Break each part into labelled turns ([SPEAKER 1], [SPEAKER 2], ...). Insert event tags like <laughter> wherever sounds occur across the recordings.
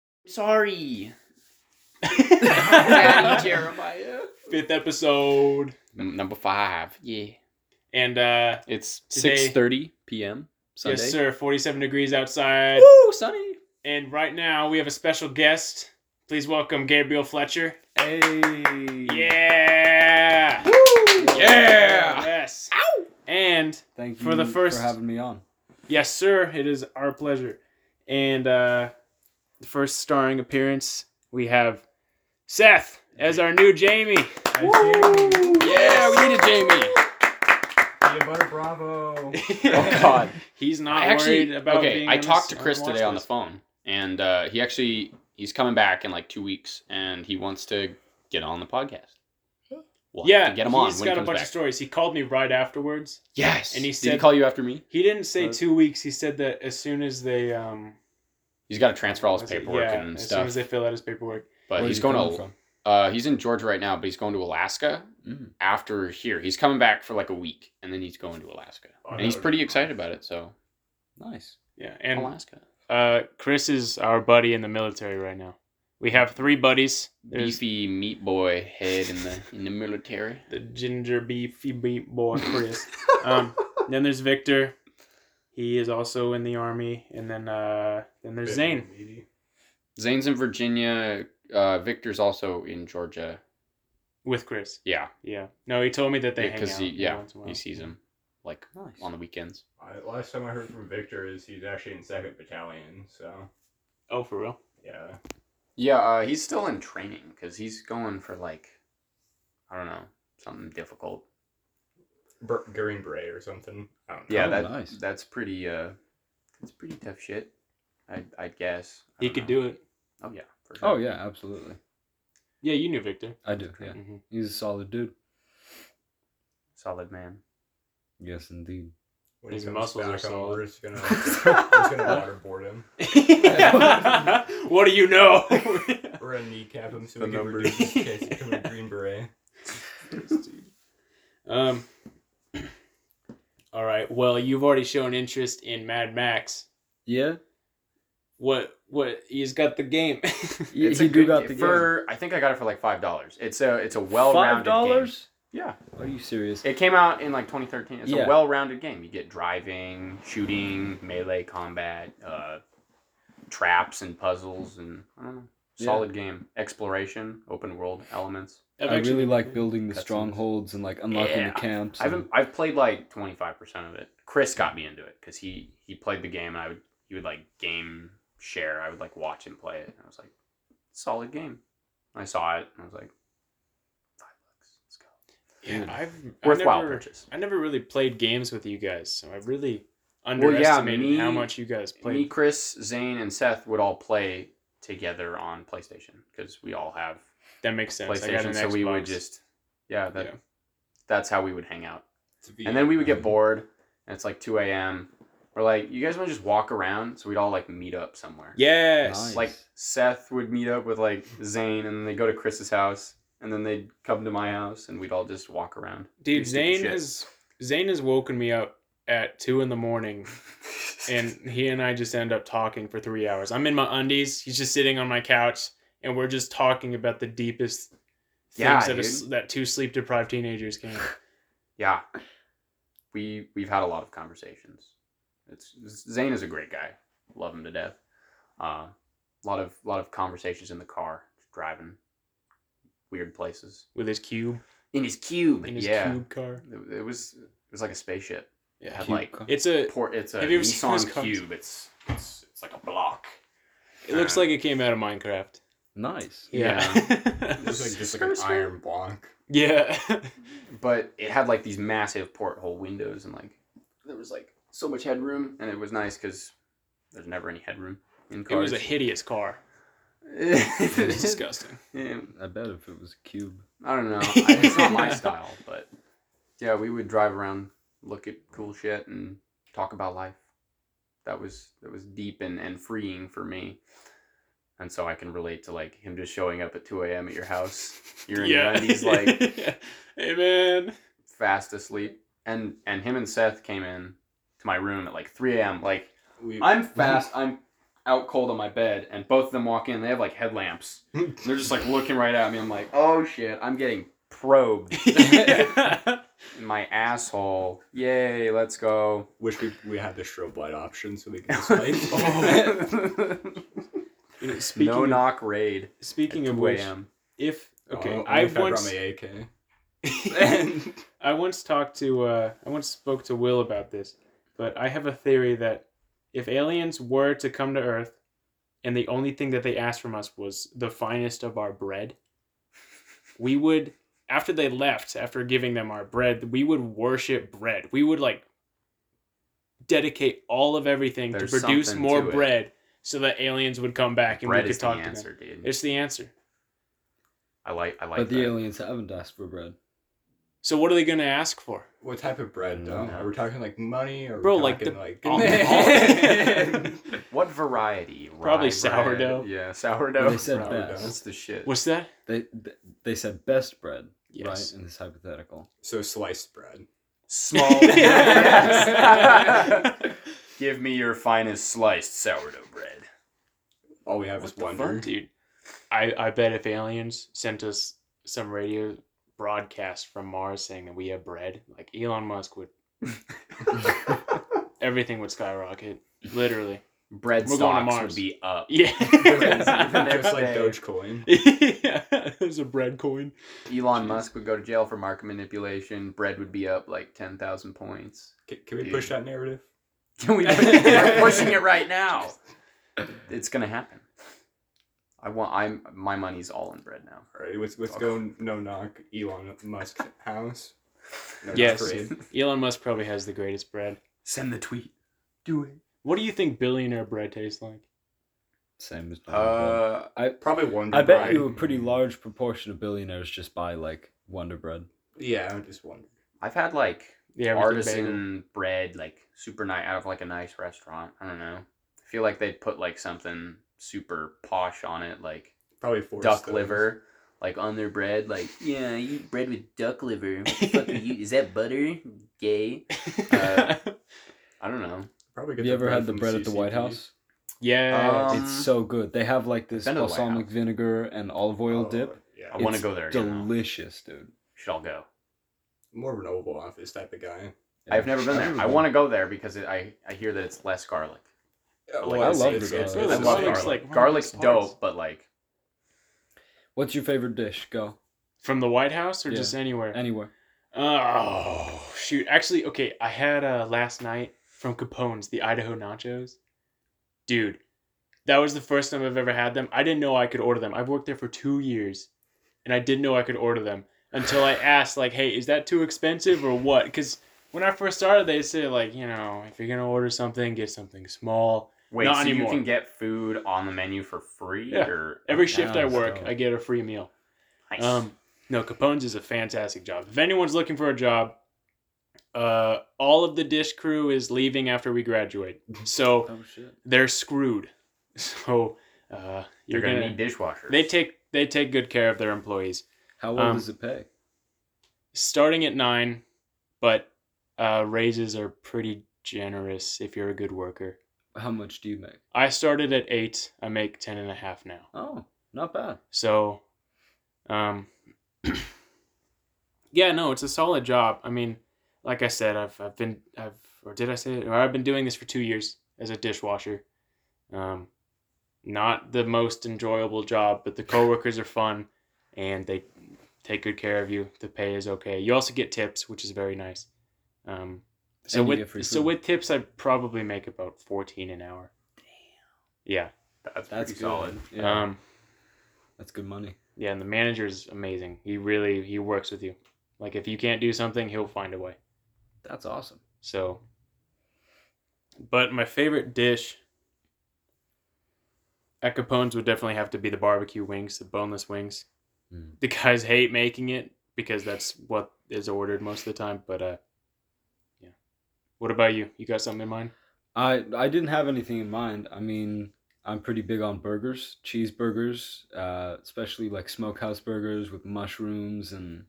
[SPEAKER 1] <laughs> Sorry. <laughs>
[SPEAKER 2] Daddy Jeremiah.
[SPEAKER 3] Fifth episode.
[SPEAKER 1] Num- Number five. Yeah.
[SPEAKER 3] And uh
[SPEAKER 1] It's
[SPEAKER 3] Today-
[SPEAKER 1] six thirty p.m. Sunday.
[SPEAKER 3] yes, sir, 47 degrees outside.
[SPEAKER 1] Woo, sunny.
[SPEAKER 3] And right now we have a special guest. Please welcome Gabriel Fletcher.
[SPEAKER 4] Hey.
[SPEAKER 3] Yeah.
[SPEAKER 1] Yeah.
[SPEAKER 3] Yes. And
[SPEAKER 4] Thank you
[SPEAKER 3] For the first-
[SPEAKER 4] for having me on.
[SPEAKER 3] yes, sir, it is our pleasure. And uh the first starring appearance, we have Seth as our new Jamie.
[SPEAKER 1] Yeah, we need a Jamie.
[SPEAKER 3] <laughs>
[SPEAKER 4] Bravo.
[SPEAKER 1] <laughs> Oh God.
[SPEAKER 3] He's not
[SPEAKER 1] I actually
[SPEAKER 3] worried about
[SPEAKER 1] okay.
[SPEAKER 3] being
[SPEAKER 1] I
[SPEAKER 3] on
[SPEAKER 1] talked
[SPEAKER 3] this-
[SPEAKER 1] to Chris
[SPEAKER 3] on watch
[SPEAKER 1] today on the
[SPEAKER 3] list.
[SPEAKER 1] phone, and uh, he actually he's coming back in like two weeks, and he wants to get on the podcast. We'll have
[SPEAKER 3] yeah,
[SPEAKER 1] to get him on
[SPEAKER 3] He's
[SPEAKER 1] when he
[SPEAKER 3] got a
[SPEAKER 1] comes
[SPEAKER 3] bunch
[SPEAKER 1] back.
[SPEAKER 3] of stories. He called me right afterwards.
[SPEAKER 1] yes,
[SPEAKER 3] and he
[SPEAKER 1] did he
[SPEAKER 3] said-
[SPEAKER 1] call you after me?
[SPEAKER 3] He didn't say
[SPEAKER 4] Uh,
[SPEAKER 3] two weeks. He said that as soon as they um
[SPEAKER 1] He's got to transfer all his
[SPEAKER 3] was it-
[SPEAKER 1] paperwork
[SPEAKER 3] yeah,
[SPEAKER 1] and
[SPEAKER 3] as soon as
[SPEAKER 1] stuff.
[SPEAKER 3] they fill out his paperwork.
[SPEAKER 1] But he's going to uh, he's in Georgia right now, but he's going to Alaska
[SPEAKER 4] Mm.
[SPEAKER 1] after here. He's coming back for like a week, and then he's going to Alaska,
[SPEAKER 3] Oh,
[SPEAKER 1] and
[SPEAKER 3] that
[SPEAKER 1] he's
[SPEAKER 3] would
[SPEAKER 1] pretty
[SPEAKER 3] be-
[SPEAKER 1] excited about it. So
[SPEAKER 4] Nice.
[SPEAKER 3] Yeah, and
[SPEAKER 1] Alaska,
[SPEAKER 3] uh, Chris is our buddy in the military right now. We have three buddies. There's
[SPEAKER 1] beefy meat boy head in the in the military.
[SPEAKER 3] the ginger beefy beef boy <laughs> Chris. um, then there's Victor. He is also in the army, and then uh, then there's Zane.
[SPEAKER 1] Zane's in Virginia. Uh, Victor's also in Georgia.
[SPEAKER 3] with Chris.
[SPEAKER 1] Yeah,
[SPEAKER 3] Yeah. No, he told me that they hang out.
[SPEAKER 1] because he yeah
[SPEAKER 3] once in a
[SPEAKER 1] he
[SPEAKER 3] while.
[SPEAKER 1] sees him like
[SPEAKER 4] Nice.
[SPEAKER 1] on the weekends.
[SPEAKER 5] Uh, Last time I heard from Victor is he's actually in second battalion, so
[SPEAKER 3] Oh, for real?
[SPEAKER 5] yeah.
[SPEAKER 1] Yeah, uh, he's still in training because he's going for like I don't know something difficult.
[SPEAKER 5] Br- Green Beret or something. I don't know.
[SPEAKER 1] Yeah,
[SPEAKER 4] Oh,
[SPEAKER 1] that,
[SPEAKER 4] nice.
[SPEAKER 1] that's pretty uh, that's pretty tough shit. I I guess I
[SPEAKER 3] He
[SPEAKER 1] don't
[SPEAKER 3] could
[SPEAKER 1] know.
[SPEAKER 3] do it.
[SPEAKER 1] Oh yeah. For sure.
[SPEAKER 4] Oh yeah, absolutely.
[SPEAKER 3] Yeah, you knew Victor.
[SPEAKER 4] I do. Yeah.
[SPEAKER 3] Mhm.
[SPEAKER 4] He's a solid dude.
[SPEAKER 1] Solid man.
[SPEAKER 4] Yes, indeed.
[SPEAKER 5] When he
[SPEAKER 3] His
[SPEAKER 5] comes
[SPEAKER 3] muscles are
[SPEAKER 5] back on,
[SPEAKER 3] solid.
[SPEAKER 5] we're just gonna, we're just gonna waterboard him.
[SPEAKER 3] <laughs> what do you know?
[SPEAKER 5] We're gonna kneecap him so
[SPEAKER 1] The
[SPEAKER 5] we can
[SPEAKER 1] numbers.
[SPEAKER 5] reduce his chance to become a Green Beret.
[SPEAKER 3] um. All right. Well, you've already shown interest in Mad Max.
[SPEAKER 4] Yeah.
[SPEAKER 3] What? What? He's got the game. <laughs>
[SPEAKER 4] He,
[SPEAKER 1] It's
[SPEAKER 4] he
[SPEAKER 1] a
[SPEAKER 4] do
[SPEAKER 1] good
[SPEAKER 4] got
[SPEAKER 1] game.
[SPEAKER 4] the game.
[SPEAKER 1] for I think I got it for like five dollars. It's a it's a well rounded game. Yeah.
[SPEAKER 4] Are you serious?
[SPEAKER 1] It came out in like 2013. It's
[SPEAKER 4] Yeah.
[SPEAKER 1] a well-rounded game. You get driving, shooting, melee combat, uh, traps and puzzles, and I don't know.
[SPEAKER 4] Yeah.
[SPEAKER 1] Solid game. Exploration, open world elements.
[SPEAKER 3] I've
[SPEAKER 4] I
[SPEAKER 3] actually-
[SPEAKER 4] really like building the
[SPEAKER 1] Cutscenes.
[SPEAKER 4] strongholds and like unlocking
[SPEAKER 1] Yeah.
[SPEAKER 4] the camps.
[SPEAKER 1] I've
[SPEAKER 4] and-
[SPEAKER 1] not I've played like 25 percent of it. Chris got me into it because he he played the game and I would he would like game share. I would like watch him play it. And I was like, solid game. And I saw it and I was like, five bucks. Let's go.
[SPEAKER 3] Yeah, I've I
[SPEAKER 1] Worthwhile
[SPEAKER 3] never-
[SPEAKER 1] purchase.
[SPEAKER 3] I never really played games with you guys, so I really
[SPEAKER 1] yeah,
[SPEAKER 3] underestimated
[SPEAKER 1] me-
[SPEAKER 3] how much you guys played.
[SPEAKER 1] Me, Chris, Zane, and Seth would all play together on PlayStation because we all have
[SPEAKER 3] that makes sense. I got
[SPEAKER 1] PlayStation.
[SPEAKER 3] an
[SPEAKER 1] So we would
[SPEAKER 3] Xbox.
[SPEAKER 1] just, yeah, that,
[SPEAKER 3] Yeah.
[SPEAKER 1] that's how we would hang out. And then we would get bored, and it's like 2 a.m. We're like, you guys want to just walk around? So we'd all like meet up somewhere.
[SPEAKER 3] Yes.
[SPEAKER 4] Nice.
[SPEAKER 1] Like Seth would meet up with like Zane, and then they go to Chris's house, and then they'd come to my house, and we'd all just walk around. <laughs>
[SPEAKER 3] Dude,
[SPEAKER 1] do stupid
[SPEAKER 3] Zane
[SPEAKER 1] shit.
[SPEAKER 3] has Zane has woken me up at two in the morning, and he and I just end up talking for three hours. I'm in my undies. He's just sitting on my couch, and we're just talking about the deepest things
[SPEAKER 1] Yeah,
[SPEAKER 3] that, a
[SPEAKER 1] dude.
[SPEAKER 3] s that two sleep deprived teenagers
[SPEAKER 1] <laughs>
[SPEAKER 3] can.
[SPEAKER 1] Yeah. We we've had a lot of conversations. It's Zane is a great guy. Love him to death. A uh, lot of lot of conversations in the car, driving weird places.
[SPEAKER 3] with his cube
[SPEAKER 1] In his cube.
[SPEAKER 3] in his
[SPEAKER 1] yeah.
[SPEAKER 3] cube car.
[SPEAKER 1] It, it was it was like a spaceship. It
[SPEAKER 3] Yeah,
[SPEAKER 1] had
[SPEAKER 4] Cube
[SPEAKER 1] like
[SPEAKER 4] car.
[SPEAKER 3] it's a.
[SPEAKER 1] port it's a
[SPEAKER 3] Have you ever seen those
[SPEAKER 1] Nissan
[SPEAKER 3] cars?
[SPEAKER 1] cube. It's, it's it's like a block.
[SPEAKER 3] It looks like it came out of Minecraft.
[SPEAKER 4] nice.
[SPEAKER 3] Yeah.
[SPEAKER 5] <laughs> Just
[SPEAKER 3] <laughs>
[SPEAKER 5] like just like an iron block.
[SPEAKER 3] yeah. <laughs>
[SPEAKER 1] but it had like these massive porthole windows and like there was like so much headroom and it was nice because there's never any headroom in
[SPEAKER 3] It
[SPEAKER 1] cars.
[SPEAKER 3] was a
[SPEAKER 1] <laughs>
[SPEAKER 3] hideous car. It was
[SPEAKER 1] yeah,
[SPEAKER 3] disgusting.
[SPEAKER 4] I bet if it was a cube.
[SPEAKER 1] I <laughs> don't know. I, it's not my style, but yeah, we would drive around, look at cool shit, and talk about life. That was that was deep and, and freeing for me, and so I can relate to like him just showing up at two a.m. at your house. You're in
[SPEAKER 3] yeah.
[SPEAKER 1] your 90s, like
[SPEAKER 3] <laughs> hey
[SPEAKER 1] <laughs>
[SPEAKER 3] man. <laughs>
[SPEAKER 1] fast asleep, and and him and Seth came in to my room at like three a.m. Like
[SPEAKER 5] We
[SPEAKER 1] I'm fast. I'm out cold on my bed, and both of them walk in. They have like
[SPEAKER 3] <laughs>
[SPEAKER 1] headlamps. And they're just like looking right at me. I'm like, oh shit, I'm getting
[SPEAKER 3] <laughs>
[SPEAKER 1] probed <laughs> in my asshole. Yay, let's
[SPEAKER 3] <laughs>
[SPEAKER 1] go.
[SPEAKER 5] Wish we, we had the strobe light option so we could
[SPEAKER 1] Oh.
[SPEAKER 5] <laughs>
[SPEAKER 3] You know, speaking
[SPEAKER 1] no
[SPEAKER 3] of,
[SPEAKER 1] knock raid. at
[SPEAKER 3] speaking of
[SPEAKER 1] 2
[SPEAKER 3] which,
[SPEAKER 1] a.m.
[SPEAKER 3] if okay,
[SPEAKER 5] Oh,
[SPEAKER 3] I
[SPEAKER 5] if brought
[SPEAKER 3] once
[SPEAKER 5] my <laughs>
[SPEAKER 3] I once talked to uh, I once spoke to Will about this, but I have a theory that if aliens were to come to Earth, and the only thing that they asked from us was the finest of our bread, we would after they left after giving them our bread, we would worship bread. We would like dedicate all of everything
[SPEAKER 1] There's
[SPEAKER 3] to produce
[SPEAKER 1] something
[SPEAKER 3] more
[SPEAKER 1] to it.
[SPEAKER 3] bread, so that aliens would come back and
[SPEAKER 1] Bread
[SPEAKER 3] we
[SPEAKER 1] is
[SPEAKER 3] could
[SPEAKER 1] the
[SPEAKER 3] talk to
[SPEAKER 1] answer,
[SPEAKER 3] them.
[SPEAKER 1] dude.
[SPEAKER 3] It's the answer.
[SPEAKER 1] I like. I like.
[SPEAKER 4] but the
[SPEAKER 1] that.
[SPEAKER 4] aliens haven't asked for bread.
[SPEAKER 3] So what are they gonna ask for?
[SPEAKER 5] What type of bread though?
[SPEAKER 1] No.
[SPEAKER 5] Are we talking like money or are we
[SPEAKER 3] Bro, like
[SPEAKER 5] talking,
[SPEAKER 3] the-
[SPEAKER 5] like
[SPEAKER 3] all-
[SPEAKER 5] <laughs>
[SPEAKER 3] all-
[SPEAKER 1] What variety?
[SPEAKER 3] Probably
[SPEAKER 1] Rye bread.
[SPEAKER 3] sourdough.
[SPEAKER 1] Yeah,
[SPEAKER 4] Well,
[SPEAKER 1] sourdough.
[SPEAKER 4] they said
[SPEAKER 5] probably
[SPEAKER 4] best.
[SPEAKER 1] That's the shit.
[SPEAKER 3] What's that?
[SPEAKER 4] They they said best bread,
[SPEAKER 3] Yes.
[SPEAKER 4] right? In this hypothetical.
[SPEAKER 5] so sliced bread.
[SPEAKER 1] <laughs> Small.
[SPEAKER 3] Yes.
[SPEAKER 1] Give me your finest sliced sourdough bread.
[SPEAKER 5] All we have
[SPEAKER 3] What
[SPEAKER 5] is
[SPEAKER 3] the
[SPEAKER 4] <laughs>
[SPEAKER 5] wonder. <laughs>
[SPEAKER 3] fuck, dude? I, I bet if aliens sent us some radio broadcast from Mars saying that we have bread, like Elon Musk would, everything would skyrocket. Literally.
[SPEAKER 1] Bread
[SPEAKER 3] We're going to
[SPEAKER 1] stocks
[SPEAKER 3] Mars.
[SPEAKER 1] would be up.
[SPEAKER 3] Yeah.
[SPEAKER 5] Just like
[SPEAKER 1] day.
[SPEAKER 5] Dogecoin.
[SPEAKER 3] <laughs> yeah. There's a bread coin.
[SPEAKER 1] Elon Musk would go to jail for market manipulation. Bread would be up like ten thousand points.
[SPEAKER 5] Can, can we push that narrative?
[SPEAKER 1] <laughs> Can <laughs> we? We're pushing it right now. <laughs> It's gonna happen. I want. I'm. My money's all in bread now. <laughs>
[SPEAKER 5] All right, let's let's go. No knock Elon Musk house. No knock
[SPEAKER 3] Yes.
[SPEAKER 1] <laughs>
[SPEAKER 5] raid.
[SPEAKER 3] Elon Musk probably has the greatest bread.
[SPEAKER 1] Send the tweet. Do it.
[SPEAKER 3] What do you think billionaire bread tastes like?
[SPEAKER 4] Same as normal bread.
[SPEAKER 1] Uh,
[SPEAKER 5] Probably Wonder
[SPEAKER 4] I bet
[SPEAKER 5] Bread.
[SPEAKER 4] you a pretty large proportion of billionaires just buy like Wonder Bread.
[SPEAKER 5] Yeah, I just wonder.
[SPEAKER 1] I've had like
[SPEAKER 3] The average <laughs> bagel.
[SPEAKER 1] artisan bread, like super nice out of like a nice restaurant. I don't know. I feel like they'd put like something super posh on it, like
[SPEAKER 5] Probably four.
[SPEAKER 1] duck liver, like on their bread. Like yeah, you eat bread with duck liver. What the fuck are you- Is that butter? Gay? Uh, I don't know.
[SPEAKER 5] Probably get
[SPEAKER 4] Have you ever had the
[SPEAKER 5] from
[SPEAKER 4] bread at the White
[SPEAKER 5] CCP.
[SPEAKER 4] House?
[SPEAKER 3] yeah.
[SPEAKER 1] Um,
[SPEAKER 4] it's so good. They have like this
[SPEAKER 1] been to the White
[SPEAKER 4] balsamic
[SPEAKER 1] House.
[SPEAKER 4] vinegar and olive oil
[SPEAKER 5] Oh,
[SPEAKER 4] dip.
[SPEAKER 1] I
[SPEAKER 5] Yeah,
[SPEAKER 1] want to
[SPEAKER 4] It's
[SPEAKER 1] go there. Again, though.
[SPEAKER 4] Delicious, dude.
[SPEAKER 1] Should all go.
[SPEAKER 5] more of an Oval Office type of guy.
[SPEAKER 1] I've never been there. I want to go there because it, I I hear that it's less garlic.
[SPEAKER 5] Yeah,
[SPEAKER 1] like, I
[SPEAKER 5] it's-
[SPEAKER 4] love
[SPEAKER 5] it's-
[SPEAKER 4] the
[SPEAKER 5] it's-
[SPEAKER 4] Bro,
[SPEAKER 1] I
[SPEAKER 4] garlic.
[SPEAKER 5] it's
[SPEAKER 1] love
[SPEAKER 4] the
[SPEAKER 5] like-
[SPEAKER 3] garlic's
[SPEAKER 1] garlic.
[SPEAKER 3] like one of the
[SPEAKER 1] garlic's
[SPEAKER 3] best parts.
[SPEAKER 1] dope, but like
[SPEAKER 4] What's your favorite dish? Go
[SPEAKER 3] From the White House or
[SPEAKER 4] Yeah.
[SPEAKER 3] just anywhere?
[SPEAKER 4] anywhere.
[SPEAKER 3] Oh shoot! Actually, okay, I had uh last night from Capone's the Idaho nachos. Dude, that was the first time I've ever had them. I didn't know I could order them. I've worked there for two years, and I didn't know I could order them until I asked, like, "Hey, is that too expensive or what?" Because when I first started, they said like, you know, if you're gonna order something, get something small.
[SPEAKER 1] wait,
[SPEAKER 3] Not
[SPEAKER 1] so
[SPEAKER 3] anymore.
[SPEAKER 1] you can get food on the menu for free
[SPEAKER 3] Yeah.
[SPEAKER 1] or
[SPEAKER 3] Every shift I
[SPEAKER 4] that's
[SPEAKER 3] work,
[SPEAKER 4] dope.
[SPEAKER 3] I get a free meal.
[SPEAKER 1] Nice.
[SPEAKER 3] Um, no, Capone's is a fantastic job. If anyone's looking for a job, uh, all of the dish crew is leaving after we graduate,
[SPEAKER 1] Mm-hmm.
[SPEAKER 3] so
[SPEAKER 4] Oh shit.
[SPEAKER 3] they're screwed. <laughs> So uh,
[SPEAKER 1] you're
[SPEAKER 3] you're
[SPEAKER 1] gonna,
[SPEAKER 3] gonna,
[SPEAKER 1] need dishwashers.
[SPEAKER 3] they take they take good care of their employees.
[SPEAKER 4] How old
[SPEAKER 3] Um,
[SPEAKER 4] does it pay?
[SPEAKER 3] Starting at nine, but uh, raises are pretty generous if you're a good worker.
[SPEAKER 4] How much do you make?
[SPEAKER 3] I started at eight. I make ten and a half now.
[SPEAKER 4] Oh, not bad.
[SPEAKER 3] So, um, <clears throat> yeah, no, it's a solid job. I mean, like I said, I've I've been I've or did I say it? Or I've been doing this for two years as a dishwasher. Um, not the most enjoyable job, but the coworkers are fun, and they take good care of you. The pay is okay. You also get tips, which is very nice. Um, so
[SPEAKER 4] And you get free
[SPEAKER 3] with so
[SPEAKER 4] food.
[SPEAKER 3] with tips, I probably make about fourteen an hour. Damn. Yeah.
[SPEAKER 1] that's,
[SPEAKER 4] That's
[SPEAKER 1] pretty
[SPEAKER 4] good.
[SPEAKER 1] solid.
[SPEAKER 4] Yeah,
[SPEAKER 3] Um.
[SPEAKER 4] that's good money.
[SPEAKER 3] Yeah, and the manager is amazing. He really he works with you. Like if you can't do something, he'll find a way.
[SPEAKER 4] That's awesome.
[SPEAKER 3] So but my favorite dish at Capone's would definitely have to be the barbecue wings, the boneless wings.
[SPEAKER 4] Mm.
[SPEAKER 3] The guys hate making it because that's what is ordered most of the time, but uh yeah. What about you? You got something in mind?
[SPEAKER 4] I I didn't have anything in mind. I mean, I'm pretty big on burgers, cheeseburgers, uh, especially like smokehouse burgers with mushrooms and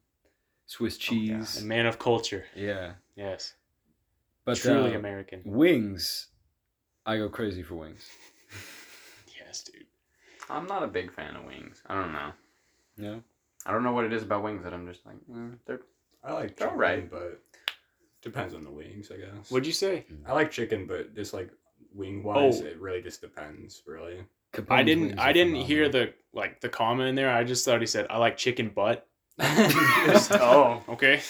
[SPEAKER 4] Swiss
[SPEAKER 1] Oh,
[SPEAKER 3] A
[SPEAKER 4] cheese.
[SPEAKER 3] man of culture.
[SPEAKER 4] yeah.
[SPEAKER 3] Yes.
[SPEAKER 4] but
[SPEAKER 3] Truly
[SPEAKER 4] uh,
[SPEAKER 3] American.
[SPEAKER 4] wings. I go crazy for wings.
[SPEAKER 1] I'm not a big fan of wings. I don't know.
[SPEAKER 4] No.
[SPEAKER 1] I don't know what it is about wings that I'm just like, mm, <laughs> they're
[SPEAKER 5] I like
[SPEAKER 1] They're
[SPEAKER 5] chicken,
[SPEAKER 1] all right.
[SPEAKER 5] but depends on the wings, I guess.
[SPEAKER 3] What'd you say?
[SPEAKER 5] I like chicken, but just like wing wise,
[SPEAKER 3] Oh.
[SPEAKER 5] it really just depends. Really, <laughs>
[SPEAKER 4] Capone's
[SPEAKER 3] I didn't.
[SPEAKER 4] wings
[SPEAKER 3] I
[SPEAKER 4] are
[SPEAKER 3] didn't hear
[SPEAKER 4] phenomenal.
[SPEAKER 3] the like the comma in there. I just thought he said I like chicken butt.
[SPEAKER 1] <laughs> oh.
[SPEAKER 3] Okay,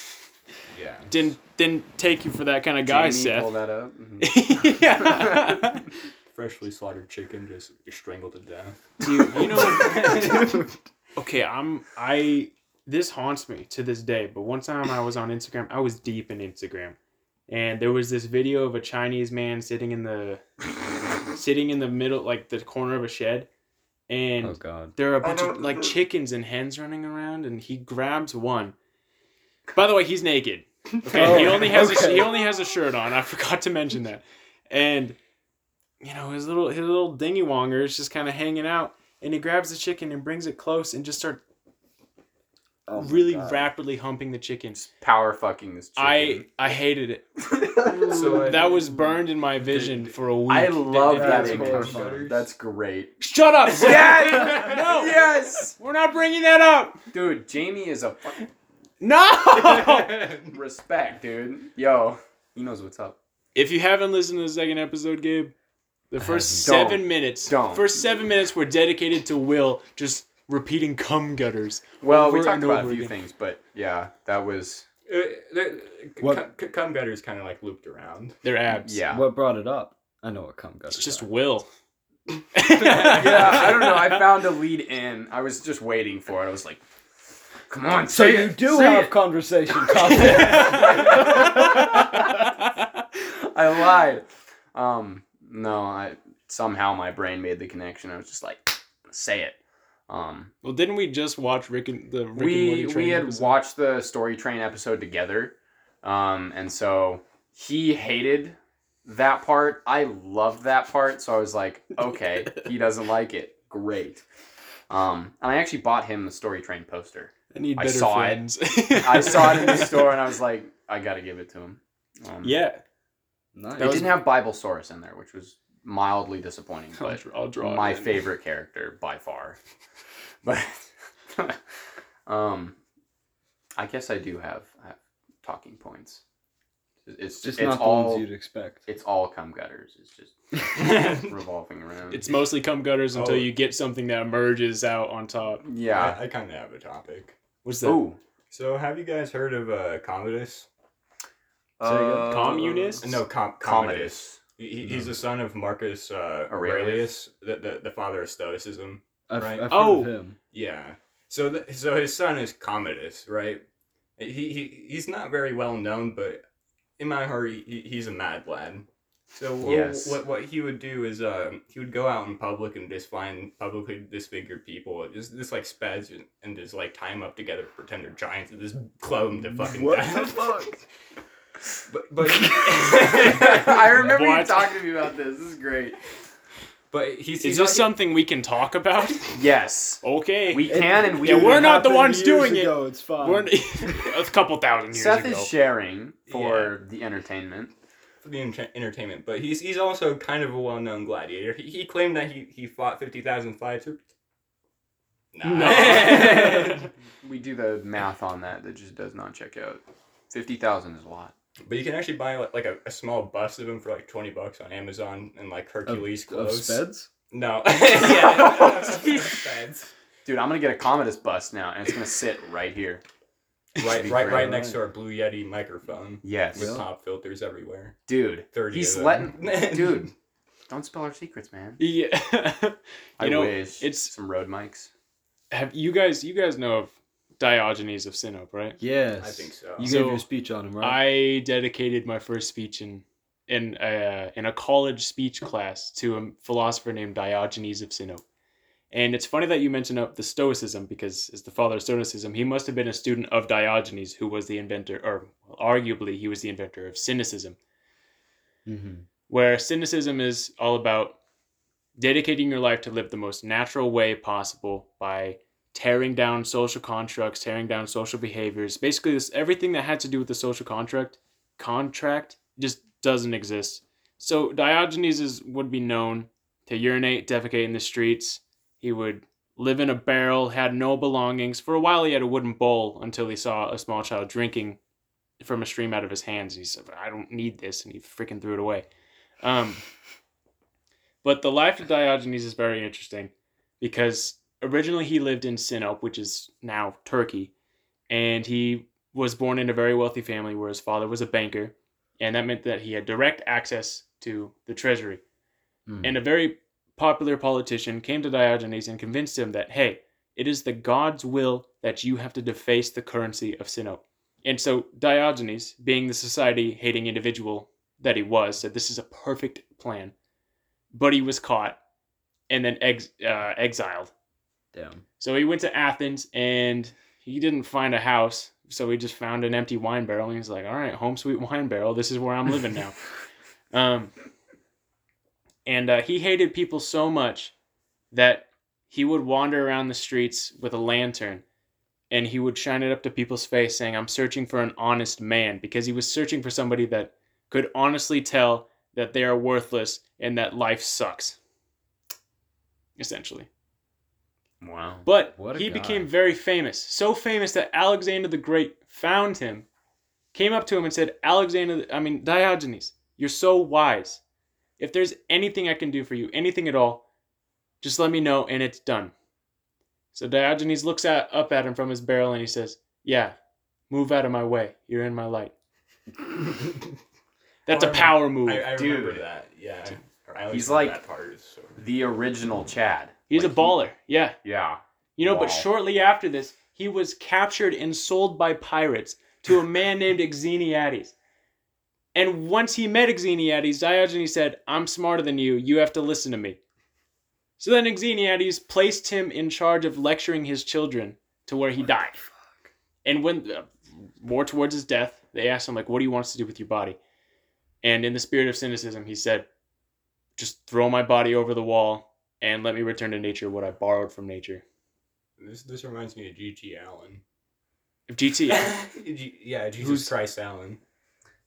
[SPEAKER 5] yeah.
[SPEAKER 3] didn't didn't take you for that kind of
[SPEAKER 1] Jamie,
[SPEAKER 3] guy, Seth.
[SPEAKER 1] Pull that up.
[SPEAKER 4] <laughs>
[SPEAKER 1] Mhm.
[SPEAKER 3] yeah. <laughs>
[SPEAKER 5] Freshly slaughtered chicken just strangled to death.
[SPEAKER 3] Dude, you know what? <laughs> okay, I'm I this haunts me to this day, but one time I was on Instagram, I was deep in Instagram, and there was this video of a Chinese man sitting in the sitting in the middle like the corner of a shed and
[SPEAKER 4] Oh God.
[SPEAKER 3] there are a bunch of like chickens and hens running around and he grabs one. By the way, he's
[SPEAKER 4] <laughs>
[SPEAKER 3] naked. Okay, he
[SPEAKER 4] Oh,
[SPEAKER 3] only has a,
[SPEAKER 4] okay.
[SPEAKER 3] he only has a shirt on. I <laughs> forgot to mention that. And you know, his little his little dingy wonger is just kind of hanging out and he grabs the chicken and brings it close and just start
[SPEAKER 4] Oh
[SPEAKER 3] really rapidly humping the chicken.
[SPEAKER 1] Power fucking this
[SPEAKER 3] I
[SPEAKER 1] chicken.
[SPEAKER 3] I hated it.
[SPEAKER 5] <laughs>
[SPEAKER 4] <laughs>
[SPEAKER 5] So
[SPEAKER 3] that
[SPEAKER 5] <laughs>
[SPEAKER 3] was <laughs> burned in my vision for a
[SPEAKER 1] <laughs>
[SPEAKER 3] week.
[SPEAKER 1] I love
[SPEAKER 3] did
[SPEAKER 1] that
[SPEAKER 4] That's
[SPEAKER 3] not
[SPEAKER 1] image.
[SPEAKER 3] come.
[SPEAKER 4] horrifying.
[SPEAKER 1] That's
[SPEAKER 4] <laughs>
[SPEAKER 1] great.
[SPEAKER 3] Shut up. Sam.
[SPEAKER 1] Yes! <laughs>
[SPEAKER 3] no.
[SPEAKER 1] Yes!
[SPEAKER 3] We're not bringing that up.
[SPEAKER 1] Dude, Jamie is a fucking
[SPEAKER 5] Uh,
[SPEAKER 4] <laughs>
[SPEAKER 3] No. <laughs>
[SPEAKER 1] respect, dude. Yo, he knows what's up.
[SPEAKER 3] If you haven't listened to the second episode, Gabe, the first
[SPEAKER 1] haven't.
[SPEAKER 3] 7 minutes,
[SPEAKER 1] Don't.
[SPEAKER 3] first seven minutes were dedicated to Will just repeating cum gutters.
[SPEAKER 1] Well, we
[SPEAKER 3] Over
[SPEAKER 1] talked
[SPEAKER 3] and
[SPEAKER 1] about a
[SPEAKER 3] over
[SPEAKER 1] few
[SPEAKER 3] again.
[SPEAKER 1] things, but yeah, that was
[SPEAKER 4] What-
[SPEAKER 5] What? Cum gutter is kind of like looped around.
[SPEAKER 3] Their abs.
[SPEAKER 1] yeah.
[SPEAKER 4] What brought it up? I know what cum gutters.
[SPEAKER 3] It's just
[SPEAKER 4] are.
[SPEAKER 3] Will.
[SPEAKER 1] <laughs> yeah, I don't
[SPEAKER 4] <laughs>
[SPEAKER 1] know. I found a lead in. I was just waiting for it. I was like, come on,
[SPEAKER 4] So
[SPEAKER 1] say
[SPEAKER 4] you
[SPEAKER 1] it,
[SPEAKER 4] do
[SPEAKER 1] say
[SPEAKER 4] have
[SPEAKER 1] it."
[SPEAKER 3] <laughs>
[SPEAKER 4] conversation topics.
[SPEAKER 1] I lied. Um, no, I somehow my brain made the connection. I was just like, say it. Um,
[SPEAKER 3] well, didn't we just watch Rick and the Rick and Morty
[SPEAKER 1] we
[SPEAKER 3] training
[SPEAKER 1] we had
[SPEAKER 3] episode?
[SPEAKER 1] watched the story train episode together, um, and so he hated that part. I loved that part, so I was like,
[SPEAKER 3] <laughs>
[SPEAKER 1] okay, he doesn't like it. Great. Um, and I actually bought him the story train
[SPEAKER 3] <laughs>
[SPEAKER 1] poster.
[SPEAKER 3] I need
[SPEAKER 1] I
[SPEAKER 3] better
[SPEAKER 1] saw it.
[SPEAKER 3] friends.
[SPEAKER 1] I saw it in the store, and I was like, I gotta give it to him. Um,
[SPEAKER 3] <laughs> Yeah.
[SPEAKER 4] nice.
[SPEAKER 1] They didn't have Bible Source in there, which was mildly
[SPEAKER 3] <laughs>
[SPEAKER 1] disappointing,
[SPEAKER 3] I'll,
[SPEAKER 1] but
[SPEAKER 3] dr- I'll draw it
[SPEAKER 1] my
[SPEAKER 3] in.
[SPEAKER 1] favorite character by far. <laughs> But <laughs> um, I guess I do have, I have talking points. It's
[SPEAKER 4] just
[SPEAKER 1] just
[SPEAKER 4] not
[SPEAKER 1] it's
[SPEAKER 4] the
[SPEAKER 1] all
[SPEAKER 4] ones you'd expect.
[SPEAKER 1] it's all cum gutters. It's just
[SPEAKER 3] <laughs>
[SPEAKER 1] revolving around.
[SPEAKER 3] It's mostly cum gutters until
[SPEAKER 5] Oh.
[SPEAKER 3] you get something that emerges out on top.
[SPEAKER 1] yeah.
[SPEAKER 5] I, I kind of have a topic.
[SPEAKER 3] What's that?
[SPEAKER 1] Oh,
[SPEAKER 5] So, have you guys heard of uh, Commodus?
[SPEAKER 1] uh,
[SPEAKER 3] Communists?
[SPEAKER 5] No, Com-
[SPEAKER 3] <laughs>
[SPEAKER 5] Commodus.
[SPEAKER 1] Commodus.
[SPEAKER 5] He, he- he's the son of Marcus uh,
[SPEAKER 1] Aurelius?
[SPEAKER 5] Aurelius, the, the the father of Stoicism.
[SPEAKER 4] I've,
[SPEAKER 5] Right.
[SPEAKER 4] I've heard
[SPEAKER 3] Oh.
[SPEAKER 4] of him.
[SPEAKER 5] Yeah. So th- so his son is Commodus, right? He, he he's not very well known, but in my heart, he- he, he's a mad lad. So wh-
[SPEAKER 1] Yes.
[SPEAKER 5] what what he would do is uh, he would go out in public and just find publicly disfigured people, just just like speds, and, and just like tie them up together, pretend they're giants, and just club them to fucking
[SPEAKER 1] What
[SPEAKER 5] death.
[SPEAKER 1] the
[SPEAKER 3] <laughs>
[SPEAKER 1] <laughs> fuck?
[SPEAKER 5] But but
[SPEAKER 1] <laughs> <laughs>
[SPEAKER 5] <laughs>
[SPEAKER 1] I remember you
[SPEAKER 3] What?
[SPEAKER 1] talking to me about this. This is great.
[SPEAKER 5] but he's, he's
[SPEAKER 3] Is this
[SPEAKER 5] like-
[SPEAKER 3] something we can talk about? <laughs>
[SPEAKER 1] Yes,
[SPEAKER 3] Okay.
[SPEAKER 1] we can, and we
[SPEAKER 3] Yeah, we're
[SPEAKER 1] will.
[SPEAKER 4] It
[SPEAKER 3] not the
[SPEAKER 4] happened
[SPEAKER 3] ones
[SPEAKER 4] years
[SPEAKER 3] doing it.
[SPEAKER 4] ago, It's
[SPEAKER 3] <laughs>
[SPEAKER 4] fine.
[SPEAKER 3] We're a couple thousand years
[SPEAKER 1] Seth
[SPEAKER 3] ago.
[SPEAKER 1] is sharing for the entertainment.
[SPEAKER 5] for the enter- entertainment, but he's he's also kind of a well known gladiator. He, he claimed that he, he fought fifty thousand fights. Nah.
[SPEAKER 3] No.
[SPEAKER 1] We do the math on that that just does not check out. Fifty thousand is a lot.
[SPEAKER 5] <laughs> but you can actually buy like, like a, a small bust of him for like twenty bucks on Amazon and like
[SPEAKER 4] of,
[SPEAKER 5] Hercules
[SPEAKER 4] of
[SPEAKER 5] clothes.
[SPEAKER 4] speds.
[SPEAKER 5] No.
[SPEAKER 1] <laughs>
[SPEAKER 5] <laughs> yeah. Speds.
[SPEAKER 1] Dude, I'm gonna get a Commodus bus now, and it's gonna sit right here.
[SPEAKER 5] Right,
[SPEAKER 1] Be
[SPEAKER 5] right,
[SPEAKER 1] great.
[SPEAKER 5] right next to our Blue Yeti microphone.
[SPEAKER 1] Yes,
[SPEAKER 5] With
[SPEAKER 4] Really?
[SPEAKER 5] pop filters everywhere.
[SPEAKER 1] dude.
[SPEAKER 5] Thirty.
[SPEAKER 1] He's
[SPEAKER 5] of them.
[SPEAKER 1] letting,
[SPEAKER 5] <laughs>
[SPEAKER 1] dude. Don't spill our secrets, man.
[SPEAKER 3] <laughs> Yeah. <laughs> you
[SPEAKER 1] I
[SPEAKER 3] know,
[SPEAKER 1] wish
[SPEAKER 3] it's-
[SPEAKER 1] some road mics.
[SPEAKER 3] have you guys you guys know of Diogenes of Sinope, right?
[SPEAKER 4] Yes.
[SPEAKER 5] I think so.
[SPEAKER 4] You
[SPEAKER 3] So,
[SPEAKER 4] gave your speech on him, right?
[SPEAKER 3] I dedicated my first speech in in a, in a college speech class to a philosopher named Diogenes of Sinope. And it's funny that you mention up the Stoicism because as the father of Stoicism, he must have been a student of Diogenes, who was the inventor, or well, arguably he was the inventor of cynicism.
[SPEAKER 4] mm-hmm.
[SPEAKER 3] where cynicism is all about dedicating your life to live the most natural way possible by tearing down social constructs, tearing down social behaviors. Basically, this everything that had to do with the social contract contract just doesn't exist. So Diogenes is, would be known to urinate, defecate in the streets. He would live in a barrel, had no belongings. For a while, he had a wooden bowl until he saw a small child drinking from a stream out of his hands. He said, I don't need this. And he freaking threw it away. Um, but the life of Diogenes is very interesting because originally he lived in Sinope, which is now Turkey. And he was born in a very wealthy family where his father was a banker. And that meant that he had direct access to the treasury.
[SPEAKER 4] Hmm.
[SPEAKER 3] And a very popular politician came to Diogenes and convinced him that, hey, it is the gods' will that you have to deface the currency of Sinope. And so Diogenes, being the society hating individual that he was, said this is a perfect plan. But he was caught and then ex- uh, exiled.
[SPEAKER 4] Damn.
[SPEAKER 3] So he went to Athens and he didn't find a house. So he just found an empty wine barrel and he's like, all right, home sweet wine barrel. This is where I'm living now. um, and uh, he hated people so much that he would wander around the streets with a lantern and he would shine it up to people's face saying, I'm searching for an honest man because he was searching for somebody that could honestly tell that they are worthless and that life sucks. Essentially.
[SPEAKER 1] Wow.
[SPEAKER 3] But
[SPEAKER 4] What a
[SPEAKER 3] he
[SPEAKER 4] guy.
[SPEAKER 3] became very famous, so famous that Alexander the Great found him, came up to him and said, "Alexander, I mean Diogenes, you're so wise. If there's anything I can do for you, anything at all, just let me know and it's done." So Diogenes looks at, up at him from his barrel and he says, "Yeah, move out of my way. You're in my light." That's
[SPEAKER 5] Oh,
[SPEAKER 3] a
[SPEAKER 5] I remember-
[SPEAKER 3] power move.
[SPEAKER 5] I, I remember
[SPEAKER 1] dude.
[SPEAKER 5] that. Yeah. I always
[SPEAKER 1] He's
[SPEAKER 5] remember
[SPEAKER 1] like-
[SPEAKER 5] that part. is So.
[SPEAKER 1] The original Chad.
[SPEAKER 3] He's
[SPEAKER 1] Like,
[SPEAKER 3] a
[SPEAKER 1] he-
[SPEAKER 3] baller. Yeah.
[SPEAKER 1] yeah.
[SPEAKER 3] You know,
[SPEAKER 1] Wow.
[SPEAKER 3] but shortly after this, he was captured and sold by pirates to a man named Xeniades. And once he met Xeniades, Diogenes said, I'm smarter than you. You have to listen to me. So then Xeniades placed him in charge of lecturing his children to where he died. And when uh, more towards his death, they asked him, like, what do you want us to do with your body? And in the spirit of cynicism, he said, just throw my body over the wall and let me return to nature what I borrowed from nature.
[SPEAKER 5] This this reminds me of GT Allen.
[SPEAKER 3] If
[SPEAKER 5] <laughs>
[SPEAKER 3] GTA.
[SPEAKER 5] G- yeah, Jesus
[SPEAKER 3] Who's-
[SPEAKER 5] Christ Allen.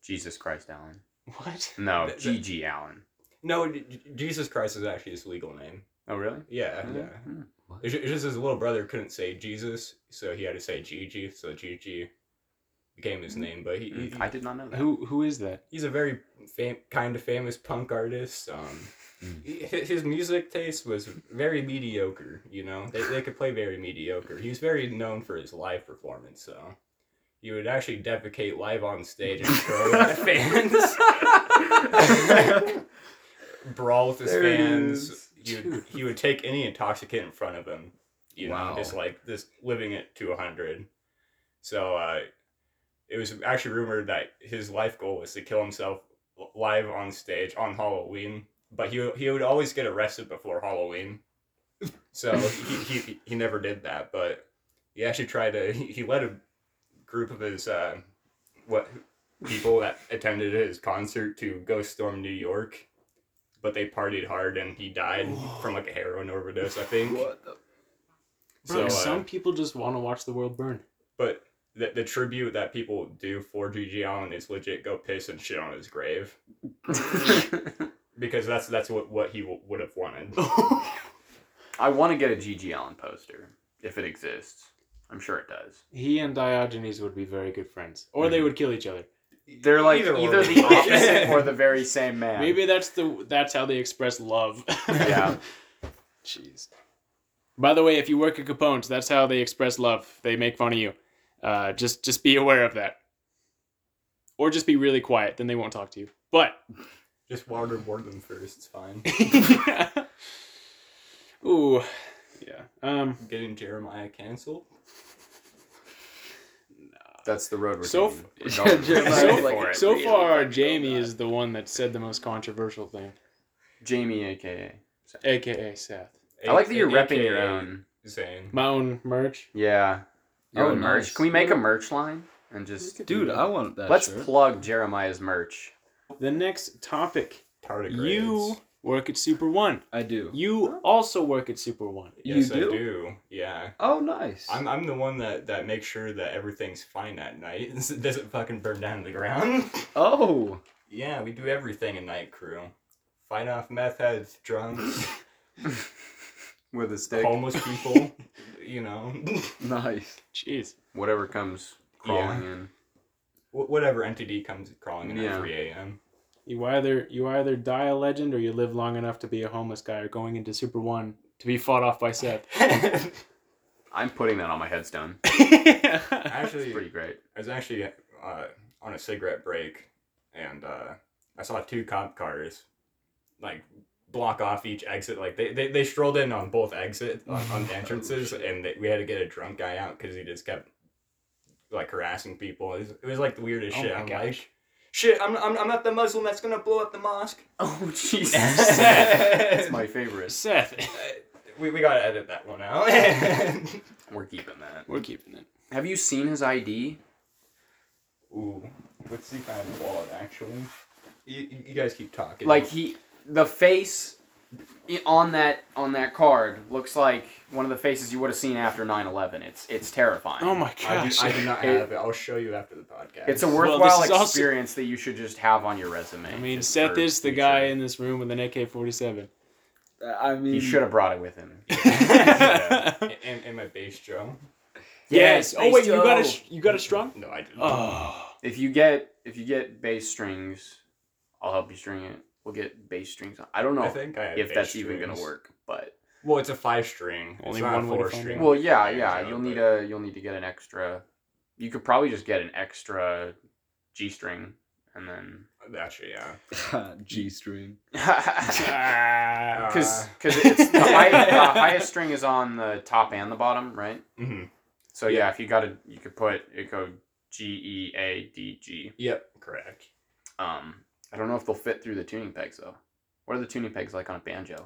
[SPEAKER 1] Jesus Christ, Allen.
[SPEAKER 3] what?
[SPEAKER 1] No,
[SPEAKER 5] Th- th-
[SPEAKER 1] GG Allen.
[SPEAKER 5] No, J- J- Jesus Christ is actually his legal name.
[SPEAKER 1] Oh, really?
[SPEAKER 5] Yeah,
[SPEAKER 1] Hmm.
[SPEAKER 5] yeah.
[SPEAKER 1] Hmm.
[SPEAKER 5] It's ju- it's just his little brother couldn't say Jesus, so he had to say Gigi. So Gigi became
[SPEAKER 3] Hmm.
[SPEAKER 5] his name. But he, he-
[SPEAKER 1] I did not know that.
[SPEAKER 3] Who who is that?
[SPEAKER 5] he's a very fam- kind of famous punk artist. Um,
[SPEAKER 4] Mm.
[SPEAKER 5] he- his music taste was very mediocre. You know, they they could play very mediocre. He was very known for his live performance. So he would actually defecate live on stage and throw it at fans. <laughs> Brawl with his
[SPEAKER 1] There it
[SPEAKER 5] fans.
[SPEAKER 1] is.
[SPEAKER 5] He would, he would take any intoxicant in front of him. You
[SPEAKER 1] Wow.
[SPEAKER 5] know, just like this living it to hundred. So uh, it was actually rumored that his life goal was to kill himself l- live on stage on Halloween, but he he would always get arrested before Halloween. So he, he he never did that, but he actually tried to. He, he led a group of his uh, what people that attended his concert to go storm New York, but they partied hard and he died from like a heroin overdose, I think.
[SPEAKER 1] the?
[SPEAKER 5] So uh,
[SPEAKER 3] some people just want to watch the world burn.
[SPEAKER 5] but the, the tribute that people do for Gigi Allen is legit go piss and shit on his grave because that's that's what what he w- would have wanted.
[SPEAKER 1] <laughs>
[SPEAKER 3] <laughs>
[SPEAKER 1] I want to get a GG Allen poster if it exists. I'm sure it does.
[SPEAKER 3] He and Diogenes would be very good friends, or
[SPEAKER 1] Mm-hmm.
[SPEAKER 3] they would kill each other.
[SPEAKER 1] They're like either,
[SPEAKER 5] Either or.
[SPEAKER 1] the opposite or the very same man.
[SPEAKER 3] Maybe that's the that's how they express love.
[SPEAKER 1] Yeah.
[SPEAKER 3] <laughs> Jeez. By the way, if you work at Capone's, that's how they express love. They make fun of you. Uh, just just be aware of that, or just be really quiet. Then they won't talk to you. But <laughs>
[SPEAKER 5] Just waterboard them first. It's fine.
[SPEAKER 3] ooh, yeah. Um.
[SPEAKER 5] Getting Jeremiah canceled.
[SPEAKER 1] That's the road we're
[SPEAKER 3] So
[SPEAKER 1] taking.
[SPEAKER 4] f-
[SPEAKER 1] Regardless.
[SPEAKER 4] Jeremiah's
[SPEAKER 1] Go
[SPEAKER 4] like,
[SPEAKER 1] for it.
[SPEAKER 3] So
[SPEAKER 1] We don't
[SPEAKER 3] far,
[SPEAKER 1] fucking know
[SPEAKER 3] Jamie
[SPEAKER 1] that.
[SPEAKER 3] is the one that said the most controversial thing,
[SPEAKER 1] Jamie, aka.
[SPEAKER 3] aka Seth.
[SPEAKER 1] I like that you're
[SPEAKER 5] AKA
[SPEAKER 1] repping your own.
[SPEAKER 5] Zane.
[SPEAKER 3] My own merch.
[SPEAKER 1] Yeah. Your
[SPEAKER 4] Oh,
[SPEAKER 1] own merch.
[SPEAKER 4] nice.
[SPEAKER 1] Can we make a merch line and just
[SPEAKER 4] Dude, I want that.
[SPEAKER 1] let's
[SPEAKER 4] shirt.
[SPEAKER 1] plug Jeremiah's merch?
[SPEAKER 3] The next topic.
[SPEAKER 5] Tardigrades.
[SPEAKER 3] You work at Super One.
[SPEAKER 4] I do.
[SPEAKER 3] You also work at Super One.
[SPEAKER 5] Yes,
[SPEAKER 4] You
[SPEAKER 5] I
[SPEAKER 4] do?
[SPEAKER 5] do. Yeah.
[SPEAKER 4] Oh, nice.
[SPEAKER 5] I'm, I'm the one that, that makes sure that everything's fine at night. <laughs> It doesn't fucking burn down to the ground. <laughs>
[SPEAKER 4] oh,
[SPEAKER 5] yeah, we do <laughs> everything in night crew. Fight off meth heads, drunks.
[SPEAKER 1] with a stick.
[SPEAKER 5] homeless people, you know, <laughs>
[SPEAKER 4] Nice.
[SPEAKER 3] Jeez.
[SPEAKER 1] Whatever comes crawling in.
[SPEAKER 5] Wh- whatever entity comes crawling in
[SPEAKER 1] Yeah.
[SPEAKER 5] at 3 a.m.
[SPEAKER 3] You either you either die a legend or you live long enough to be a homeless guy or going into Super One to be fought off by Seth.
[SPEAKER 5] <laughs>
[SPEAKER 3] <laughs>
[SPEAKER 1] I'm putting that on my headstone. It's
[SPEAKER 5] actually,
[SPEAKER 1] pretty great.
[SPEAKER 5] I was actually uh, on a cigarette break, and uh, I saw two cop cars, like block off each exit. Like they, they, they strolled in on both exit on, <laughs> on the entrances, and they, we had to get a drunk guy out because he just kept like harassing people. It was, it was like the weirdest
[SPEAKER 3] Oh
[SPEAKER 5] shit.
[SPEAKER 3] my
[SPEAKER 5] I'm
[SPEAKER 3] gosh.
[SPEAKER 5] like, shit, I'm, I'm I'm not the Muslim that's gonna blow up the mosque.
[SPEAKER 1] <laughs> Oh Jesus! That's
[SPEAKER 5] <laughs> That's
[SPEAKER 1] my favorite.
[SPEAKER 3] Seth,
[SPEAKER 5] <laughs> we, we gotta edit that one <laughs> out.
[SPEAKER 1] We're keeping that.
[SPEAKER 3] we're keeping it.
[SPEAKER 1] Have you seen his ID?
[SPEAKER 5] Ooh, let's see if I have a wallet actually. You, you- you guys keep talking.
[SPEAKER 1] Like he, the face i- on that on that card looks like one of the faces you would have seen after 9/11. It's it's terrifying.
[SPEAKER 3] Oh my
[SPEAKER 5] I do,
[SPEAKER 3] gosh.
[SPEAKER 5] I do not
[SPEAKER 1] It-
[SPEAKER 5] have it. I'll show you after the podcast.
[SPEAKER 1] It's a
[SPEAKER 5] <laughs>
[SPEAKER 3] Well, this
[SPEAKER 1] worthwhile
[SPEAKER 3] is also-
[SPEAKER 1] experience that you should just have on your resume.
[SPEAKER 3] I mean,
[SPEAKER 1] just
[SPEAKER 3] Seth
[SPEAKER 1] for
[SPEAKER 3] is the
[SPEAKER 1] future.
[SPEAKER 3] guy Mm. in this room with an AK forty <laughs> seven.
[SPEAKER 4] I mean,
[SPEAKER 1] He should have brought it with him. <laughs>
[SPEAKER 5] and, and, and my bass drum.
[SPEAKER 3] <laughs> Yes. Oh wait, you got a
[SPEAKER 1] Bass
[SPEAKER 3] sh- you got a strung?
[SPEAKER 5] No, I didn't.
[SPEAKER 3] Oh.
[SPEAKER 1] If you get if you get bass strings, I'll help you string it. We'll get bass strings. I don't know
[SPEAKER 5] I think I have
[SPEAKER 1] if
[SPEAKER 5] bass
[SPEAKER 1] that's even gonna
[SPEAKER 5] strings.
[SPEAKER 1] work, but
[SPEAKER 5] Well, it's a five string.
[SPEAKER 3] Only
[SPEAKER 5] it's not
[SPEAKER 3] one
[SPEAKER 5] a
[SPEAKER 3] way to
[SPEAKER 5] four
[SPEAKER 3] find
[SPEAKER 5] string.
[SPEAKER 3] out.
[SPEAKER 1] well, yeah,
[SPEAKER 5] Yeah,
[SPEAKER 1] yeah.
[SPEAKER 5] so,
[SPEAKER 1] You'll need
[SPEAKER 5] but-
[SPEAKER 1] a you'll need to get an extra. You could probably just get an extra G string, and then <laughs>
[SPEAKER 5] actually, yeah.
[SPEAKER 4] <laughs> G string.
[SPEAKER 1] because
[SPEAKER 5] Uh,
[SPEAKER 3] Ah.
[SPEAKER 1] because it's <laughs> the, high, the highest string is on the top and the bottom, right?
[SPEAKER 5] hmm
[SPEAKER 1] So yeah, if you got a you could put it go G E A D G.
[SPEAKER 5] Yep, correct.
[SPEAKER 1] Um, I don't know if they'll fit through the tuning pegs though. What are the tuning pegs like on a banjo?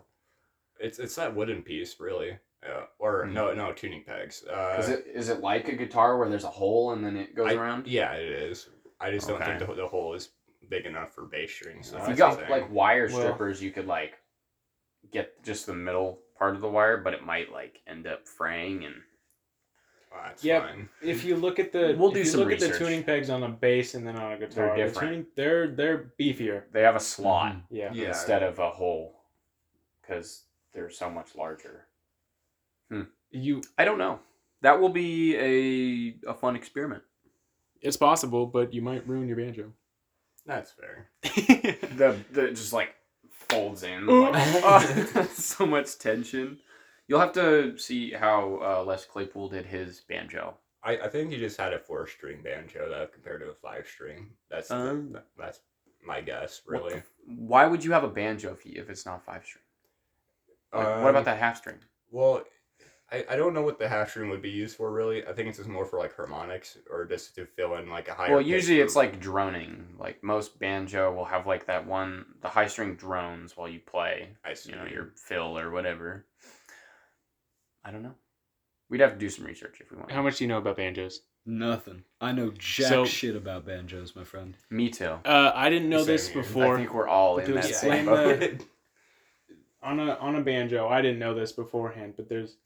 [SPEAKER 5] It's it's that wooden piece, really. Uh, or
[SPEAKER 1] Mhm.
[SPEAKER 5] no, no tuning pegs. Uh,
[SPEAKER 1] Is it is it like a guitar where there's a hole and then it goes
[SPEAKER 5] I-
[SPEAKER 1] around?
[SPEAKER 5] Yeah, it is. I just don't
[SPEAKER 1] Okay.
[SPEAKER 5] think the, the hole is big enough for bass strings. so
[SPEAKER 1] If you
[SPEAKER 5] that's the
[SPEAKER 1] got
[SPEAKER 5] thing.
[SPEAKER 1] like wire
[SPEAKER 3] Well-
[SPEAKER 1] strippers, you could like get just the middle part of the wire, but it might like end up fraying and
[SPEAKER 5] Well, that's
[SPEAKER 3] Yep.
[SPEAKER 5] fine.
[SPEAKER 3] If you look at the
[SPEAKER 1] We'll
[SPEAKER 3] if
[SPEAKER 1] do
[SPEAKER 3] you
[SPEAKER 1] some
[SPEAKER 3] look at
[SPEAKER 1] research.
[SPEAKER 3] the tuning pegs on a bass and then on a guitar, the
[SPEAKER 1] different.
[SPEAKER 3] tuning- they're they're beefier.
[SPEAKER 1] they have a slot
[SPEAKER 3] Yeah.
[SPEAKER 5] Yeah.
[SPEAKER 1] instead of a hole because they're so much larger.
[SPEAKER 3] You
[SPEAKER 1] I don't know. That will be a a fun experiment.
[SPEAKER 3] it's possible, but you might ruin your banjo.
[SPEAKER 5] That's fair.
[SPEAKER 1] <laughs> The the it just like folds <laughs> in
[SPEAKER 3] Ooh.
[SPEAKER 1] like, <laughs> ah, so much tension. You'll have to see how uh, Les Claypool did his banjo.
[SPEAKER 5] I, I think you just had a four string banjo though compared to a five string. That's the-
[SPEAKER 1] Um,
[SPEAKER 5] tha- that's my guess
[SPEAKER 1] What
[SPEAKER 5] really.
[SPEAKER 1] the- why would you have a banjo if, you, if it's not five string? Like,
[SPEAKER 5] Um,
[SPEAKER 1] what about that half string?
[SPEAKER 5] Well, I, I don't know what the half string would be used for really. I think it's just more for like harmonics or just to fill in like a higher.
[SPEAKER 1] Well,
[SPEAKER 5] pitch
[SPEAKER 1] usually
[SPEAKER 5] for-
[SPEAKER 1] it's like droning. Like most banjo will have like that one, the high string drones while you play,
[SPEAKER 5] I see.
[SPEAKER 1] you know, your fill or whatever. I don't know. We'd have to do some research if we want.
[SPEAKER 3] How much do you know about banjos?
[SPEAKER 4] Nothing. I know jack
[SPEAKER 3] So-
[SPEAKER 4] shit about banjos, my friend.
[SPEAKER 1] Me too.
[SPEAKER 3] Uh, I didn't know
[SPEAKER 5] Same
[SPEAKER 3] this
[SPEAKER 5] here. I
[SPEAKER 1] I
[SPEAKER 3] before.
[SPEAKER 1] think we're all
[SPEAKER 3] But
[SPEAKER 1] in
[SPEAKER 3] to
[SPEAKER 1] that same <laughs>
[SPEAKER 3] explain the-
[SPEAKER 1] boat.
[SPEAKER 5] <laughs>
[SPEAKER 3] on a on a banjo, I didn't know this beforehand, but there's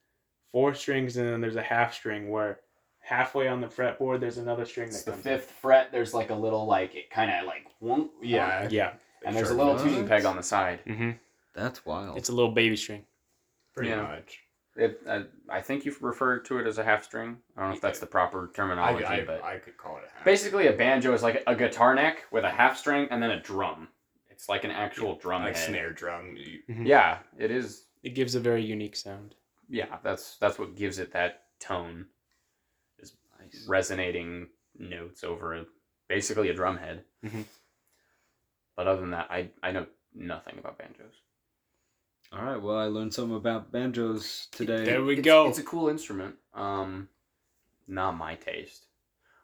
[SPEAKER 3] four strings and then there's a half string where halfway on the fretboard there's another string
[SPEAKER 1] It's
[SPEAKER 3] that
[SPEAKER 1] the
[SPEAKER 3] comes.
[SPEAKER 1] fifth fret. There's like a little like it kind of like whoomp,
[SPEAKER 5] yeah.
[SPEAKER 3] Yeah.
[SPEAKER 1] and there's a
[SPEAKER 5] sure. Uh-huh.
[SPEAKER 1] little
[SPEAKER 4] What?
[SPEAKER 1] tuning peg on the side.
[SPEAKER 3] Mm-hmm.
[SPEAKER 4] That's wild.
[SPEAKER 3] It's a little baby string.
[SPEAKER 5] pretty
[SPEAKER 1] Yeah.
[SPEAKER 5] much.
[SPEAKER 1] It, I, I think you refer to it as a half string. I don't know if that's the proper
[SPEAKER 5] I,
[SPEAKER 1] terminology,
[SPEAKER 5] I,
[SPEAKER 1] but
[SPEAKER 5] I could call it a half.
[SPEAKER 1] basically a banjo is like a guitar neck with a half string and then a drum. It's like an actual drum
[SPEAKER 5] like
[SPEAKER 1] head.
[SPEAKER 5] snare drum. you-
[SPEAKER 1] Yeah, it is.
[SPEAKER 3] It gives a very unique sound.
[SPEAKER 1] Yeah, that's that's what gives it that tone,
[SPEAKER 4] nice.
[SPEAKER 1] resonating notes over a, basically a drum head.
[SPEAKER 3] Mhm.
[SPEAKER 1] But other than that, I I know nothing about banjos.
[SPEAKER 4] All right. Well, I learned something about banjos today.
[SPEAKER 3] There we
[SPEAKER 1] It's-
[SPEAKER 3] go.
[SPEAKER 1] It's a cool instrument. Um, not my taste.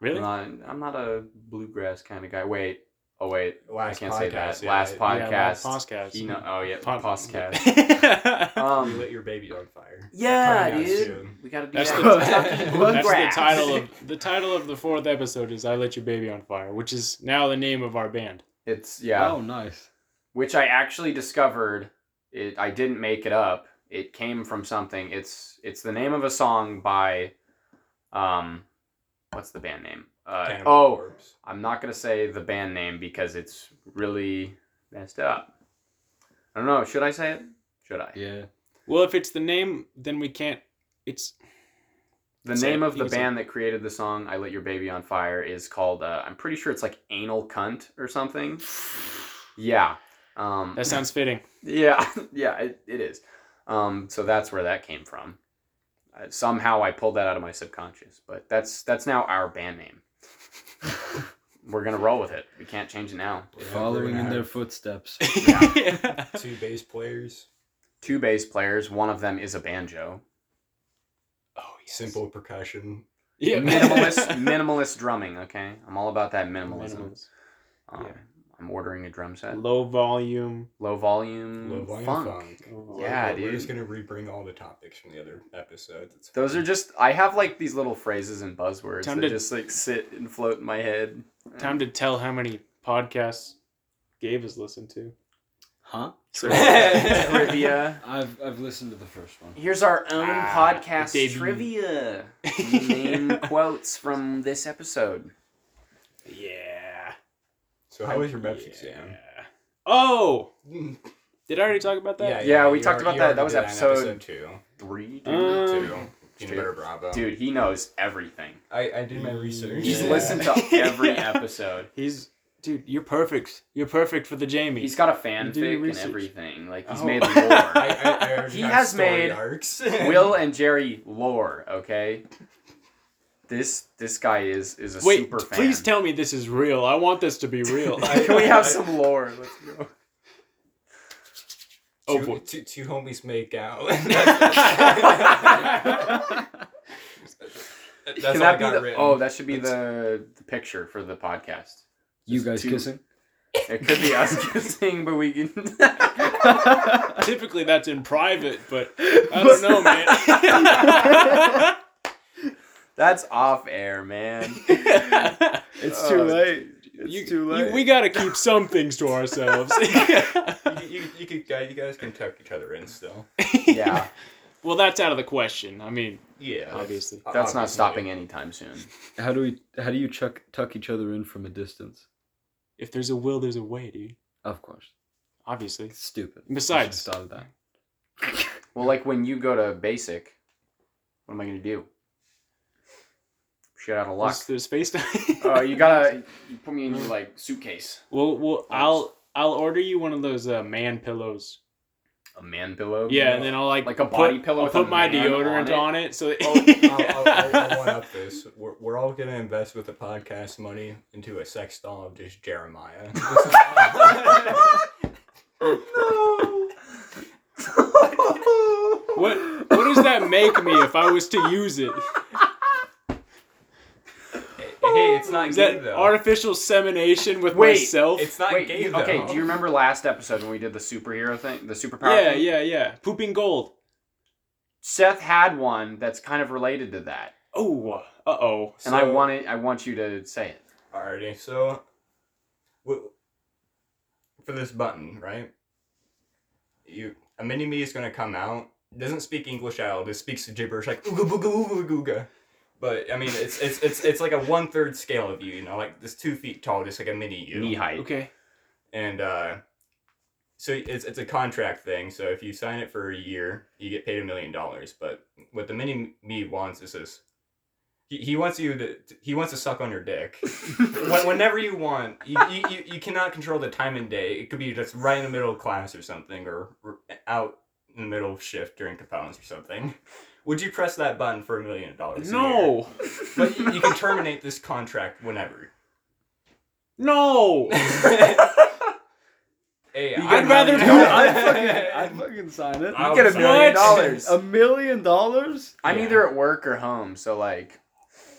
[SPEAKER 3] really?
[SPEAKER 1] I'm not, I'm not a bluegrass kind of guy. Wait, oh wait,
[SPEAKER 5] <laughs> Last
[SPEAKER 1] I can't say
[SPEAKER 5] podcast,
[SPEAKER 1] that.
[SPEAKER 5] yeah,
[SPEAKER 1] last
[SPEAKER 5] it-
[SPEAKER 1] podcast.
[SPEAKER 3] Yeah, podcast.
[SPEAKER 1] He know, oh yeah,
[SPEAKER 3] Pod- <laughs>
[SPEAKER 1] podcast.
[SPEAKER 5] You
[SPEAKER 1] um,
[SPEAKER 5] lit your baby on fire.
[SPEAKER 1] yeah,
[SPEAKER 5] Coming out
[SPEAKER 1] dude.
[SPEAKER 5] soon.
[SPEAKER 1] We gotta do
[SPEAKER 3] That's the,
[SPEAKER 1] that.
[SPEAKER 3] <laughs>
[SPEAKER 4] Kentucky
[SPEAKER 3] that's the
[SPEAKER 1] Bluegrass.
[SPEAKER 3] title
[SPEAKER 1] <laughs>
[SPEAKER 3] of the title of the fourth episode is "I Let Your Baby on Fire," which is now the name of our band.
[SPEAKER 1] It's yeah,
[SPEAKER 4] Oh, nice.
[SPEAKER 1] which I actually discovered. It I didn't make it up. It came from something. It's it's the name of a song by, um, what's the band name? Uh,
[SPEAKER 5] Cannibal
[SPEAKER 1] oh,
[SPEAKER 5] Corpse.
[SPEAKER 1] I'm not gonna say the band name because it's really messed up. I don't know. Should I say it? Should I?
[SPEAKER 4] Yeah.
[SPEAKER 3] Well, if it's the name, then we can't. It's
[SPEAKER 1] The
[SPEAKER 3] So,
[SPEAKER 1] name of the
[SPEAKER 3] he's a-
[SPEAKER 1] band that created the song "I Lit Your Baby on Fire" is called. Uh, I'm pretty sure it's like Anal Cunt or
[SPEAKER 3] <sighs>
[SPEAKER 1] something. Yeah. Um,
[SPEAKER 3] that sounds fitting.
[SPEAKER 1] <laughs> Yeah, <laughs> yeah, it, it is. Um, so that's where that came from. Uh, somehow I pulled that out of my subconscious, but that's that's now our band
[SPEAKER 3] <laughs>
[SPEAKER 1] name. We're gonna roll with it. We can't change it now.
[SPEAKER 5] Yeah, we're
[SPEAKER 4] Following
[SPEAKER 5] gonna
[SPEAKER 4] in their
[SPEAKER 3] <laughs>
[SPEAKER 5] have
[SPEAKER 4] footsteps.
[SPEAKER 5] two bass players,
[SPEAKER 1] <laughs> Two bass players. One of them is a banjo.
[SPEAKER 3] Oh, yes.
[SPEAKER 5] simple percussion.
[SPEAKER 3] Yeah. <laughs>
[SPEAKER 1] Minimalist, minimalist drumming. Okay, I'm all about that minimalism.
[SPEAKER 3] Minimalist.
[SPEAKER 1] Um,
[SPEAKER 3] yeah.
[SPEAKER 1] I'm ordering a drum set.
[SPEAKER 3] Low volume.
[SPEAKER 1] Low volume,
[SPEAKER 5] Low volume
[SPEAKER 1] Mm, funk.
[SPEAKER 5] funk.
[SPEAKER 1] Yeah,
[SPEAKER 5] we're, we're
[SPEAKER 1] dude.
[SPEAKER 5] just gonna rebring all the topics from the other episodes. It's
[SPEAKER 1] Those are
[SPEAKER 5] fine.
[SPEAKER 1] just. I have like these little phrases and buzzwords
[SPEAKER 3] Time
[SPEAKER 1] that
[SPEAKER 3] to-
[SPEAKER 1] just like sit and float in my
[SPEAKER 3] <laughs>
[SPEAKER 1] head.
[SPEAKER 3] Time to tell how many podcasts Gabe has listened to.
[SPEAKER 4] huh?
[SPEAKER 1] <laughs> trivia.
[SPEAKER 4] I've I've listened to the first one.
[SPEAKER 1] Here's our own
[SPEAKER 3] Ah,
[SPEAKER 1] podcast
[SPEAKER 3] debut. <laughs>
[SPEAKER 1] trivia. Name quotes from this episode.
[SPEAKER 3] Yeah.
[SPEAKER 5] So how was your MEPS exam?
[SPEAKER 3] Yeah. Oh,
[SPEAKER 5] <laughs> Yeah,
[SPEAKER 3] did I already talk about that?
[SPEAKER 1] Yeah, we
[SPEAKER 5] you
[SPEAKER 1] talked
[SPEAKER 5] are-
[SPEAKER 1] about
[SPEAKER 5] you
[SPEAKER 1] that.
[SPEAKER 5] already
[SPEAKER 1] That was
[SPEAKER 5] did
[SPEAKER 1] episode-
[SPEAKER 5] two.
[SPEAKER 1] Three, dude.
[SPEAKER 3] Uh, Um,
[SPEAKER 5] Two. Peanut
[SPEAKER 1] dude.
[SPEAKER 5] butter Bravo.
[SPEAKER 1] Dude, he knows everything.
[SPEAKER 5] I, I did my research.
[SPEAKER 1] He's
[SPEAKER 3] Yeah.
[SPEAKER 1] listened
[SPEAKER 3] <laughs>
[SPEAKER 1] to every
[SPEAKER 3] Yeah.
[SPEAKER 1] episode.
[SPEAKER 3] He's dude. You're perfect. You're perfect for the Jamie.
[SPEAKER 1] He's got a
[SPEAKER 3] You do your
[SPEAKER 1] fanfic and
[SPEAKER 3] research.
[SPEAKER 1] everything. Like he's
[SPEAKER 3] Oh. <laughs>
[SPEAKER 1] made lore.
[SPEAKER 5] I, I, I already
[SPEAKER 1] He
[SPEAKER 5] got
[SPEAKER 1] has
[SPEAKER 5] story
[SPEAKER 1] made <laughs>
[SPEAKER 5] arcs. <laughs>
[SPEAKER 1] Will and Jerry lore. Okay. This this guy is is a
[SPEAKER 3] Wait,
[SPEAKER 1] super
[SPEAKER 3] t-
[SPEAKER 1] fan.
[SPEAKER 3] please tell me this is real. I want this to
[SPEAKER 1] <laughs>
[SPEAKER 3] be real.
[SPEAKER 5] I-
[SPEAKER 1] Can we have some lore? Let's go.
[SPEAKER 3] Oh,
[SPEAKER 5] two,
[SPEAKER 3] boy.
[SPEAKER 5] two- two homies
[SPEAKER 1] <laughs>
[SPEAKER 5] make out. <laughs> That's
[SPEAKER 1] Can
[SPEAKER 5] all I
[SPEAKER 1] that be
[SPEAKER 5] got
[SPEAKER 1] the?
[SPEAKER 5] written.
[SPEAKER 1] Oh, that should be the, the picture for the podcast.
[SPEAKER 4] You
[SPEAKER 1] Just
[SPEAKER 4] guys
[SPEAKER 1] two-
[SPEAKER 4] kissing?
[SPEAKER 1] It could be us <laughs> kissing, but we can. <laughs>
[SPEAKER 3] <laughs> Typically, that's in private, but I don't know, man.
[SPEAKER 1] That's off air,
[SPEAKER 3] <laughs>
[SPEAKER 1] man.
[SPEAKER 4] <laughs>
[SPEAKER 1] <laughs>
[SPEAKER 4] It's
[SPEAKER 1] too
[SPEAKER 4] late. It's
[SPEAKER 3] You- you- we gotta keep some things to <laughs> ourselves.
[SPEAKER 5] you, you, you, could, guy- you guys can tuck each other in still.
[SPEAKER 1] Yeah,
[SPEAKER 3] Well, that's out of the question. I mean,
[SPEAKER 5] Yeah.
[SPEAKER 3] obviously.
[SPEAKER 1] that's not stopping anytime soon.
[SPEAKER 4] How do we? How do you chuck tuck each other in from a distance?
[SPEAKER 3] If there's a will, there's a way, dude.
[SPEAKER 4] Of course.
[SPEAKER 3] Obviously.
[SPEAKER 4] It's stupid.
[SPEAKER 3] Besides-
[SPEAKER 1] uh,
[SPEAKER 4] I should've thought of that.
[SPEAKER 1] Well, like when you go to basic, what am I gonna do? Shit out of luck.
[SPEAKER 3] There's,
[SPEAKER 1] <laughs>
[SPEAKER 3] there's space time.
[SPEAKER 1] Oh, you gotta you put me in your like suitcase.
[SPEAKER 3] <laughs> Well, well, I'll I'll order you one of those uh, man pillows.
[SPEAKER 1] A man pillow.
[SPEAKER 3] Yeah, and then I'll like
[SPEAKER 1] Like a body
[SPEAKER 3] put,
[SPEAKER 1] pillow
[SPEAKER 3] I'll
[SPEAKER 1] with
[SPEAKER 3] put
[SPEAKER 1] a
[SPEAKER 3] my
[SPEAKER 1] man
[SPEAKER 3] deodorant
[SPEAKER 1] on
[SPEAKER 3] on it. <laughs> so.
[SPEAKER 5] Oh, I'll, I'll, I'll, I'll
[SPEAKER 1] oh,
[SPEAKER 5] one up this. We're, we're all gonna invest with the podcast money into a sex doll of just Jeremiah.
[SPEAKER 1] <laughs> no.
[SPEAKER 3] What what does that make me if I was to use it?
[SPEAKER 5] hey, it's not
[SPEAKER 3] Is
[SPEAKER 5] gay
[SPEAKER 3] that
[SPEAKER 5] though.
[SPEAKER 3] artificial semination with
[SPEAKER 1] Wait,
[SPEAKER 3] myself?
[SPEAKER 5] it's not
[SPEAKER 1] Wait,
[SPEAKER 5] gay
[SPEAKER 1] you-
[SPEAKER 5] though.
[SPEAKER 1] okay. Do you remember last episode when we did the superhero thing, the superpower?
[SPEAKER 3] yeah,
[SPEAKER 1] thing?
[SPEAKER 3] yeah, yeah. Pooping gold.
[SPEAKER 1] Seth had one that's kind of related to that,
[SPEAKER 3] Oh, uh oh.
[SPEAKER 1] and I
[SPEAKER 5] So-
[SPEAKER 1] want it. I want you to say it.
[SPEAKER 5] Alrighty, so w- for this button, right? You a mini me is gonna come out. Doesn't speak English at all. Just speaks gibberish like ooga booga ooga googa. But I mean, it's it's it's it's like a one third scale of you, you know, like this two feet tall, just like a mini you.
[SPEAKER 1] Knee height.
[SPEAKER 3] Okay.
[SPEAKER 5] And uh, so it's it's a contract thing. So if you sign it for a year, you get paid a million dollars. But what the mini me wants is this. He, he wants you to he wants to suck on your dick when, whenever you want. You, you, you, you cannot control the time and day. It could be just right in the middle of class or something, or r- out in the middle of shift during compounds or something. Would you press that button for a million dollars? a year?
[SPEAKER 3] No,
[SPEAKER 5] But you, you can terminate this contract whenever.
[SPEAKER 3] no.
[SPEAKER 5] Hey,
[SPEAKER 3] You
[SPEAKER 5] I'd
[SPEAKER 3] get rather
[SPEAKER 4] Dude,
[SPEAKER 3] do it.
[SPEAKER 4] <laughs> I'd fucking,
[SPEAKER 5] <laughs>
[SPEAKER 4] I'd fucking sign it.
[SPEAKER 5] I'll
[SPEAKER 1] you get a
[SPEAKER 5] sign
[SPEAKER 1] million
[SPEAKER 3] it.
[SPEAKER 1] dollars.
[SPEAKER 5] <laughs>
[SPEAKER 4] A million dollars?
[SPEAKER 1] I'm
[SPEAKER 5] Yeah.
[SPEAKER 1] either at work or home, so like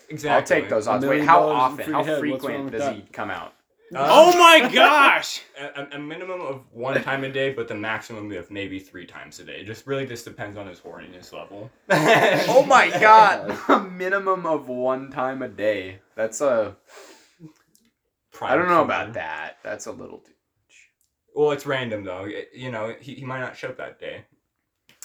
[SPEAKER 5] Exactly.
[SPEAKER 1] I'll take those
[SPEAKER 4] A
[SPEAKER 1] odds. Wait,
[SPEAKER 4] million
[SPEAKER 1] how
[SPEAKER 4] dollars in
[SPEAKER 1] often?
[SPEAKER 4] free
[SPEAKER 1] How
[SPEAKER 4] head, what's wrong
[SPEAKER 1] frequent
[SPEAKER 4] with
[SPEAKER 1] does
[SPEAKER 4] that?
[SPEAKER 1] he come out?
[SPEAKER 3] oh my <laughs> gosh.
[SPEAKER 5] Uh, a, a- a minimum of one time a day, but the maximum of maybe three times a day. Just really just depends on his horniness level.
[SPEAKER 1] <laughs> Oh <laughs> my god! a minimum of one time a day. That's a. I don't know about that. That's a little. Too,
[SPEAKER 5] Well, it's random though. It- you know, he, he might not show up that day.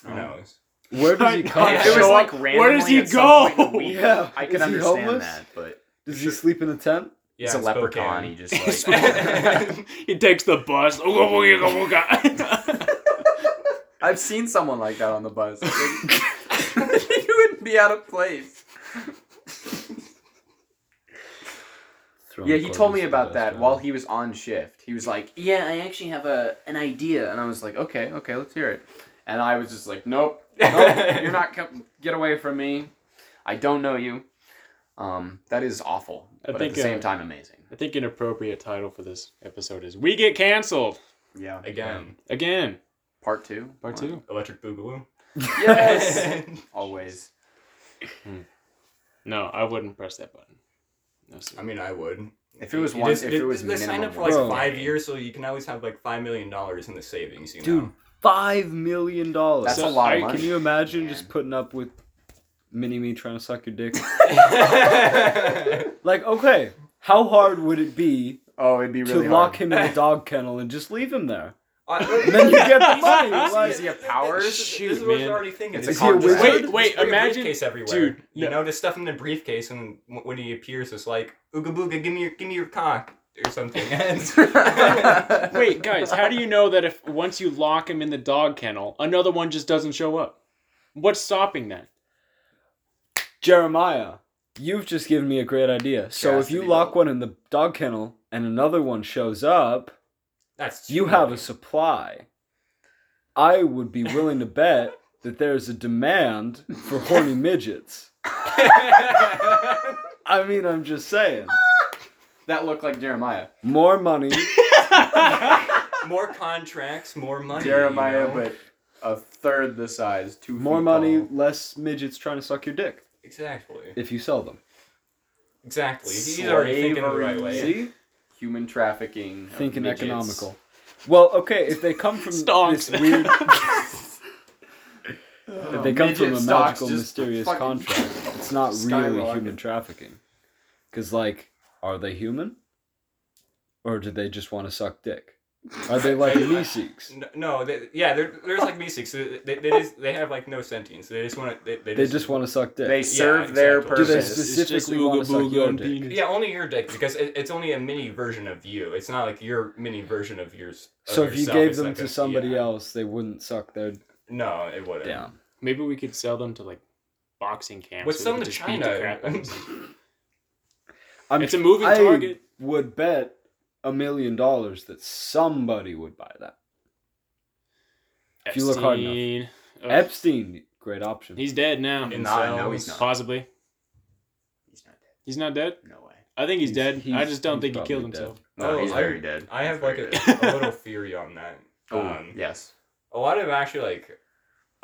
[SPEAKER 5] Who
[SPEAKER 1] Oh.
[SPEAKER 5] knows?
[SPEAKER 4] Where does he
[SPEAKER 3] God,
[SPEAKER 4] come
[SPEAKER 5] Yeah.
[SPEAKER 1] If it was
[SPEAKER 5] Show
[SPEAKER 1] like
[SPEAKER 3] up.
[SPEAKER 1] randomly.
[SPEAKER 3] Where does he
[SPEAKER 1] at some point in the
[SPEAKER 3] go?
[SPEAKER 1] week,
[SPEAKER 4] <laughs> Yeah.
[SPEAKER 1] I can
[SPEAKER 4] Is he
[SPEAKER 1] understand
[SPEAKER 4] homeless?
[SPEAKER 1] that, but
[SPEAKER 4] Does he sleep in a tent?
[SPEAKER 1] he's a
[SPEAKER 5] in
[SPEAKER 1] leprechaun. He
[SPEAKER 5] Spokane.
[SPEAKER 3] <laughs>
[SPEAKER 1] just like. <laughs>
[SPEAKER 3] he takes the bus. Ooga, ooga, ooga, ooga.
[SPEAKER 1] I've seen someone like that on the bus. <laughs> you wouldn't be out of place.
[SPEAKER 4] Throwing
[SPEAKER 1] Yeah, he told me
[SPEAKER 4] quarters to
[SPEAKER 1] about
[SPEAKER 4] the
[SPEAKER 1] that
[SPEAKER 4] bus
[SPEAKER 1] while
[SPEAKER 4] driver.
[SPEAKER 1] he was on shift. He was like, "Yeah, I actually have a an idea," and I was like, "Okay, okay, let's hear it." And I was just like, "Nope, <laughs> nope you're not com- get away from me. I don't know you." Um, that is awful,
[SPEAKER 3] I
[SPEAKER 1] but
[SPEAKER 3] think,
[SPEAKER 1] at the same
[SPEAKER 3] uh,
[SPEAKER 1] time, amazing.
[SPEAKER 3] <laughs> I think an appropriate title for this episode is "We Get Cancelled
[SPEAKER 1] Yeah,
[SPEAKER 5] Again,
[SPEAKER 3] Again."
[SPEAKER 1] part two.
[SPEAKER 3] Part two.
[SPEAKER 5] Electric Boogaloo.
[SPEAKER 1] Yes,
[SPEAKER 5] <laughs>
[SPEAKER 1] always.
[SPEAKER 3] No, I wouldn't press that button. No, sir.
[SPEAKER 5] I mean, I would.
[SPEAKER 1] If it was
[SPEAKER 5] You
[SPEAKER 1] one,
[SPEAKER 5] just-
[SPEAKER 1] if
[SPEAKER 5] it-
[SPEAKER 1] it was
[SPEAKER 5] they sign
[SPEAKER 1] minimum
[SPEAKER 5] up for like
[SPEAKER 4] wage.
[SPEAKER 5] five
[SPEAKER 1] Bro.
[SPEAKER 5] years, so you can always have like five million dollars in the savings. You
[SPEAKER 4] Dude,
[SPEAKER 5] know,
[SPEAKER 4] five million dollars.
[SPEAKER 1] That's a
[SPEAKER 3] So
[SPEAKER 1] lot of
[SPEAKER 3] I-
[SPEAKER 1] money.
[SPEAKER 4] Can you imagine
[SPEAKER 1] Man.
[SPEAKER 4] just putting up with mini me trying to suck your dick? <laughs>
[SPEAKER 5] <laughs>
[SPEAKER 4] like, okay, how hard would it be
[SPEAKER 1] oh, it'd be really
[SPEAKER 4] to
[SPEAKER 1] hard.
[SPEAKER 4] lock him in <laughs> a dog kennel and just leave him there?
[SPEAKER 5] I-
[SPEAKER 4] And then you
[SPEAKER 5] <laughs>
[SPEAKER 4] get the <laughs> money. Like,
[SPEAKER 1] Is he a power?
[SPEAKER 5] This is,
[SPEAKER 3] Shoot,
[SPEAKER 5] this is what I
[SPEAKER 3] man.
[SPEAKER 5] was already thinking.
[SPEAKER 1] It's
[SPEAKER 4] a Is he a contract. wizard?
[SPEAKER 5] Just
[SPEAKER 3] Wait,
[SPEAKER 5] bring a
[SPEAKER 3] imagine-
[SPEAKER 5] briefcase everywhere.
[SPEAKER 3] dude, no.
[SPEAKER 5] You know, just stuff him in the briefcase, and w- when he appears, it's like ooga booga, give me your, give me your cock or something. <laughs>
[SPEAKER 4] <laughs>
[SPEAKER 5] And-
[SPEAKER 1] <laughs>
[SPEAKER 3] <laughs> Wait, guys, how do you know that if once you lock him in the dog kennel, another one just doesn't show up? What's stopping that?
[SPEAKER 4] Jeremiah, you've just given me a great idea. So
[SPEAKER 1] Has
[SPEAKER 4] if
[SPEAKER 1] to
[SPEAKER 4] you
[SPEAKER 1] be
[SPEAKER 4] lock
[SPEAKER 1] built.
[SPEAKER 4] one in the dog kennel and another one shows up,
[SPEAKER 5] That's
[SPEAKER 4] you have a supply. I would be willing to bet that there's a demand for horny midgets. I mean, I'm just saying.
[SPEAKER 1] that looked like Jeremiah.
[SPEAKER 4] More money,
[SPEAKER 5] <laughs> more contracts, more money.
[SPEAKER 1] Jeremiah,
[SPEAKER 5] you know?
[SPEAKER 1] but a third the size. Two
[SPEAKER 4] more
[SPEAKER 1] feet
[SPEAKER 4] money,
[SPEAKER 1] tall.
[SPEAKER 4] less midgets trying to suck your dick
[SPEAKER 5] exactly,
[SPEAKER 4] if you sell them.
[SPEAKER 5] exactly. He's already thinking the right way.
[SPEAKER 1] Slavery.
[SPEAKER 4] See?
[SPEAKER 1] Human trafficking. of
[SPEAKER 4] Thinking
[SPEAKER 1] midgets.
[SPEAKER 4] economical. Well, okay, if they come from
[SPEAKER 3] Stonks.
[SPEAKER 4] this weird
[SPEAKER 1] Oh,
[SPEAKER 4] If they come from
[SPEAKER 1] midget
[SPEAKER 4] a
[SPEAKER 1] stocks
[SPEAKER 4] magical,
[SPEAKER 1] just
[SPEAKER 4] mysterious
[SPEAKER 1] fucking-
[SPEAKER 4] contract, it's
[SPEAKER 1] <laughs>
[SPEAKER 4] not really
[SPEAKER 1] skyrocket.
[SPEAKER 4] human trafficking. Because, like, are they human? Or do they just want to suck dick? Are they like meeseeks?
[SPEAKER 5] N- No, they, yeah, they're, there's like mystics. They, they, they, just, they have like no sentience. They just want to. They, they,
[SPEAKER 4] They just want to suck
[SPEAKER 1] They
[SPEAKER 4] dick.
[SPEAKER 1] serve their
[SPEAKER 5] exactly. Do
[SPEAKER 1] purpose.
[SPEAKER 5] they
[SPEAKER 4] specifically wanna suck your dick?
[SPEAKER 5] Yeah, only your dick because it, it's only a mini version of you. It's not like your mini version of yours. of
[SPEAKER 4] So if you
[SPEAKER 5] yourself.
[SPEAKER 4] gave
[SPEAKER 5] It's
[SPEAKER 4] them
[SPEAKER 5] like
[SPEAKER 4] to
[SPEAKER 5] a-
[SPEAKER 4] somebody
[SPEAKER 5] yeah.
[SPEAKER 4] else, they wouldn't suck their
[SPEAKER 5] no, it wouldn't.
[SPEAKER 4] down.
[SPEAKER 3] Maybe we could sell them to like boxing camps.
[SPEAKER 5] What's
[SPEAKER 3] where
[SPEAKER 5] some
[SPEAKER 3] they
[SPEAKER 5] to
[SPEAKER 3] just beat the
[SPEAKER 5] China?
[SPEAKER 3] crap out of
[SPEAKER 5] <laughs>
[SPEAKER 3] them.
[SPEAKER 4] I'm,
[SPEAKER 3] It's a moving
[SPEAKER 4] I
[SPEAKER 3] target.
[SPEAKER 4] would bet a million dollars that somebody would buy that. If you look hard enough.
[SPEAKER 3] Epstein. Ugh.
[SPEAKER 4] Epstein, great option.
[SPEAKER 3] He's dead now.
[SPEAKER 5] In
[SPEAKER 1] Nah, no, he's
[SPEAKER 5] cells.
[SPEAKER 1] not.
[SPEAKER 3] Possibly.
[SPEAKER 1] He's not dead.
[SPEAKER 3] He's not dead?
[SPEAKER 1] No way.
[SPEAKER 3] I think he's,
[SPEAKER 4] He's-
[SPEAKER 3] dead. I
[SPEAKER 4] he's-
[SPEAKER 3] just don't
[SPEAKER 4] he's
[SPEAKER 3] think he killed
[SPEAKER 4] probably
[SPEAKER 3] himself.
[SPEAKER 1] No,
[SPEAKER 5] Oh,
[SPEAKER 1] he's
[SPEAKER 5] I-
[SPEAKER 1] very dead.
[SPEAKER 5] I have
[SPEAKER 1] He's
[SPEAKER 5] like
[SPEAKER 1] very <laughs>
[SPEAKER 5] a,
[SPEAKER 1] dead.
[SPEAKER 3] <laughs>
[SPEAKER 5] a little theory on that.
[SPEAKER 1] Oh,
[SPEAKER 5] Um,
[SPEAKER 1] yes.
[SPEAKER 5] A lot of actually like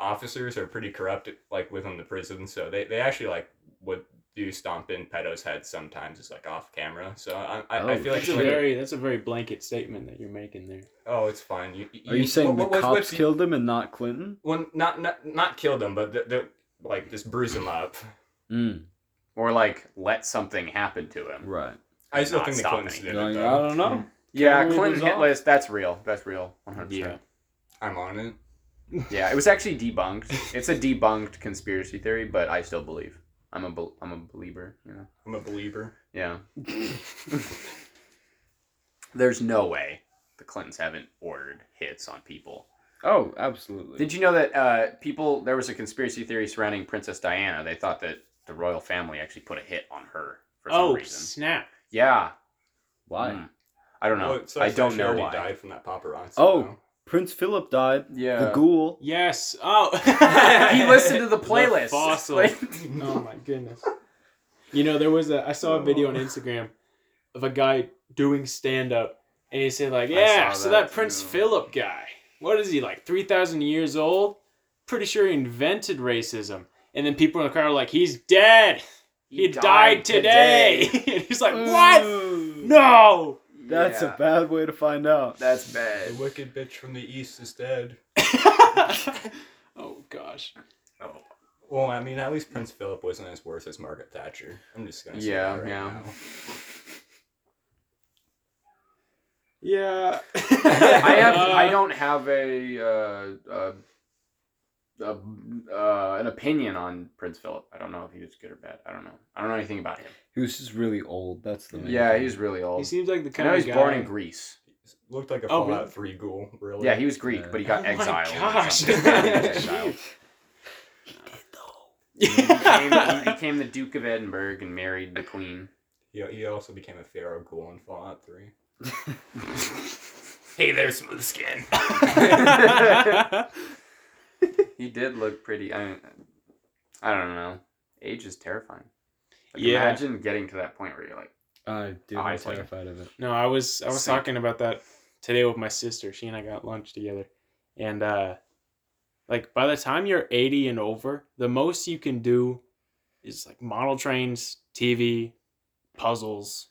[SPEAKER 5] officers are pretty corrupt, like within the prison. So they, they actually like would do stomp in pedos' heads sometimes. It's like off camera. So I I, I
[SPEAKER 4] Oh,
[SPEAKER 5] feel like
[SPEAKER 3] That's a
[SPEAKER 5] it's like-
[SPEAKER 3] very that's a very blanket statement that you're making there.
[SPEAKER 5] oh it's fine. You,
[SPEAKER 4] Are you saying
[SPEAKER 5] what- what-
[SPEAKER 4] the
[SPEAKER 5] what's-
[SPEAKER 4] cops
[SPEAKER 5] what's-
[SPEAKER 4] killed him and not Clinton?
[SPEAKER 5] Well, not not not killed him, but the, the, like just bruise him up.
[SPEAKER 4] Mm,
[SPEAKER 1] Or like let something happen to him.
[SPEAKER 4] right.
[SPEAKER 5] I still
[SPEAKER 1] Not
[SPEAKER 5] think the
[SPEAKER 1] stopping.
[SPEAKER 5] Clintons did it.
[SPEAKER 4] Like, I
[SPEAKER 5] though.
[SPEAKER 4] don't know.
[SPEAKER 1] Yeah,
[SPEAKER 4] Cameron
[SPEAKER 1] Clinton
[SPEAKER 4] was
[SPEAKER 1] hit
[SPEAKER 4] off.
[SPEAKER 1] list. That's real. That's real. 100%. Yeah.
[SPEAKER 3] Yeah.
[SPEAKER 5] I'm on it.
[SPEAKER 1] Yeah, it was actually debunked. It's a debunked conspiracy theory, but I still believe. I'm a bel- I'm a believer. You know.
[SPEAKER 5] I'm a believer.
[SPEAKER 1] Yeah. <laughs> There's no way the Clintons haven't ordered hits on people.
[SPEAKER 4] Oh, absolutely.
[SPEAKER 1] Did you know that uh, people there was a conspiracy theory surrounding Princess Diana? They thought that the royal family actually put a hit on her for some
[SPEAKER 3] Oh
[SPEAKER 1] reason.
[SPEAKER 3] snap.
[SPEAKER 1] Yeah.
[SPEAKER 4] Why?
[SPEAKER 1] Mm. I don't know.
[SPEAKER 5] Well, it sucks
[SPEAKER 1] I
[SPEAKER 5] that
[SPEAKER 1] don't
[SPEAKER 5] she
[SPEAKER 1] know
[SPEAKER 5] already
[SPEAKER 1] why.
[SPEAKER 5] died from that paparazzi.
[SPEAKER 4] Oh.
[SPEAKER 5] though.
[SPEAKER 4] Prince Philip died.
[SPEAKER 1] Yeah.
[SPEAKER 4] The ghoul.
[SPEAKER 3] Yes. Oh
[SPEAKER 1] <laughs>
[SPEAKER 4] <laughs>
[SPEAKER 1] he listened
[SPEAKER 3] <laughs>
[SPEAKER 1] to the playlist. <laughs>
[SPEAKER 3] fossil.
[SPEAKER 1] Like-
[SPEAKER 3] Oh my goodness. Oh. You know, there was a I saw a video on Instagram of a guy doing stand up and he said like,
[SPEAKER 1] I
[SPEAKER 3] "Yeah,
[SPEAKER 1] saw
[SPEAKER 3] so
[SPEAKER 1] that
[SPEAKER 3] that Prince
[SPEAKER 1] too.
[SPEAKER 3] Philip guy. What is he like 3000 years old? Pretty sure he invented racism." And then people in the crowd were like, "He's dead. He, died, today." <laughs> and he's
[SPEAKER 4] <laughs>
[SPEAKER 3] like, "What? No." <laughs>
[SPEAKER 4] That's
[SPEAKER 1] Yeah,
[SPEAKER 4] a bad way to find out.
[SPEAKER 1] That's
[SPEAKER 5] The
[SPEAKER 1] bad.
[SPEAKER 5] wicked bitch from the east is dead.
[SPEAKER 3] oh gosh.
[SPEAKER 5] Well, I mean, at least Prince Philip wasn't as worse as Margaret Thatcher. I'm just gonna say
[SPEAKER 1] Yeah,
[SPEAKER 5] that right
[SPEAKER 1] yeah.
[SPEAKER 5] now.
[SPEAKER 3] Yeah.
[SPEAKER 1] <laughs> I have.
[SPEAKER 3] Uh,
[SPEAKER 1] I don't have a, uh, uh, uh, uh, an opinion on Prince Philip. I don't know if he was good or bad. I don't know. I don't know anything about him.
[SPEAKER 4] He was just really old. That's the main
[SPEAKER 1] Yeah,
[SPEAKER 4] thing.
[SPEAKER 1] he's really
[SPEAKER 3] He
[SPEAKER 1] old.
[SPEAKER 3] seems like the
[SPEAKER 1] I
[SPEAKER 3] kind
[SPEAKER 1] know
[SPEAKER 3] of
[SPEAKER 1] he's
[SPEAKER 3] guy.
[SPEAKER 1] born in Greece.
[SPEAKER 5] looked like a
[SPEAKER 3] Oh,
[SPEAKER 5] Fallout
[SPEAKER 3] really?
[SPEAKER 5] Three ghoul. Really?
[SPEAKER 1] Yeah, he was Greek,
[SPEAKER 4] Yeah.
[SPEAKER 1] but he got
[SPEAKER 3] Oh my
[SPEAKER 1] exiled. or
[SPEAKER 3] gosh.
[SPEAKER 1] something. He got exiled. He became, he became the Duke of Edinburgh and married the Queen.
[SPEAKER 5] He, he also became a pharaoh ghoul in Fallout Three.
[SPEAKER 1] Hey there, smooth skin. <laughs>
[SPEAKER 3] <laughs>
[SPEAKER 1] he did look pretty. I, mean, I don't know. Age is terrifying. Like,
[SPEAKER 3] Yeah.
[SPEAKER 1] Imagine getting to that point where you're like,
[SPEAKER 4] I dude,
[SPEAKER 1] Oh, I
[SPEAKER 4] I'm
[SPEAKER 1] see.
[SPEAKER 4] terrified of it.
[SPEAKER 3] No, I was I was
[SPEAKER 1] Sick.
[SPEAKER 3] talking about that today with my sister. She and I got lunch together, and uh, like by the time you're 80 and over, the most you can do is like model trains, TV, puzzles.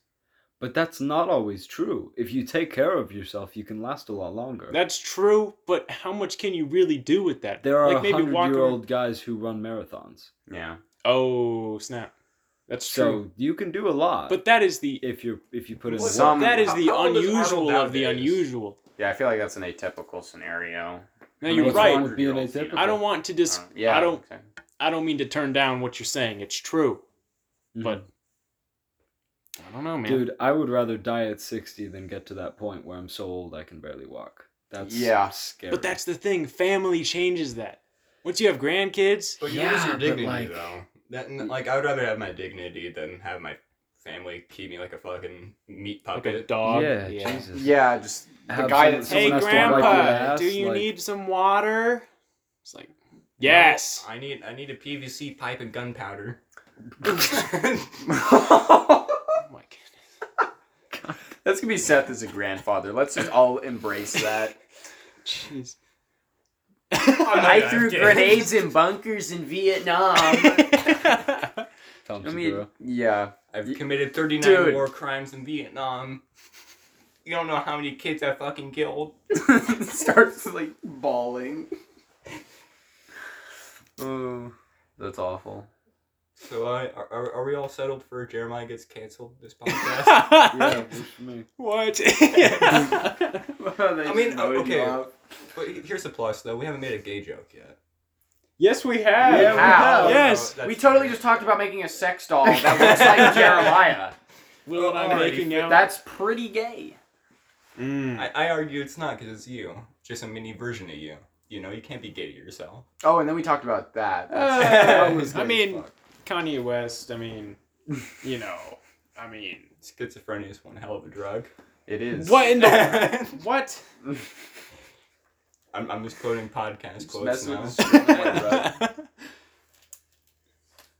[SPEAKER 4] But that's not always true. If you take care of yourself, you can last a lot longer.
[SPEAKER 3] That's true, but how much can you really do with that?
[SPEAKER 4] there are
[SPEAKER 3] like maybe walk
[SPEAKER 4] hundred year
[SPEAKER 3] around-
[SPEAKER 4] old guys who run marathons,
[SPEAKER 1] yeah.
[SPEAKER 3] Oh snap! That's
[SPEAKER 4] so
[SPEAKER 3] true.
[SPEAKER 4] you can do a
[SPEAKER 5] uh,
[SPEAKER 4] lot.
[SPEAKER 3] But that is the
[SPEAKER 4] if you if you put in the
[SPEAKER 5] Well,
[SPEAKER 4] work,
[SPEAKER 1] some-
[SPEAKER 3] that is
[SPEAKER 5] How-
[SPEAKER 3] the
[SPEAKER 5] how old is Arnold
[SPEAKER 3] unusual of the
[SPEAKER 5] nowadays?
[SPEAKER 3] unusual.
[SPEAKER 1] Yeah, I feel like that's an atypical scenario.
[SPEAKER 3] No,
[SPEAKER 1] I mean,
[SPEAKER 3] you're
[SPEAKER 1] what's
[SPEAKER 3] right.
[SPEAKER 1] wrong
[SPEAKER 4] with
[SPEAKER 1] with
[SPEAKER 4] being
[SPEAKER 1] 100-year-olds, you know?
[SPEAKER 4] atypical?
[SPEAKER 3] I don't want to dis.
[SPEAKER 1] Uh, yeah.
[SPEAKER 3] I don't.
[SPEAKER 1] exactly.
[SPEAKER 3] I don't mean to turn down what you're saying. It's true, but I don't know, man.
[SPEAKER 4] Mhm. dude, I would rather die at sixty than get to that point where I'm so old I can barely walk. That's
[SPEAKER 1] Yeah.
[SPEAKER 4] scary.
[SPEAKER 3] but that's the thing. Family changes that. Once you have grandkids,
[SPEAKER 5] But you lose
[SPEAKER 4] Yeah,
[SPEAKER 5] your
[SPEAKER 4] but,
[SPEAKER 5] dignity
[SPEAKER 4] like-
[SPEAKER 5] though. That n- like I would rather have my dignity than have my family keep me like a fucking meat
[SPEAKER 3] like a
[SPEAKER 5] puppet.
[SPEAKER 3] dog.
[SPEAKER 4] yeah, Jesus.
[SPEAKER 1] Yeah, just <laughs> the
[SPEAKER 4] Have
[SPEAKER 1] guy
[SPEAKER 4] someone-
[SPEAKER 1] that's
[SPEAKER 3] Hey,
[SPEAKER 4] someone has to wipe your
[SPEAKER 3] grandpa,
[SPEAKER 4] ass,
[SPEAKER 3] do you
[SPEAKER 4] like-
[SPEAKER 3] need some water? It's like, yes.
[SPEAKER 5] No, I need I need a PVC pipe
[SPEAKER 1] <laughs>
[SPEAKER 5] and gunpowder.
[SPEAKER 3] Oh my goodness.
[SPEAKER 1] that's gonna be Seth as a grandfather. Let's just all embrace
[SPEAKER 3] <laughs>
[SPEAKER 1] that.
[SPEAKER 3] Jeez. <laughs>
[SPEAKER 1] I
[SPEAKER 5] Yeah,
[SPEAKER 1] threw
[SPEAKER 5] okay.
[SPEAKER 1] grenades in bunkers in <laughs> Vietnam.
[SPEAKER 4] Tom
[SPEAKER 1] I mean,
[SPEAKER 4] Segura.
[SPEAKER 1] yeah. <laughs>
[SPEAKER 5] I've committed 39
[SPEAKER 1] Dude.
[SPEAKER 5] war crimes in Vietnam. You don't know how many kids I fucking killed.
[SPEAKER 1] Starts like bawling. Oh, that's <laughs> awful.
[SPEAKER 5] So uh, are, are are we all settled for Jeremiah gets canceled
[SPEAKER 1] <laughs>
[SPEAKER 5] this podcast?
[SPEAKER 4] yeah, works for me.
[SPEAKER 3] what? <laughs>
[SPEAKER 1] I
[SPEAKER 5] mean, uh, okay. but he- here's the plus though, we haven't made a gay joke yet. Oh,
[SPEAKER 3] yes, we have.
[SPEAKER 4] Yeah, we have.
[SPEAKER 3] Yes.
[SPEAKER 5] That's
[SPEAKER 1] we totally
[SPEAKER 5] fair.
[SPEAKER 1] just talked about making a sex doll that looks
[SPEAKER 3] <laughs>
[SPEAKER 1] like Jeremiah.
[SPEAKER 3] Will and I
[SPEAKER 5] Alrighty,
[SPEAKER 3] making out.
[SPEAKER 1] That's pretty gay.
[SPEAKER 3] Mm.
[SPEAKER 5] I, I argue it's not because it's you, just a mini version of you. You know, you can't be gay to yourself.
[SPEAKER 1] Oh, and then we talked about that. That's-
[SPEAKER 3] Uh,
[SPEAKER 4] <laughs> That was
[SPEAKER 3] I
[SPEAKER 4] gay as
[SPEAKER 3] mean,
[SPEAKER 4] fuck.
[SPEAKER 3] Kanye West. I mean, you know. I mean,
[SPEAKER 5] Schizophrenia is one hell of
[SPEAKER 1] <laughs>
[SPEAKER 5] a drug.
[SPEAKER 1] it is.
[SPEAKER 3] what
[SPEAKER 1] <laughs>
[SPEAKER 3] in
[SPEAKER 4] <laughs>
[SPEAKER 3] the <laughs>
[SPEAKER 5] I'm,
[SPEAKER 3] what?
[SPEAKER 5] <laughs> I'm just quoting podcast
[SPEAKER 1] Just
[SPEAKER 5] quotes
[SPEAKER 1] messing
[SPEAKER 5] now.
[SPEAKER 1] with the shit, man, bro.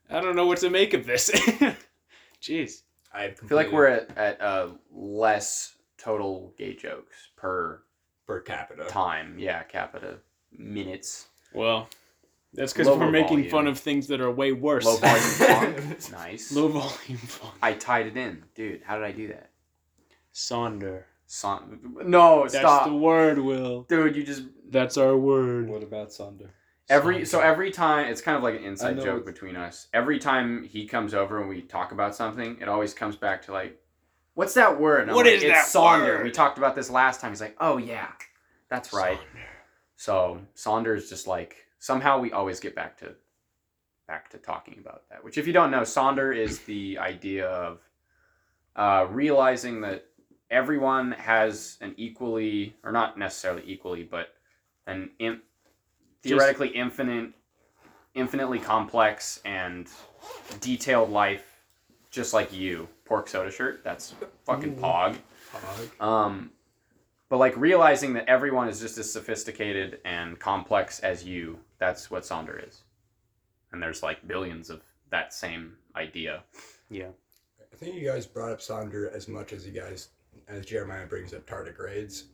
[SPEAKER 3] <laughs> I don't know what to make of this. <laughs> Jeez.
[SPEAKER 5] I
[SPEAKER 1] I feel like we're at, at uh, less total gay jokes per
[SPEAKER 5] per capita.
[SPEAKER 1] time. Yeah, capita minutes.
[SPEAKER 3] Well, that's because
[SPEAKER 1] Lower
[SPEAKER 3] we're making
[SPEAKER 1] volume.
[SPEAKER 3] fun of things that are way worse. <laughs>
[SPEAKER 1] Low volume funk. Nice.
[SPEAKER 3] Low volume funk.
[SPEAKER 1] I tied it in. Dude, how did I do that?
[SPEAKER 3] Sonder.
[SPEAKER 1] Son- no,
[SPEAKER 3] That's
[SPEAKER 1] stop.
[SPEAKER 3] the word, Will.
[SPEAKER 1] Dude, you just
[SPEAKER 3] That's our word.
[SPEAKER 4] What about Sonder?
[SPEAKER 1] every so every time it's kind of like an
[SPEAKER 4] I
[SPEAKER 1] inside
[SPEAKER 4] know
[SPEAKER 1] joke
[SPEAKER 4] it's-
[SPEAKER 1] between us. Every time he comes over and we talk about something, it always comes back to like, what's that word? And I'm
[SPEAKER 3] What
[SPEAKER 1] like,
[SPEAKER 3] is
[SPEAKER 1] it's
[SPEAKER 3] that
[SPEAKER 1] Sonder.
[SPEAKER 3] word?"
[SPEAKER 1] We talked about this last time. He's like, oh yeah, that's right. So Saunders just like somehow we always get back to back to talking about that. Which if you don't know, Sonder is the idea of uh, realizing that everyone has an equally or not necessarily equally, but an in, theoretically infinite infinitely complex and detailed life just like you. Pork soda shirt, that's fucking pog.
[SPEAKER 5] Uh,
[SPEAKER 1] Um, but like realizing that everyone is just as sophisticated and complex as you, that's what Sonder is. And there's like billions of that same idea.
[SPEAKER 5] I think you guys brought up Sonder as much as you guys, as Jeremiah brings up tardigrades.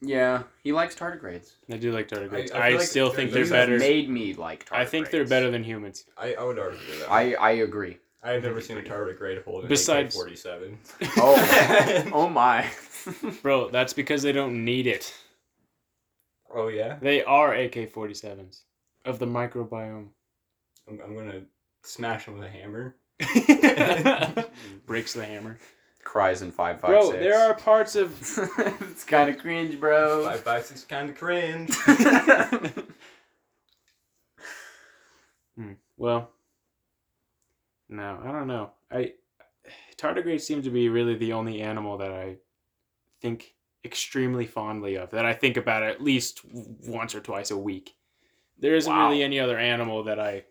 [SPEAKER 1] Yeah, he likes tardigrades.
[SPEAKER 3] I do like tardigrades.
[SPEAKER 5] I-
[SPEAKER 3] I,
[SPEAKER 5] I feel like
[SPEAKER 3] still
[SPEAKER 5] they're-
[SPEAKER 3] think
[SPEAKER 5] they're
[SPEAKER 3] they're
[SPEAKER 1] He's
[SPEAKER 3] better.
[SPEAKER 5] just
[SPEAKER 1] made me like tardigrades.
[SPEAKER 3] I think they're better than humans.
[SPEAKER 5] I, I would argue that.
[SPEAKER 1] I, I <laughs> agree.
[SPEAKER 5] I have never seen a tardigrade hold an
[SPEAKER 3] Besides-
[SPEAKER 5] AK-47.
[SPEAKER 1] Oh, oh my. <laughs>
[SPEAKER 3] Bro, that's because they don't need it.
[SPEAKER 5] Oh yeah,
[SPEAKER 3] They are AK 47s of the <laughs> microbiome.
[SPEAKER 5] I'm, I'm gonna smash him with a hammer.
[SPEAKER 3] Breaks the hammer.
[SPEAKER 1] Cries in 556.
[SPEAKER 3] Bro, there are parts of.
[SPEAKER 1] <laughs> it's kind of cringe, bro. <laughs>
[SPEAKER 5] Five by six kind of cringe.
[SPEAKER 3] Well, no, I don't know. I tardigrades seem to be really the only animal that I think extremely fondly of that I think about at least w- once or twice a week. There isn't
[SPEAKER 1] Wow.
[SPEAKER 3] really any other animal that I.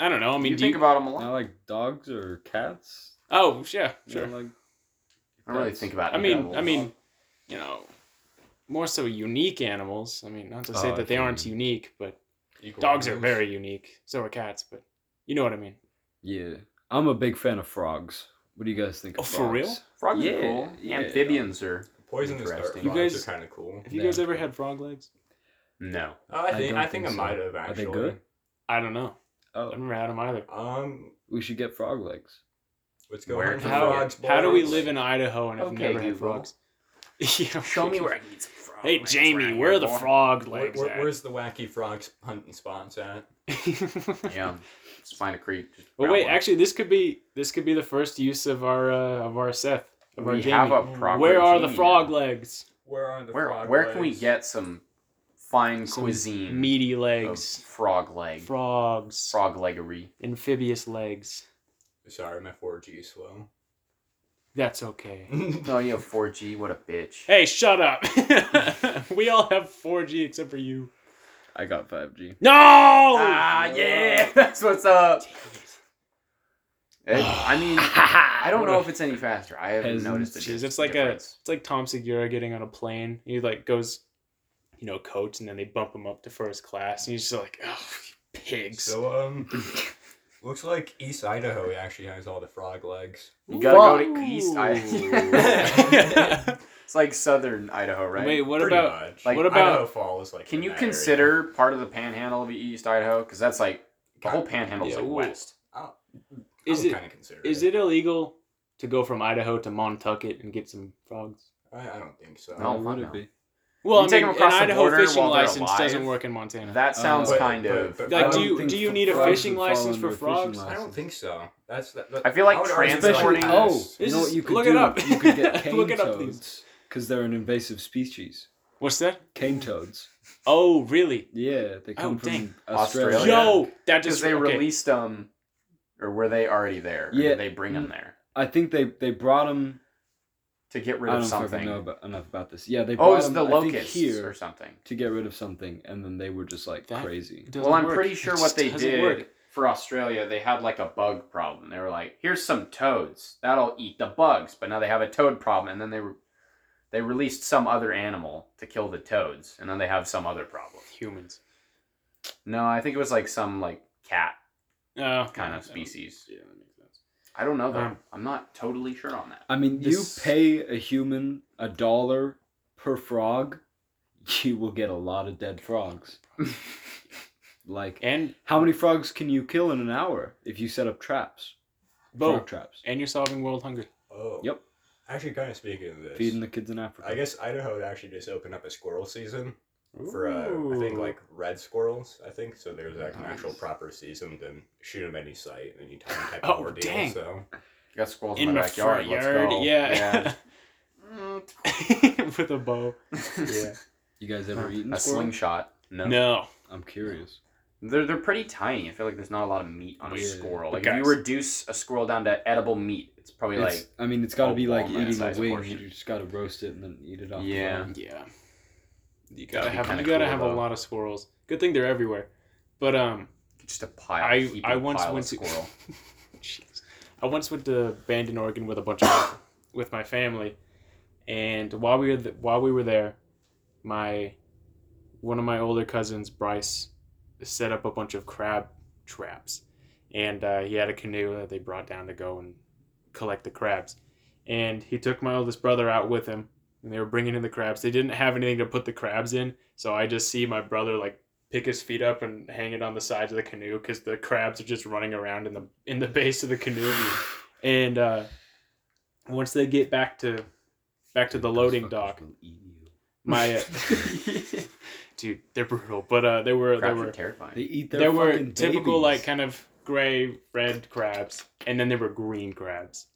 [SPEAKER 3] I don't know. I mean,
[SPEAKER 1] you
[SPEAKER 3] do you,
[SPEAKER 1] think about them a lot.
[SPEAKER 4] Not like dogs or cats.
[SPEAKER 3] oh yeah, sure.
[SPEAKER 4] Not like
[SPEAKER 1] I don't really
[SPEAKER 4] that's-
[SPEAKER 1] think about.
[SPEAKER 3] I mean,
[SPEAKER 1] animals.
[SPEAKER 3] I mean, you know, more so unique animals. I mean, not to say
[SPEAKER 4] Oh, I
[SPEAKER 3] that they aren't
[SPEAKER 4] see.
[SPEAKER 3] unique, but <laughs>
[SPEAKER 5] Equal
[SPEAKER 3] dogs are
[SPEAKER 5] roles.
[SPEAKER 3] very unique. So are cats, but you know what I mean.
[SPEAKER 4] Yeah, I'm a big fan of frogs. What do you guys think? Of
[SPEAKER 3] Oh, for real?
[SPEAKER 4] frogs?
[SPEAKER 1] frogs
[SPEAKER 4] yeah,
[SPEAKER 1] are cool.
[SPEAKER 4] yeah.
[SPEAKER 1] Amphibians are
[SPEAKER 5] poisonous
[SPEAKER 1] Interesting.
[SPEAKER 3] You
[SPEAKER 5] You guys
[SPEAKER 3] guys-
[SPEAKER 5] are kind of cool.
[SPEAKER 3] Have you
[SPEAKER 4] Yeah.
[SPEAKER 3] guys ever had frog legs?
[SPEAKER 1] no.
[SPEAKER 5] Uh, I
[SPEAKER 4] I
[SPEAKER 5] think
[SPEAKER 4] don't
[SPEAKER 5] I, think,
[SPEAKER 4] think
[SPEAKER 5] I
[SPEAKER 4] so.
[SPEAKER 5] might have
[SPEAKER 4] Are
[SPEAKER 5] actually.
[SPEAKER 4] they good?
[SPEAKER 3] I don't know. I've
[SPEAKER 4] Oh,
[SPEAKER 3] never had them either.
[SPEAKER 5] Um,
[SPEAKER 4] we should get frog legs.
[SPEAKER 5] let's go.
[SPEAKER 1] Where
[SPEAKER 5] hunt for
[SPEAKER 1] can we
[SPEAKER 5] frogs,
[SPEAKER 3] How do we
[SPEAKER 5] boys.
[SPEAKER 3] live in Idaho and have
[SPEAKER 1] Okay,
[SPEAKER 3] never had
[SPEAKER 1] Google.
[SPEAKER 3] frogs? <laughs> yeah,
[SPEAKER 1] Show me where I can get some frogs.
[SPEAKER 3] Hey Jamie, where are the frog
[SPEAKER 5] Where,
[SPEAKER 3] legs <laughs>
[SPEAKER 5] where-
[SPEAKER 3] at?
[SPEAKER 5] where's the wacky frog s- hunting spots at?
[SPEAKER 1] <laughs> Yeah, let's find a creek. just
[SPEAKER 3] Well,
[SPEAKER 1] grab
[SPEAKER 3] wait.
[SPEAKER 1] one.
[SPEAKER 3] Actually, this could be this could be the first use of our uh, of our Seth of our
[SPEAKER 1] we
[SPEAKER 3] Jamie.
[SPEAKER 1] have a proper.
[SPEAKER 3] where are the
[SPEAKER 1] Jamie
[SPEAKER 3] frog
[SPEAKER 1] now.
[SPEAKER 3] legs?
[SPEAKER 5] Where are the
[SPEAKER 1] Where
[SPEAKER 5] frog
[SPEAKER 1] where can we
[SPEAKER 5] legs?
[SPEAKER 1] get some fine
[SPEAKER 3] Some
[SPEAKER 1] cuisine?
[SPEAKER 3] Meaty
[SPEAKER 1] of
[SPEAKER 3] legs,
[SPEAKER 1] frog leg.
[SPEAKER 3] frogs,
[SPEAKER 1] Frog leggery.
[SPEAKER 3] amphibious legs.
[SPEAKER 5] Sorry, my 4G is slow.
[SPEAKER 3] That's
[SPEAKER 5] Mm.
[SPEAKER 3] okay.
[SPEAKER 1] No, you have 4G. What a bitch.
[SPEAKER 3] Hey, shut up.
[SPEAKER 1] <laughs>
[SPEAKER 3] <laughs> we all have 4G except for you.
[SPEAKER 4] I got 5G.
[SPEAKER 3] No. Oh,
[SPEAKER 1] Ah, yeah, <laughs> that's what's up. It- I mean, I
[SPEAKER 4] I
[SPEAKER 1] don't know if it's any faster. I haven't
[SPEAKER 4] Peasants.
[SPEAKER 1] noticed it.
[SPEAKER 3] Jeez, it's like a it's like Tom Segura getting on a plane. He like goes, you know, coach, and then they bump him up to first class, and he's just like, oh, you pigs.
[SPEAKER 5] so um, <laughs> looks like East Idaho actually has all the frog legs.
[SPEAKER 1] You gotta go
[SPEAKER 3] Fuck.
[SPEAKER 1] to East
[SPEAKER 3] <laughs>
[SPEAKER 1] Idaho.
[SPEAKER 5] Idaho.
[SPEAKER 1] <laughs> it's like southern Idaho, right?
[SPEAKER 3] Wait, what
[SPEAKER 5] Pretty
[SPEAKER 3] about?
[SPEAKER 5] much.
[SPEAKER 1] like,
[SPEAKER 3] what about-
[SPEAKER 5] Idaho Falls? Like,
[SPEAKER 1] Can
[SPEAKER 5] in
[SPEAKER 1] you
[SPEAKER 5] that area.
[SPEAKER 1] consider part of the panhandle of East Idaho? Because that's like the whole panhandle is
[SPEAKER 3] Yeah,
[SPEAKER 1] like
[SPEAKER 3] ooh.
[SPEAKER 1] west.
[SPEAKER 5] I
[SPEAKER 3] Is
[SPEAKER 5] would
[SPEAKER 3] it
[SPEAKER 5] Kind of consider
[SPEAKER 3] is it illegal to go from Idaho to Montucket and get some frogs?
[SPEAKER 5] I, I don't think so.
[SPEAKER 1] No,
[SPEAKER 4] Why would
[SPEAKER 1] no.
[SPEAKER 4] it be?
[SPEAKER 3] Well, I
[SPEAKER 1] take
[SPEAKER 3] mean,
[SPEAKER 1] them
[SPEAKER 3] an
[SPEAKER 1] across the
[SPEAKER 3] Idaho
[SPEAKER 1] border
[SPEAKER 3] fishing
[SPEAKER 1] while they're
[SPEAKER 3] license doesn't
[SPEAKER 1] alive?
[SPEAKER 3] work in Montana.
[SPEAKER 1] That sounds
[SPEAKER 4] but-
[SPEAKER 1] kind
[SPEAKER 5] but-
[SPEAKER 1] of.
[SPEAKER 5] but-
[SPEAKER 3] like,
[SPEAKER 4] I
[SPEAKER 3] do
[SPEAKER 4] don't
[SPEAKER 3] you
[SPEAKER 4] think
[SPEAKER 3] do you need a
[SPEAKER 4] frogs would
[SPEAKER 3] fishing
[SPEAKER 4] fall
[SPEAKER 3] license
[SPEAKER 4] under
[SPEAKER 3] for
[SPEAKER 4] a fishing
[SPEAKER 3] frogs?
[SPEAKER 4] license.
[SPEAKER 5] I don't think so. That's that, that-
[SPEAKER 1] I feel like
[SPEAKER 5] would argue
[SPEAKER 1] Especially-
[SPEAKER 4] Especially
[SPEAKER 1] transporting-
[SPEAKER 5] that's-
[SPEAKER 4] oh,
[SPEAKER 1] this-
[SPEAKER 4] you know
[SPEAKER 3] This
[SPEAKER 4] what
[SPEAKER 3] is-
[SPEAKER 4] you could
[SPEAKER 3] look
[SPEAKER 4] do?
[SPEAKER 3] it up.
[SPEAKER 4] You could get
[SPEAKER 3] <laughs>
[SPEAKER 4] cane
[SPEAKER 3] Look it up, please.
[SPEAKER 4] toads because they're an invasive species.
[SPEAKER 3] What's that?
[SPEAKER 4] Cane toads.
[SPEAKER 3] Oh, really?
[SPEAKER 4] Yeah, they come from
[SPEAKER 3] Oh, dang.
[SPEAKER 4] Australia.
[SPEAKER 1] Australia.
[SPEAKER 3] Yo, that
[SPEAKER 1] Because
[SPEAKER 3] just
[SPEAKER 1] they
[SPEAKER 3] okay.
[SPEAKER 1] released them, or were they already there? Or
[SPEAKER 4] Yeah.
[SPEAKER 1] Did they bring them there
[SPEAKER 4] I think they they brought them.
[SPEAKER 1] to get
[SPEAKER 4] I
[SPEAKER 1] rid
[SPEAKER 4] don't
[SPEAKER 1] of
[SPEAKER 4] fucking
[SPEAKER 1] something?
[SPEAKER 4] know about, enough about this. Yeah, they brought
[SPEAKER 1] oh, it's
[SPEAKER 4] 'em,
[SPEAKER 1] the
[SPEAKER 4] I think,
[SPEAKER 1] locusts
[SPEAKER 4] here
[SPEAKER 1] or something.
[SPEAKER 4] to get rid of something, and then they were just like
[SPEAKER 3] That-
[SPEAKER 4] crazy.
[SPEAKER 3] Doesn't
[SPEAKER 1] Well, I'm
[SPEAKER 3] work. <laughs>
[SPEAKER 1] pretty sure
[SPEAKER 3] It
[SPEAKER 1] what
[SPEAKER 3] just
[SPEAKER 1] they
[SPEAKER 3] doesn't
[SPEAKER 1] did
[SPEAKER 3] work.
[SPEAKER 1] for Australia, they had like a bug problem. They were like, "Here's some toads. That'll eat the bugs." But now they have a toad problem, and then they re- they released some other animal to kill the toads, and then they have some other problem.
[SPEAKER 3] humans.
[SPEAKER 1] No, I think it was like some like cat
[SPEAKER 3] Oh,
[SPEAKER 1] kind of
[SPEAKER 3] yeah,
[SPEAKER 1] species.
[SPEAKER 3] Yeah, that makes sense.
[SPEAKER 1] I don't know though.
[SPEAKER 3] Um,
[SPEAKER 1] I'm not totally sure on that.
[SPEAKER 4] I mean,
[SPEAKER 3] This-
[SPEAKER 4] you pay a human a dollar per frog, you will get a lot of
[SPEAKER 3] <laughs>
[SPEAKER 4] dead frogs. like,
[SPEAKER 3] And
[SPEAKER 4] how many frogs can you kill in an hour if you set up traps?
[SPEAKER 3] Bo,
[SPEAKER 4] Frog traps.
[SPEAKER 3] and you're solving world hunger.
[SPEAKER 5] Oh.
[SPEAKER 4] Yep.
[SPEAKER 5] Actually, kind of speaking of this,
[SPEAKER 4] Feeding the kids in Africa.
[SPEAKER 5] I guess Idaho would actually just opened up a squirrel season for, uh, I think,
[SPEAKER 3] Ooh.
[SPEAKER 5] like red squirrels, I think. So there's like an actual
[SPEAKER 1] Nice.
[SPEAKER 5] proper season to shoot them any site and any time
[SPEAKER 3] <laughs>
[SPEAKER 5] type
[SPEAKER 3] Oh,
[SPEAKER 5] of ordeal.
[SPEAKER 3] dang.
[SPEAKER 5] So
[SPEAKER 1] Got squirrels in,
[SPEAKER 3] in
[SPEAKER 1] my
[SPEAKER 3] my
[SPEAKER 1] backyard.
[SPEAKER 3] front
[SPEAKER 1] Let's
[SPEAKER 3] yard.
[SPEAKER 1] go.
[SPEAKER 3] Yeah, <laughs> with a bow.
[SPEAKER 1] yeah.
[SPEAKER 3] <laughs> Yeah.
[SPEAKER 4] you guys ever eaten
[SPEAKER 1] a
[SPEAKER 4] squirrel?
[SPEAKER 1] slingshot. No.
[SPEAKER 3] No.
[SPEAKER 4] I'm curious.
[SPEAKER 1] They're, they're pretty tiny. I feel like there's not a lot of meat on a
[SPEAKER 4] Yeah.
[SPEAKER 1] squirrel.
[SPEAKER 3] But
[SPEAKER 1] Like if you
[SPEAKER 3] guys-
[SPEAKER 1] reduce a squirrel down to edible meat, it's probably
[SPEAKER 4] It's-
[SPEAKER 1] like
[SPEAKER 4] I mean, it's got to
[SPEAKER 1] a
[SPEAKER 4] be like
[SPEAKER 1] walnut
[SPEAKER 4] eating a
[SPEAKER 1] size
[SPEAKER 4] wing.
[SPEAKER 1] portion.
[SPEAKER 4] You just got to roast it and then eat it off. the
[SPEAKER 1] Yeah.
[SPEAKER 4] bone.
[SPEAKER 3] Yeah. You
[SPEAKER 1] That'd
[SPEAKER 3] gotta
[SPEAKER 1] be
[SPEAKER 3] have
[SPEAKER 1] kinda
[SPEAKER 3] you gotta
[SPEAKER 1] cool,
[SPEAKER 3] have a
[SPEAKER 1] though.
[SPEAKER 3] lot of squirrels. Good thing they're everywhere. But um,
[SPEAKER 1] just a pile.
[SPEAKER 3] I-
[SPEAKER 1] heaping
[SPEAKER 3] I once
[SPEAKER 1] pile of
[SPEAKER 3] went to-
[SPEAKER 1] squirrel.
[SPEAKER 3] <laughs> jeez. I once went to Bandon, Oregon, with a bunch of with my family, and while we were th- while we were there, my one of my older cousins, Bryce, set up a bunch of crab traps, and uh, he had a canoe that they brought down to go and collect the crabs, and he took my oldest brother out with him, and they were bringing in the crabs. They didn't have anything to put the crabs in, so I just see my brother like pick his feet up and hang it on the sides of the canoe because the crabs are just running around in the in the <laughs> base of the canoe. and uh, once they get back to back to the
[SPEAKER 4] Those
[SPEAKER 3] loading
[SPEAKER 4] fuckers
[SPEAKER 3] dock,
[SPEAKER 4] will eat you.
[SPEAKER 3] my uh, <laughs> dude, they're brutal. But uh, they were they
[SPEAKER 1] Crabs
[SPEAKER 3] were
[SPEAKER 1] are terrifying.
[SPEAKER 4] They eat their
[SPEAKER 3] there were
[SPEAKER 4] fucking
[SPEAKER 3] typical like
[SPEAKER 4] babies.
[SPEAKER 3] kind of gray red crabs, and then there were green crabs.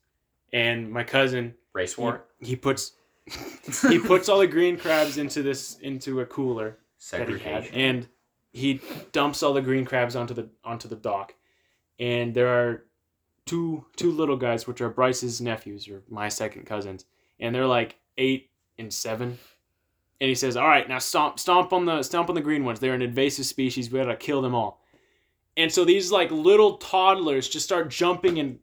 [SPEAKER 3] And my cousin,
[SPEAKER 1] Race
[SPEAKER 3] he, <laughs>
[SPEAKER 1] war.
[SPEAKER 3] he puts he puts all the green crabs into this into a cooler, that he
[SPEAKER 1] <laughs>
[SPEAKER 3] had,
[SPEAKER 1] segregation.
[SPEAKER 3] and he dumps all the green crabs onto the onto the dock. And there are two two little guys, which are Bryce's nephews or my second cousins, and they're like eight and seven. And he says, "All right, now stomp, stomp on the stomp on the green ones. They're an invasive species. We gotta kill them all." And so these like little toddlers just start jumping and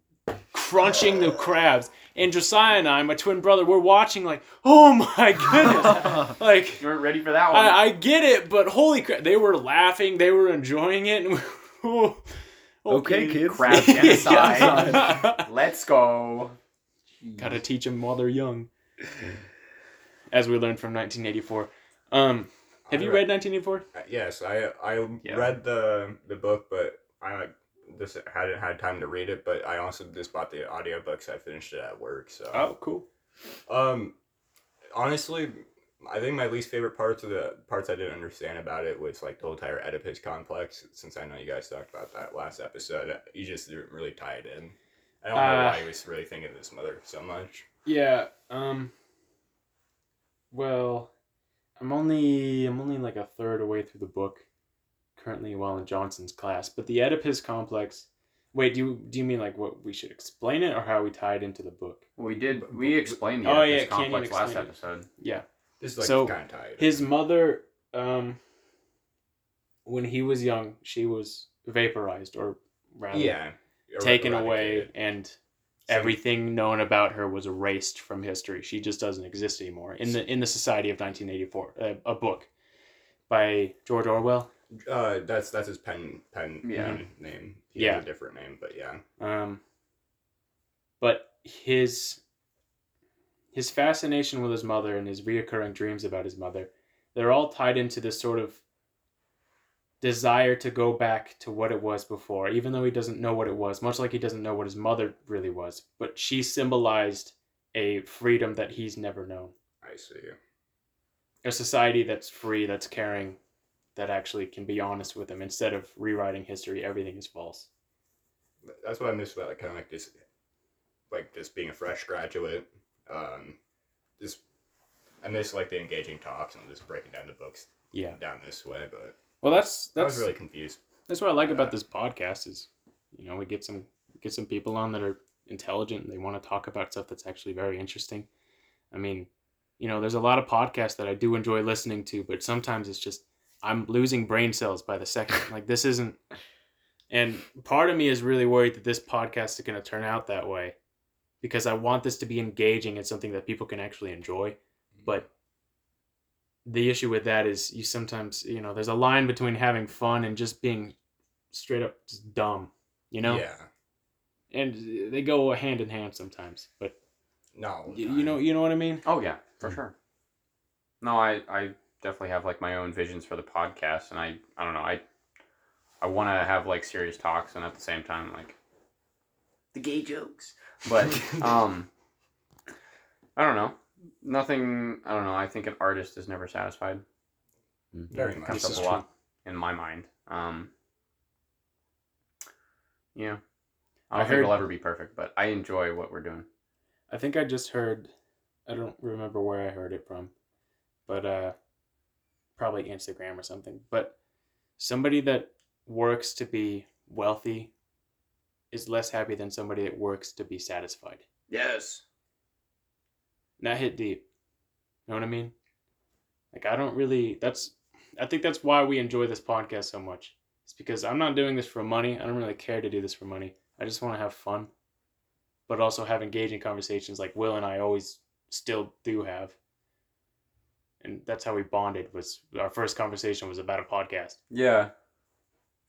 [SPEAKER 3] crunching the crabs. And Josiah and I, my twin brother, we're watching like, "Oh my
[SPEAKER 1] <laughs>
[SPEAKER 3] goodness!" like
[SPEAKER 1] You weren't ready for that one.
[SPEAKER 3] I, I get it, but holy crap, they were laughing, they were enjoying it. <laughs> And we-
[SPEAKER 4] okay, kids.
[SPEAKER 1] Crab
[SPEAKER 3] <laughs>
[SPEAKER 1] genocide. Let's go.
[SPEAKER 3] Gotta teach them while they're young, as we learned from 1984. Um, have you read 1984?
[SPEAKER 5] uh, Yes, I I
[SPEAKER 1] Yeah.
[SPEAKER 5] read the the book, but I like this hadn't had time to read it. But I also just bought the audiobook, so I finished it at work. So
[SPEAKER 3] cool.
[SPEAKER 5] Um, honestly, I think my least favorite parts of the parts I didn't understand about it was like the whole entire Oedipus complex. Since I know you guys talked about that last episode, you just didn't really tie it in. I don't know
[SPEAKER 3] Uh.
[SPEAKER 5] why he was really thinking of his mother so much.
[SPEAKER 3] Yeah. Um. Well, I'm only I'm only like a third away through the book, currently while in Johnson's class. But the Oedipus complex. Wait, do you do you mean like what we should explain it or how we tie it into the book?
[SPEAKER 1] We did. We explained the
[SPEAKER 3] Oh,
[SPEAKER 1] Oedipus
[SPEAKER 3] yeah, can you
[SPEAKER 1] complex last
[SPEAKER 3] explain it?
[SPEAKER 1] episode.
[SPEAKER 3] Yeah.
[SPEAKER 5] This is like
[SPEAKER 3] So,
[SPEAKER 5] kind of tied. in.
[SPEAKER 3] His mother, um, when he was young, she was vaporized or rather
[SPEAKER 5] yeah
[SPEAKER 3] taken
[SPEAKER 5] eradicated.
[SPEAKER 3] away and everything known about her was erased from history. She just doesn't exist anymore in the in the society of 1984, a, a book by George Orwell.
[SPEAKER 5] Uh, that's that's his pen pen
[SPEAKER 1] Yeah.
[SPEAKER 5] pen name. He has
[SPEAKER 3] Yeah.
[SPEAKER 5] a different name, but yeah.
[SPEAKER 3] Um, but his his fascination with his mother and his reoccurring dreams about his mother, they're all tied into this sort of desire to go back to what it was before, even though he doesn't know what it was, much like he doesn't know what his mother really was. But she symbolized a freedom that he's never known.
[SPEAKER 5] I see.
[SPEAKER 3] A society that's free, that's caring, that actually can be honest with him instead of rewriting history, everything is false.
[SPEAKER 5] that's what I miss about like kind of like this, like just being a fresh graduate. Um, just I miss like the engaging talks and just breaking down the books
[SPEAKER 3] Yeah.
[SPEAKER 5] down this way. But
[SPEAKER 3] Well, that's
[SPEAKER 5] I
[SPEAKER 3] that's
[SPEAKER 5] was really confused.
[SPEAKER 3] That's what I like
[SPEAKER 5] Uh,
[SPEAKER 3] about this podcast is, you know, we get some get some people on that are intelligent and they want to talk about stuff that's actually very interesting. I mean, you know, there's a lot of podcasts that I do enjoy listening to, but sometimes it's just I'm losing brain cells by the second. Like this isn't and part of me is really worried that this podcast is going to turn out that way because I want this to be engaging and something that people can actually enjoy, but the issue with that is you sometimes you know there's a line between having fun and just being straight up just dumb you know
[SPEAKER 5] Yeah.
[SPEAKER 3] and they go hand in hand sometimes but
[SPEAKER 5] No.
[SPEAKER 3] you, you know you know what i mean
[SPEAKER 1] Oh yeah, for sure. No, I I definitely have like my own visions for the podcast, and I I don't know I I want to have like serious talks, and at the same time like the gay jokes, but
[SPEAKER 3] <laughs>
[SPEAKER 1] um I don't know nothing. I don't know. I think an artist is never satisfied.
[SPEAKER 5] Very
[SPEAKER 1] It
[SPEAKER 5] much.
[SPEAKER 1] comes
[SPEAKER 3] This
[SPEAKER 1] up
[SPEAKER 3] is
[SPEAKER 1] a
[SPEAKER 3] true.
[SPEAKER 1] lot in my mind. Um, yeah. I
[SPEAKER 3] I
[SPEAKER 1] don't think it'll
[SPEAKER 3] heard-
[SPEAKER 1] ever be perfect, but I enjoy what we're doing.
[SPEAKER 3] i think i just heard i don't remember where i heard it from but uh probably instagram or something but somebody that works to be wealthy is less happy than somebody that works to be satisfied
[SPEAKER 1] Yes.
[SPEAKER 3] and that hit deep. You know what I mean? Like I don't really that's I think that's why we enjoy this podcast so much. It's because I'm not doing this for money. I don't really care to do this for money. I just want to have fun. But also have engaging conversations like Will and I always still do have. And that's how we bonded was our first conversation was about a podcast.
[SPEAKER 1] Yeah.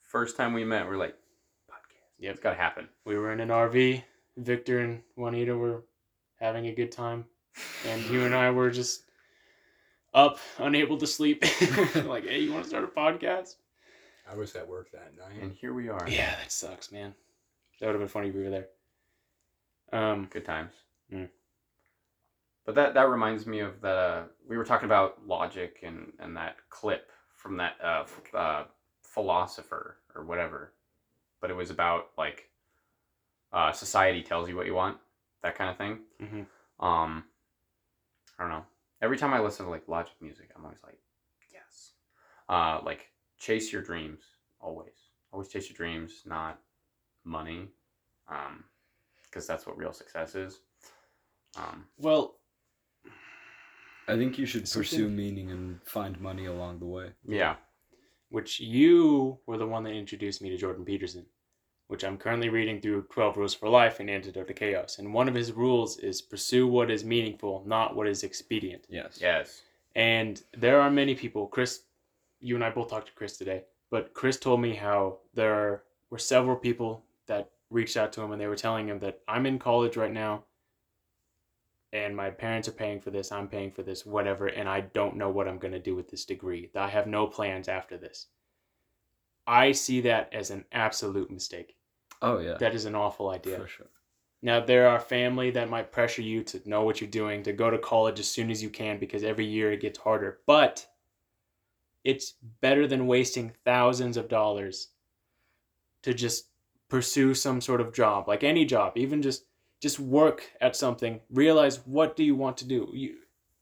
[SPEAKER 1] First time we met, we're like, podcast.
[SPEAKER 3] Yep.
[SPEAKER 1] It's got to happen.
[SPEAKER 3] we were in an RV. Victor and Juanita were having a good time, and you and I were just up, unable to sleep. <laughs> like, hey, you want to start a podcast?
[SPEAKER 5] I was at work that night.
[SPEAKER 3] Mm.
[SPEAKER 1] And here we are.
[SPEAKER 3] Yeah, that sucks, man. That would have been funny if we were there. Um,
[SPEAKER 1] Good times.
[SPEAKER 3] Mm.
[SPEAKER 1] But that, that reminds me of the. We were talking about logic and, and that clip from that uh, f- uh, philosopher or whatever. But it was about, like, uh, society tells you what you want, that kind of thing.
[SPEAKER 3] mhm.
[SPEAKER 1] Um, I don't know. Every time I listen to like Logic music, I'm always like, yes. Uh, like chase your dreams always. Always chase your dreams, not money, um, because that's what real success is. Um,
[SPEAKER 3] well,
[SPEAKER 4] I think you should
[SPEAKER 3] Something-
[SPEAKER 4] pursue meaning and find money along the way.
[SPEAKER 1] Yeah.
[SPEAKER 3] which you were the one that introduced me to Jordan Peterson, which I'm currently reading through 12 Rules for Life and Antidote to Chaos. And one of his rules is pursue what is meaningful, not what is expedient.
[SPEAKER 4] Yes.
[SPEAKER 1] Yes.
[SPEAKER 3] And there are many people, Chris, you and I both talked to Chris today, but Chris told me how there were several people that reached out to him and they were telling him that I'm in college right now and my parents are paying for this, I'm paying for this, whatever, and I don't know what I'm going to do with this degree. I have no plans after this. I see that as an absolute mistake.
[SPEAKER 4] Oh yeah.
[SPEAKER 3] That is an awful idea.
[SPEAKER 4] For sure.
[SPEAKER 3] Now there are family that might pressure you to know what you're doing, to go to college as soon as you can because every year it gets harder. But it's better than wasting thousands of dollars to just pursue some sort of job, like any job, even just just work at something. Realize what do you want to do. You,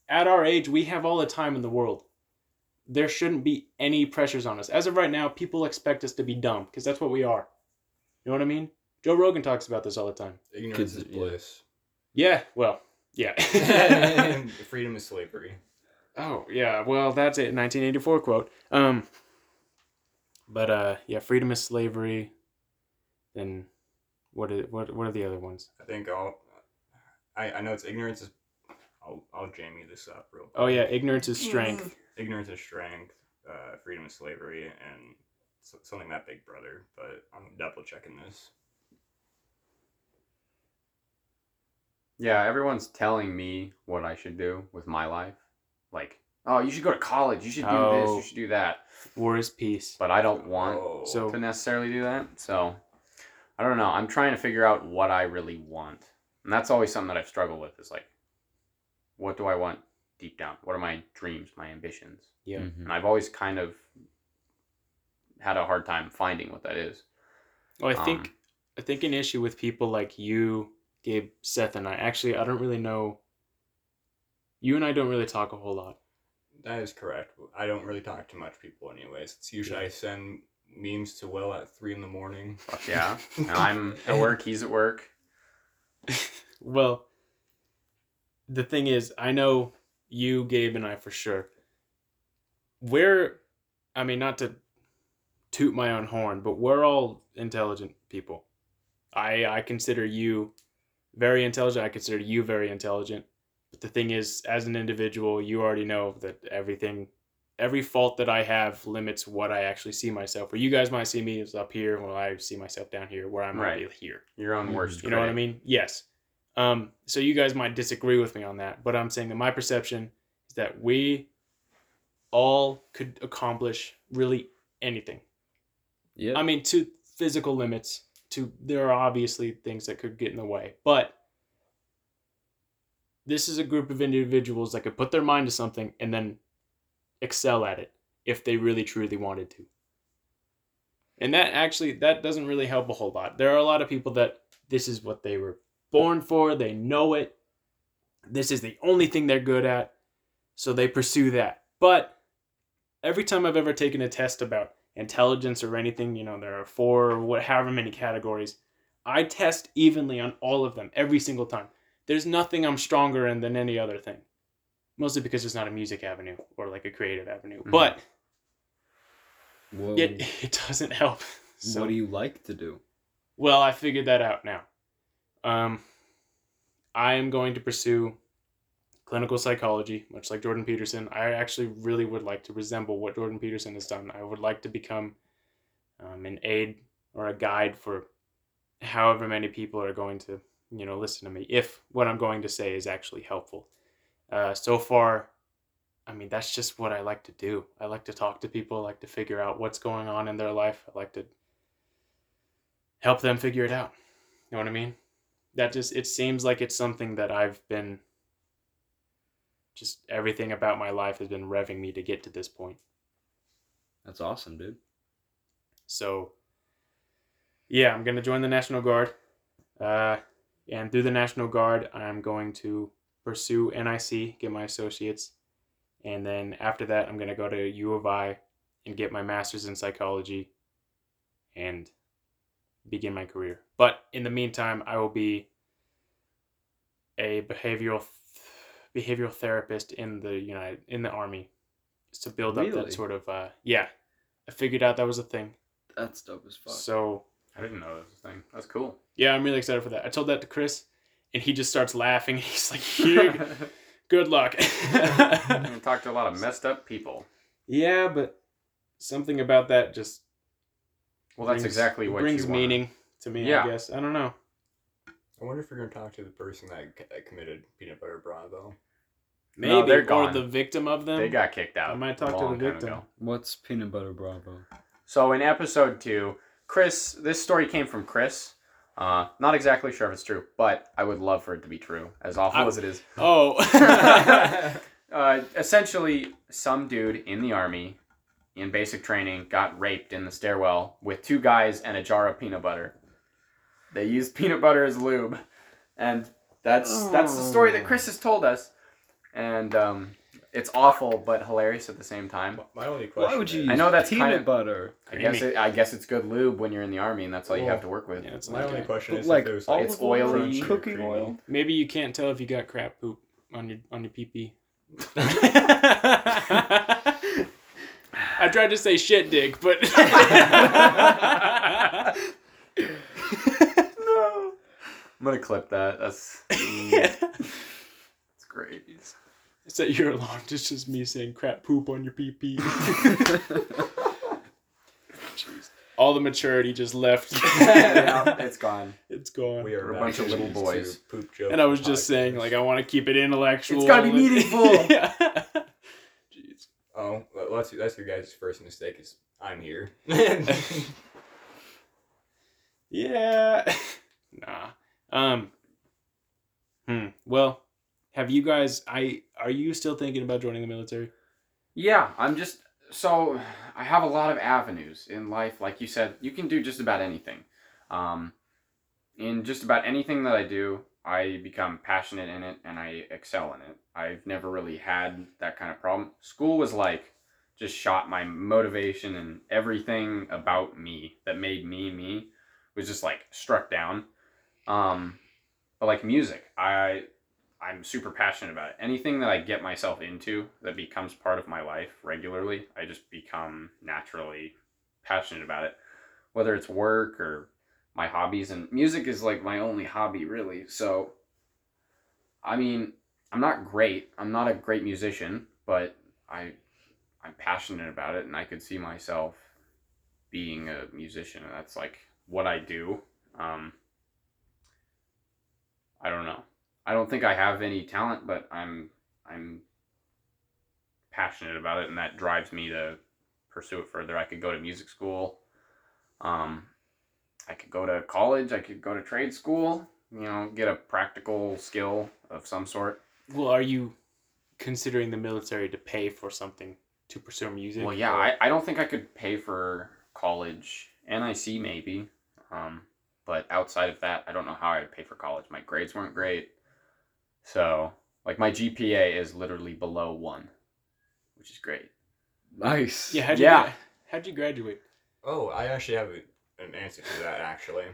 [SPEAKER 3] at our age, we have all the time in the world. There shouldn't be any pressures on us. As of right now, people expect us to be dumb because that's what we are. You know what I mean? Joe Rogan talks about this all the time.
[SPEAKER 5] Ignorance
[SPEAKER 4] Kids-
[SPEAKER 5] is
[SPEAKER 4] yeah.
[SPEAKER 5] bliss.
[SPEAKER 3] Yeah, well, yeah.
[SPEAKER 5] <laughs> and freedom is slavery.
[SPEAKER 3] <laughs> oh, yeah, well, that's it. 1984 quote. Um but uh yeah, freedom is slavery. Then what are, what what are the other ones?
[SPEAKER 5] I think I'll. I, I know it's ignorance is. I'll, I'll jammy this up real.
[SPEAKER 3] Oh
[SPEAKER 5] quick.
[SPEAKER 3] yeah, ignorance is strength.
[SPEAKER 5] Ignorance is strength. Uh, freedom is slavery, and so, something that Big Brother. But I'm double checking this.
[SPEAKER 1] Yeah, everyone's telling me what I should do with my life. Like, oh, you should go to college. You should do this.
[SPEAKER 3] Oh.
[SPEAKER 1] You should do that.
[SPEAKER 3] War is peace.
[SPEAKER 1] But I don't want
[SPEAKER 5] Oh.
[SPEAKER 3] So-
[SPEAKER 1] to necessarily do that. So, I don't know. I'm trying to figure out what I really want. And that's always something that I've struggled with is like, what do I want deep down? What are my dreams, my ambitions?
[SPEAKER 3] Yeah.
[SPEAKER 4] Mm. Mm-hmm.
[SPEAKER 1] And I've always kind of had a hard time finding what that is.
[SPEAKER 3] Well, I think
[SPEAKER 1] Um,
[SPEAKER 3] I think an issue with people like you, Gabe, Seth, and I actually I don't really know. You and I don't really talk a whole lot.
[SPEAKER 5] That is correct. I don't really talk to much people, anyways. It's usually I send memes to Will at three in the morning.
[SPEAKER 1] Fuck
[SPEAKER 5] <laughs>
[SPEAKER 1] yeah. and I'm at work, he's at work.
[SPEAKER 3] Well, the thing is, I know you, Gabe, and I for sure. We're, I mean, not to toot my own horn, but we're all intelligent people. I I consider you very intelligent. I consider you very intelligent. But the thing is, as an individual, you already know that everything, every fault that I have limits what I actually see myself. Where you guys might see me is up here, when I see myself down here, where I might be here.
[SPEAKER 1] Your own
[SPEAKER 4] Mhm.
[SPEAKER 1] worst.
[SPEAKER 3] You know what I
[SPEAKER 1] critic.
[SPEAKER 3] mean? Yes. Um, so you guys might disagree with me on that, but I'm saying that my perception is that we all could accomplish really anything.
[SPEAKER 4] Yeah.
[SPEAKER 3] I mean, to physical limits, to there are obviously things that could get in the way, but this is a group of individuals that could put their mind to something and then excel at it if they really truly wanted to. And that actually that doesn't really help a whole lot. There are a lot of people that this is what they were born for, they know it. This is the only thing they're good at, so they pursue that. But every time I've ever taken a test about intelligence or anything, you know, there are four or what, however many categories, I test evenly on all of them every single time. There's nothing I'm stronger in than any other thing, mostly because it's not a music avenue or like a creative avenue,
[SPEAKER 1] Mhm.
[SPEAKER 3] but
[SPEAKER 4] Whoa.
[SPEAKER 3] it, <laughs> it doesn't help. So,
[SPEAKER 4] Oh. What do you like to do?
[SPEAKER 3] well, I figured that out now. Um, I am going to pursue clinical psychology, much like Jordan Peterson. I actually really would like to resemble what Jordan Peterson has done. I would like to become um, an aid or a guide for however many people are going to, you know, listen to me if what I'm going to say is actually helpful. Uh, so far, I mean, that's just what I like to do. I like to talk to people. I like to figure out what's going on in their life. I like to help them figure it out. You know what I mean? That just it seems like it's something that I've been just everything about my life has been revving me to get to this point.
[SPEAKER 4] That's awesome, dude.
[SPEAKER 3] So yeah, I'm going to join the National Guard. Uh and through the National Guard, I'm going to pursue NIC, get my associates, and then after that, I'm going to go to U of I and get my master's in psychology and begin my career. But in the meantime, I will be a behavioral th- behavioral therapist in the United in the Army, just to build up
[SPEAKER 4] Really?
[SPEAKER 3] that sort of uh, yeah. I figured out that was a thing.
[SPEAKER 4] That's dope as fuck.
[SPEAKER 3] So
[SPEAKER 1] I didn't know that was a thing. That's
[SPEAKER 3] <laughs>
[SPEAKER 1] cool.
[SPEAKER 3] yeah, I'm really excited for that. I told that to Chris, and he just starts laughing. <laughs> He's like, "Here, good
[SPEAKER 1] <laughs>
[SPEAKER 3] luck."
[SPEAKER 1] I'm gonna <laughs> talk to a lot of messed up people.
[SPEAKER 3] yeah, but something about that just
[SPEAKER 1] Well, that's
[SPEAKER 3] brings-
[SPEAKER 1] exactly what
[SPEAKER 3] brings
[SPEAKER 1] you want.
[SPEAKER 3] meaning to me.
[SPEAKER 1] Yeah.
[SPEAKER 3] I guess I don't know.
[SPEAKER 5] I wonder if you're gonna talk to the person that, c- that committed peanut butter bravo.
[SPEAKER 3] Maybe
[SPEAKER 1] No, they're
[SPEAKER 3] or
[SPEAKER 1] gone.
[SPEAKER 3] the victim of them.
[SPEAKER 1] They
[SPEAKER 3] <laughs>
[SPEAKER 1] got kicked out.
[SPEAKER 3] I might
[SPEAKER 1] a
[SPEAKER 3] talk to the
[SPEAKER 1] long time
[SPEAKER 3] victim.
[SPEAKER 1] ago.
[SPEAKER 4] What's peanut butter bravo?
[SPEAKER 1] So in episode two, Chris, this story came from Chris. Uh, not exactly sure if it's true, but I would love for it to be true, as awful
[SPEAKER 3] I-
[SPEAKER 1] as it is. <laughs>
[SPEAKER 3] <laughs> oh,
[SPEAKER 1] uh, essentially, some dude in the army, in basic training, got raped in the stairwell with two guys and a jar of peanut butter. They used <laughs> peanut butter as lube, and that's that's the story that Chris has told us, and um, it's awful but hilarious at the same time.
[SPEAKER 5] My only question.
[SPEAKER 4] Why would you
[SPEAKER 5] is-
[SPEAKER 4] use
[SPEAKER 1] I know that's
[SPEAKER 4] peanut
[SPEAKER 1] kinda-
[SPEAKER 4] butter?
[SPEAKER 1] I guess
[SPEAKER 3] Creamy.
[SPEAKER 1] it, I guess it's good lube when you're in the army, and that's all you
[SPEAKER 5] Well,
[SPEAKER 1] have to work with.
[SPEAKER 3] <laughs> yeah, it's
[SPEAKER 5] My
[SPEAKER 3] not
[SPEAKER 5] only
[SPEAKER 3] good.
[SPEAKER 5] question
[SPEAKER 4] But
[SPEAKER 5] is
[SPEAKER 4] like,
[SPEAKER 5] if there's
[SPEAKER 4] olive
[SPEAKER 5] like,
[SPEAKER 1] it's oily,
[SPEAKER 5] crunchy or
[SPEAKER 4] cooking
[SPEAKER 5] creamy.
[SPEAKER 4] oil.
[SPEAKER 3] Maybe you can't tell if you got crap poop on your on your pee
[SPEAKER 1] <laughs>
[SPEAKER 3] <laughs> pee. I tried to say shit
[SPEAKER 1] <laughs>
[SPEAKER 3] dick, but <laughs>
[SPEAKER 1] no. I'm gonna clip that. That's that's great. <laughs>
[SPEAKER 3] set your alarm. It's just me saying crap poop on your pee
[SPEAKER 1] <laughs>
[SPEAKER 3] pee. All the maturity just left.
[SPEAKER 1] <laughs> yeah, it's gone.
[SPEAKER 3] It's gone.
[SPEAKER 5] We are
[SPEAKER 1] We're a
[SPEAKER 5] back
[SPEAKER 1] bunch of little
[SPEAKER 5] to
[SPEAKER 1] boys.
[SPEAKER 5] Poop joke
[SPEAKER 3] And I was just saying,
[SPEAKER 5] podcast.
[SPEAKER 3] like, I want to keep it intellectual.
[SPEAKER 1] It's gotta be meaningful.
[SPEAKER 3] yeah. Jeez.
[SPEAKER 5] oh, well, that's that's your guys' first mistake is I'm here. <laughs> That's
[SPEAKER 3] <laughs> Yeah. <laughs> nah. Um. Hmm. Well, have you guys? I are you still thinking about joining the military?
[SPEAKER 1] Yeah, I'm just so I have a lot of avenues in life. Like you said, you can do just about anything. Um, in just about anything that I do, I become passionate in it and I excel in it. I've never really had that kind of problem. School was like just shot my motivation and everything about me that made me me was just like struck down. Um, but like music, I I'm super passionate about it. Anything that I get myself into that becomes part of my life regularly, I just become naturally passionate about it. Whether it's work or my hobbies, and music is like my only hobby, really. So, I mean, I'm not great. I'm not a great musician, but I, I'm passionate about it, and I could see myself being a musician, and that's like what I do. Um, I don't know. I don't think I have any talent, but I'm I'm passionate about it, and that drives me to pursue it further. I could go to music school, um, I could go to college, I could go to trade school. You know, get a practical skill of some sort.
[SPEAKER 3] Well, are you considering the military to pay for something to pursue music?
[SPEAKER 1] Well, yeah, I, I don't think I could pay for college. NIC maybe, um, but outside of that, I don't know how I'd pay for college. My grades weren't great, so like my GPA is literally below one, which is great.
[SPEAKER 4] Nice.
[SPEAKER 3] Yeah. How'd you
[SPEAKER 1] Yeah.
[SPEAKER 3] gra- how'd you graduate?
[SPEAKER 5] Oh, I actually have a- an answer to that actually.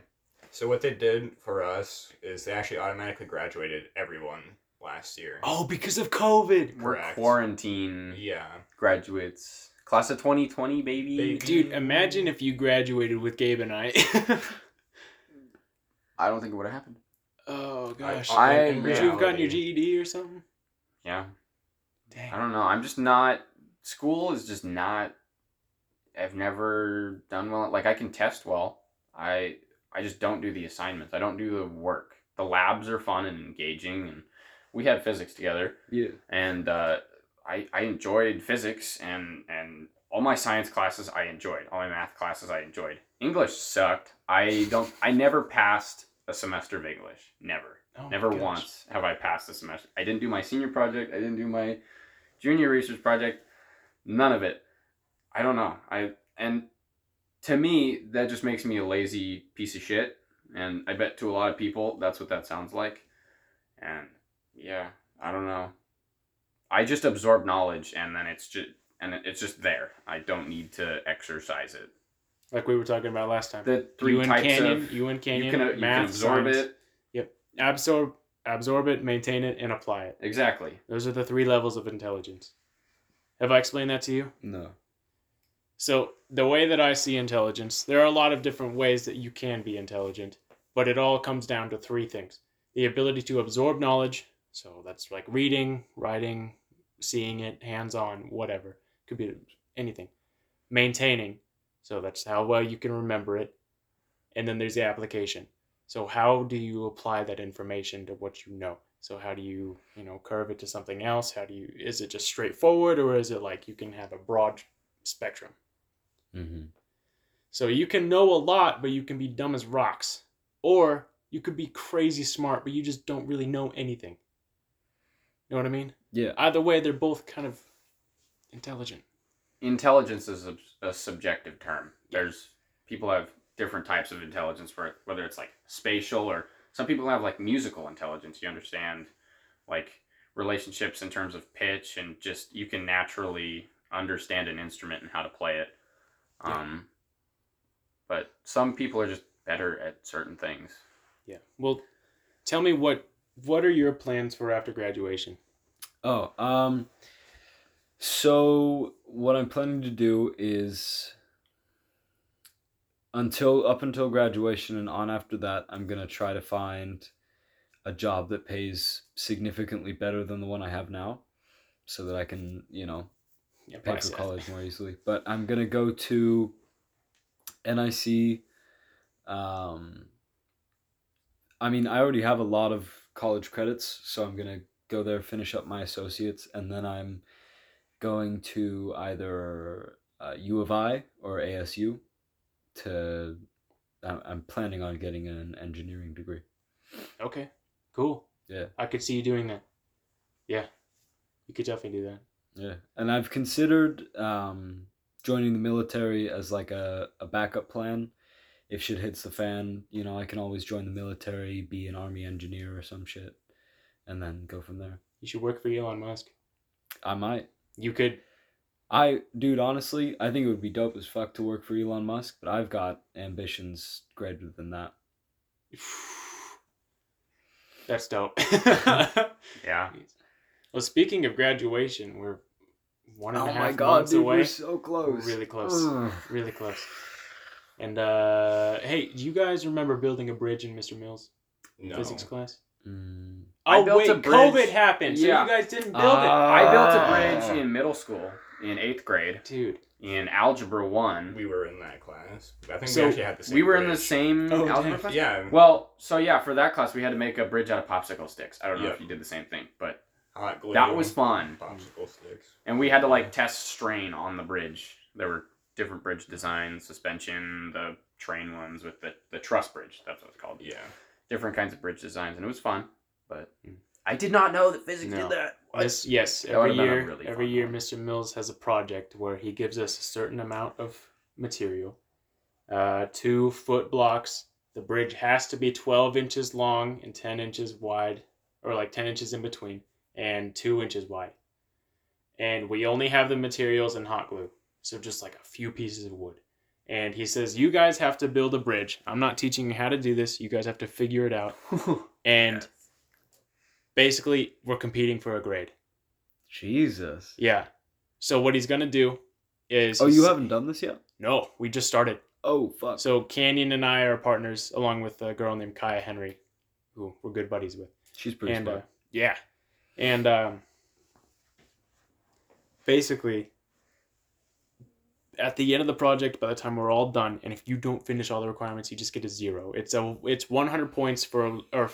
[SPEAKER 5] So what they did for us is they actually automatically graduated everyone last year.
[SPEAKER 3] Oh, because of COVID.
[SPEAKER 1] We're
[SPEAKER 5] Correct.
[SPEAKER 1] quarantine
[SPEAKER 5] Yeah.
[SPEAKER 1] graduates, class of twenty twenty, baby.
[SPEAKER 5] Baby.
[SPEAKER 3] Dude, imagine if you graduated with Gabe and
[SPEAKER 1] <laughs>
[SPEAKER 3] I.
[SPEAKER 1] I don't think it would have happened.
[SPEAKER 3] oh gosh.
[SPEAKER 1] I-
[SPEAKER 5] in- in
[SPEAKER 1] Would
[SPEAKER 3] Would you have gotten your
[SPEAKER 5] reality-
[SPEAKER 3] GED or something?
[SPEAKER 1] Yeah, I
[SPEAKER 3] Dang.
[SPEAKER 1] don't know. I'm just not. School is just not. I've never done well. Like I can test well. I I just don't do the assignments. I don't do the work. The labs are fun and engaging, and we had physics together.
[SPEAKER 4] Yeah.
[SPEAKER 1] and uh, I, I enjoyed physics and, and all my science classes I enjoyed all my math classes I enjoyed English sucked I don't I never passed a semester of English never
[SPEAKER 3] Oh my
[SPEAKER 1] never
[SPEAKER 3] gosh.
[SPEAKER 1] once have I passed a semester I didn't do my senior project I didn't do my junior research project none of it I don't know I and to me that just makes me a lazy piece of shit and I bet to a lot of people that's what that sounds like and yeah I don't know I just absorb knowledge and then it's just and it- it's just there. I don't need to exercise it.
[SPEAKER 3] Like we were talking about last time.
[SPEAKER 1] The three
[SPEAKER 3] UN
[SPEAKER 1] types
[SPEAKER 3] Canyon,
[SPEAKER 1] of uh,
[SPEAKER 3] UN Canyon,
[SPEAKER 1] you can, you can
[SPEAKER 3] math,
[SPEAKER 1] absorb
[SPEAKER 3] science.
[SPEAKER 1] it.
[SPEAKER 3] absorb absorb it, maintain it, and apply it.
[SPEAKER 1] Exactly.
[SPEAKER 3] Those are the three levels of intelligence. Have I explained that to you?
[SPEAKER 4] No.
[SPEAKER 3] So, the way that I see intelligence, there are a lot of different ways that you can be intelligent, but it all comes down to three things the ability to absorb knowledge. So, that's like reading, writing, seeing it, hands on, whatever. Could be anything. Maintaining. So, that's how well you can remember it. And then there's the application. So, how do you apply that information to what you know? So, how do you, you know, curve it to something else? How do you, is it just straightforward or is it like you can have a broad spectrum?
[SPEAKER 4] Mm-hmm.
[SPEAKER 3] So you can know a lot, but you can be dumb as rocks. Or you could be crazy smart, but you just don't really know anything. You know what I mean?
[SPEAKER 4] Yeah.
[SPEAKER 3] Either way, they're both kind of intelligent.
[SPEAKER 1] Intelligence is a, a subjective term. There's people have different types of intelligence, where- whether it's like spatial or some people have like musical intelligence. You understand like relationships in terms of pitch and just you can naturally understand an instrument and how to play it.
[SPEAKER 3] Yeah.
[SPEAKER 1] Um, but some people are just better at certain things.
[SPEAKER 3] Yeah. Well, tell me what what are your plans for after graduation?
[SPEAKER 4] Oh, um, so what I'm planning to do is until up until graduation and on after that, I'm gonna try to find a job that pays significantly better than the one I have now, so that I can, you know,
[SPEAKER 3] Yeah,
[SPEAKER 4] pay
[SPEAKER 3] probably
[SPEAKER 4] for
[SPEAKER 3] so.
[SPEAKER 4] college more easily. But I'm gonna go to NIC. Um, I mean, I already have a lot of college credits, so I'm gonna go there, finish up my associates, and then I'm going to either uh, U of I or ASU. To I'm I'm planning on getting an engineering degree.
[SPEAKER 3] Okay. Cool.
[SPEAKER 4] Yeah.
[SPEAKER 3] I could see you doing that. Yeah. You could definitely do that.
[SPEAKER 4] Yeah, and I've considered um, joining the military as like a, a backup plan. If shit hits the fan, you know, I can always join the military, be an army engineer or some shit, and then go from there.
[SPEAKER 3] You should work for Elon Musk.
[SPEAKER 4] I might.
[SPEAKER 3] You could <sighs>
[SPEAKER 4] I, dude, honestly, I think it would be dope as fuck to work for Elon Musk, but I've got ambitions greater than that.
[SPEAKER 3] That's <laughs> dope.
[SPEAKER 1] Yeah.
[SPEAKER 3] Well, speaking of graduation, we're one
[SPEAKER 1] Oh
[SPEAKER 3] and a half months away.
[SPEAKER 4] so
[SPEAKER 3] close. really close. Really close. And uh, hey, do you guys remember building a bridge in Mr. Mills
[SPEAKER 5] No.
[SPEAKER 3] physics class?
[SPEAKER 4] Mm.
[SPEAKER 1] I
[SPEAKER 3] oh
[SPEAKER 1] built
[SPEAKER 3] wait,
[SPEAKER 1] a bridge.
[SPEAKER 3] COVID happened,
[SPEAKER 1] Yeah. Uh,
[SPEAKER 3] so you guys didn't build
[SPEAKER 1] I
[SPEAKER 4] Ah.
[SPEAKER 1] built a bridge in middle school in eighth grade
[SPEAKER 3] it, dude.
[SPEAKER 1] in algebra one.
[SPEAKER 5] We were in that class. I think
[SPEAKER 3] So,
[SPEAKER 5] we actually had the same.
[SPEAKER 1] We were in the
[SPEAKER 5] bridge.
[SPEAKER 1] same
[SPEAKER 3] Oh,
[SPEAKER 1] algebra
[SPEAKER 3] dang.
[SPEAKER 1] class.
[SPEAKER 5] Yeah.
[SPEAKER 1] Well, so yeah, for that class we had to make a bridge out of popsicle sticks. I don't know
[SPEAKER 5] Yeah.
[SPEAKER 1] if you did the same thing, but
[SPEAKER 5] Hot glue.
[SPEAKER 1] that was fun.
[SPEAKER 5] popsicle sticks.
[SPEAKER 1] And we had to like test strain on the bridge. There were different bridge designs, suspension, the train ones with the the truss bridge. That's what it's called.
[SPEAKER 5] Yeah.
[SPEAKER 1] Different kinds of bridge designs, and it was fun. But I did not know that physics
[SPEAKER 3] No.
[SPEAKER 1] did that. What? <laughs>
[SPEAKER 3] This, yes,
[SPEAKER 1] That
[SPEAKER 3] every
[SPEAKER 1] would've been a
[SPEAKER 3] year,
[SPEAKER 1] really
[SPEAKER 3] every
[SPEAKER 1] fun
[SPEAKER 3] year,
[SPEAKER 1] one.
[SPEAKER 3] Mr. Mills has a project where he gives us a certain amount of material, uh, two foot blocks. The bridge has to be twelve inches long and ten inches wide, or like ten inches in between, and two inches wide. And we only have the materials and hot glue, so just like a few pieces of wood. And he says, "You guys have to build a bridge. I'm not teaching you how to do this. You guys have to figure it out." And basically, we're competing for a grade.
[SPEAKER 4] Jesus.
[SPEAKER 3] Yeah. So what he's gonna do is
[SPEAKER 4] Oh, you haven't done this yet?
[SPEAKER 3] no. We just started.
[SPEAKER 4] Oh, fuck.
[SPEAKER 3] So Canyon and I are partners, along with a girl named Kaya Henry, who we're good buddies with.
[SPEAKER 4] She's pretty
[SPEAKER 3] and uh,
[SPEAKER 4] smart.
[SPEAKER 3] yeah, and um, basically, at the end of the project, by the time we're all done, and if you don't finish all the requirements, you just get a zero. It's a it's one hundred points for or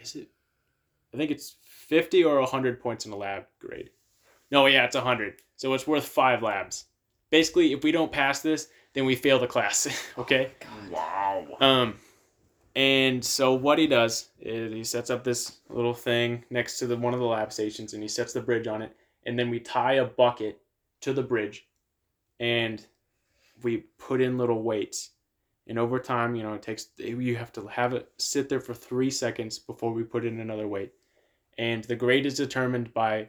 [SPEAKER 3] is it? I think it's fifty or hundred points in a lab grade. No, yeah, it's hundred. So it's worth five labs. Basically, if we don't pass this, then we fail the class. <laughs> okay.
[SPEAKER 1] Wow.
[SPEAKER 3] Um, and so what he does is he sets up this little thing next to the one of the lab stations, and he sets the bridge on it, and then we tie a bucket to the bridge, and we put in little weights. And over time, you know, it takes you have to have it sit there for three seconds before we put in another weight, and the grade is determined by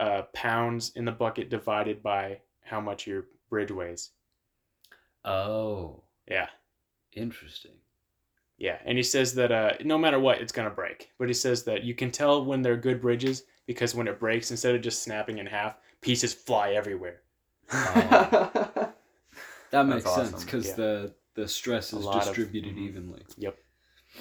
[SPEAKER 3] uh, pounds in the bucket divided by how much your bridge weighs.
[SPEAKER 4] oh,
[SPEAKER 3] Yeah.
[SPEAKER 4] interesting.
[SPEAKER 3] Yeah, and he says that uh, no matter what, it's gonna break. But he says that you can tell when they're good bridges because when it breaks, instead of just snapping in half, pieces fly everywhere.
[SPEAKER 1] Oh.
[SPEAKER 4] That
[SPEAKER 1] That's
[SPEAKER 4] makes sense
[SPEAKER 1] awesome.
[SPEAKER 4] because
[SPEAKER 3] Yeah.
[SPEAKER 4] the the stress
[SPEAKER 3] A
[SPEAKER 4] is
[SPEAKER 3] lot of-
[SPEAKER 4] distributed
[SPEAKER 1] mhm.
[SPEAKER 4] evenly.
[SPEAKER 1] <laughs>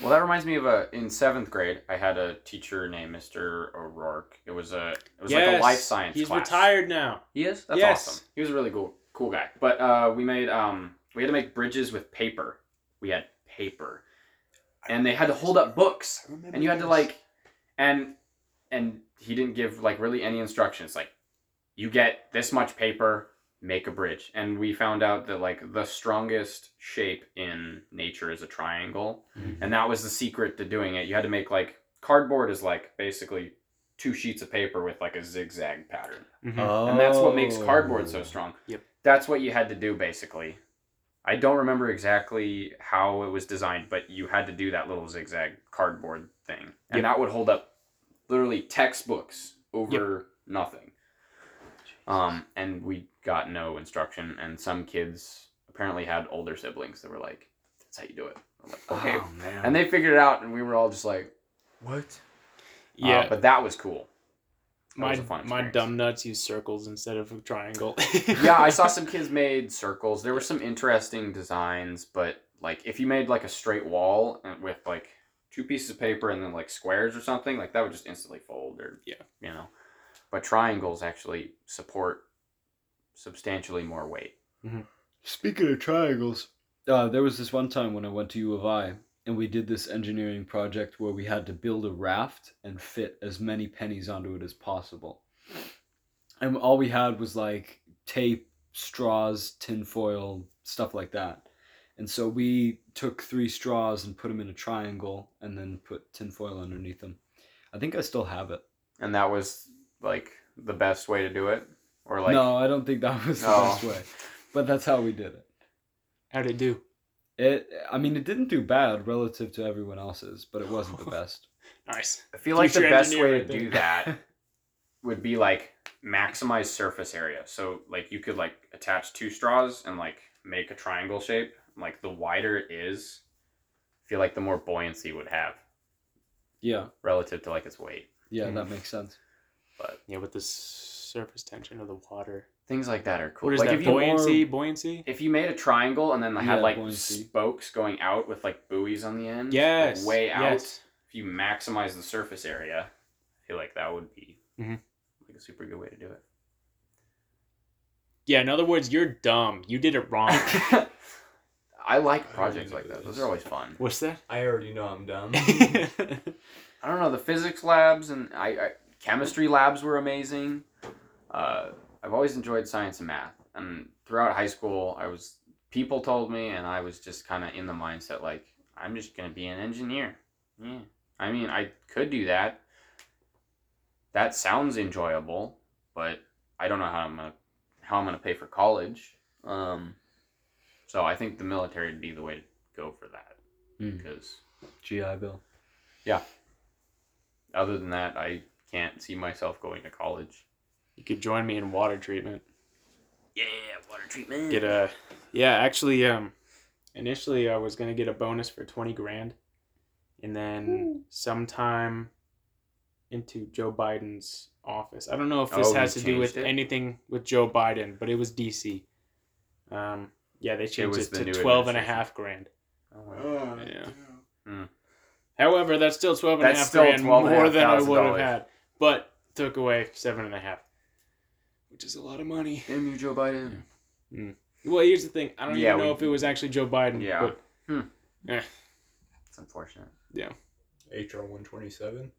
[SPEAKER 1] well, that reminds me of a in seventh grade. I had a teacher named Mr. O'Rourke. It was a it was like a life science.
[SPEAKER 3] He's
[SPEAKER 1] class.
[SPEAKER 3] retired now.
[SPEAKER 1] He is. That's
[SPEAKER 3] Yes.
[SPEAKER 1] awesome. He was a really cool cool guy. But uh, we made um we had to make bridges with paper. We had paper, and they had to hold up books. and you had to like and and he didn't give like really any instructions like you get this much paper make a bridge and we found out that like the strongest shape in nature is a triangle
[SPEAKER 4] Mhm.
[SPEAKER 1] and that was the secret to doing it you had to make like cardboard is like basically two sheets of paper with like a zigzag pattern
[SPEAKER 3] Mhm.
[SPEAKER 1] and that's what makes cardboard so
[SPEAKER 4] Oh.
[SPEAKER 1] strong.
[SPEAKER 3] Yep.
[SPEAKER 1] That's what you had to do basically. I don't remember exactly how it was designed, but you had to do that little zigzag cardboard thing, and
[SPEAKER 3] Yep.
[SPEAKER 1] that would hold up literally textbooks over nothing. Um, and we got no instruction, and some kids apparently had older siblings that were like, "That's how you do it." I'm like, okay,
[SPEAKER 3] Ah.
[SPEAKER 4] Oh man.
[SPEAKER 1] and they figured it out, and we were all just like,
[SPEAKER 5] What?
[SPEAKER 1] uh,
[SPEAKER 3] Yeah,
[SPEAKER 1] but that was cool." That
[SPEAKER 3] my
[SPEAKER 1] was a fun
[SPEAKER 3] my
[SPEAKER 1] experience.
[SPEAKER 3] dumb nuts use circles instead of a triangle. <laughs>
[SPEAKER 1] yeah, I saw some kids made circles. There were some interesting designs, but like if you made like a straight wall and with like two pieces of paper and then like squares or something, like that would just instantly fold or
[SPEAKER 3] Yeah.
[SPEAKER 1] you know. But triangles actually support substantially more weight.
[SPEAKER 4] Speaking of triangles, uh, there was this one time when I went to U of I and we did this engineering project where we had to build a raft and fit as many pennies onto it as possible. And all we had was like tape, straws, tinfoil, stuff like that. And so we took three straws and put them in a triangle and then put tinfoil underneath them. I think I still have it.
[SPEAKER 1] And that was like the best way to do it or like
[SPEAKER 4] no, I don't think that was the
[SPEAKER 1] No.
[SPEAKER 4] best way, but that's how we did it.
[SPEAKER 3] How'd it do?
[SPEAKER 4] It, I mean, it didn't do bad relative to everyone else's, but it wasn't the best.
[SPEAKER 3] Nice.
[SPEAKER 1] I feel like the
[SPEAKER 3] Future
[SPEAKER 1] best
[SPEAKER 3] engineer
[SPEAKER 1] way to
[SPEAKER 3] right there.
[SPEAKER 1] do
[SPEAKER 3] <laughs>
[SPEAKER 1] that would be like maximize surface area. So like you could like attach two straws and like make a triangle shape. Like the wider it is, I feel like the more buoyancy it would have
[SPEAKER 4] Yeah,
[SPEAKER 1] relative to like its weight.
[SPEAKER 4] yeah,
[SPEAKER 3] Mm.
[SPEAKER 4] that makes sense.
[SPEAKER 3] Yeah, with the s- surface tension of the water.
[SPEAKER 1] Things like that are cool.
[SPEAKER 3] What is
[SPEAKER 1] like
[SPEAKER 3] that?
[SPEAKER 1] if you
[SPEAKER 3] Buoyancy. Buoyancy.
[SPEAKER 1] if you made a triangle and then
[SPEAKER 4] Yeah,
[SPEAKER 1] had like
[SPEAKER 4] buoyancy.
[SPEAKER 1] spokes going out with like buoys on the end, like,
[SPEAKER 3] Yes.
[SPEAKER 1] way out.
[SPEAKER 3] yes.
[SPEAKER 1] If you maximize the surface area, I feel like that would be
[SPEAKER 3] Mhm.
[SPEAKER 1] like a super good way to do
[SPEAKER 3] Yeah. In other words, you're dumb. You did it
[SPEAKER 1] <laughs>
[SPEAKER 3] <laughs> wrong.
[SPEAKER 1] it. I like
[SPEAKER 5] I
[SPEAKER 1] projects
[SPEAKER 5] don't
[SPEAKER 1] like
[SPEAKER 5] know
[SPEAKER 1] that. Those
[SPEAKER 5] this.
[SPEAKER 1] are always fun.
[SPEAKER 3] What's
[SPEAKER 1] <laughs>
[SPEAKER 3] that? <laughs>
[SPEAKER 5] I already know I'm dumb.
[SPEAKER 1] I don't know the physics labs and I, I chemistry labs were amazing. Uh, I've always enjoyed science and math, and throughout high school, I was people told me, and I was just kind of in the mindset like I'm just gonna be an engineer. Yeah, I mean I could do that. That sounds enjoyable, but I don't know how I'm gonna how I'm gonna pay for college. Um, so I think the military would be the way to go for that
[SPEAKER 4] Mm.
[SPEAKER 1] because
[SPEAKER 4] GI Bill.
[SPEAKER 1] other than that, I can't see myself going to college.
[SPEAKER 3] you could join me in water treatment.
[SPEAKER 1] Yeah, water treatment.
[SPEAKER 3] Get a. Yeah, actually, um, initially I was gonna get a bonus for twenty grand, and then sometime into Joe Biden's office. I don't know if this
[SPEAKER 1] Oh, he
[SPEAKER 3] has to do
[SPEAKER 1] changed
[SPEAKER 3] with
[SPEAKER 1] it?
[SPEAKER 3] anything with Joe Biden, but it was DC. Um, yeah, they changed
[SPEAKER 1] was
[SPEAKER 3] it,
[SPEAKER 1] the
[SPEAKER 3] to
[SPEAKER 1] new
[SPEAKER 3] twelve and a
[SPEAKER 1] administration.
[SPEAKER 3] half grand.
[SPEAKER 1] Oh,
[SPEAKER 3] Yeah.
[SPEAKER 1] Hmm.
[SPEAKER 3] However, that's still twelve and a
[SPEAKER 1] That's
[SPEAKER 3] half
[SPEAKER 1] still
[SPEAKER 3] grand
[SPEAKER 1] 12 and a
[SPEAKER 3] more
[SPEAKER 1] half
[SPEAKER 3] than I
[SPEAKER 1] thousand
[SPEAKER 3] would have
[SPEAKER 1] dollars.
[SPEAKER 3] had, but took away seven and a half, which is a lot of money.
[SPEAKER 1] Damn you, Joe Biden.
[SPEAKER 3] Well, here's the thing. I don't
[SPEAKER 1] Yeah,
[SPEAKER 3] even know
[SPEAKER 1] we-
[SPEAKER 3] if it was actually Joe Biden.
[SPEAKER 1] Yeah.
[SPEAKER 3] But hmm.
[SPEAKER 1] It's unfortunate.
[SPEAKER 5] HR 127.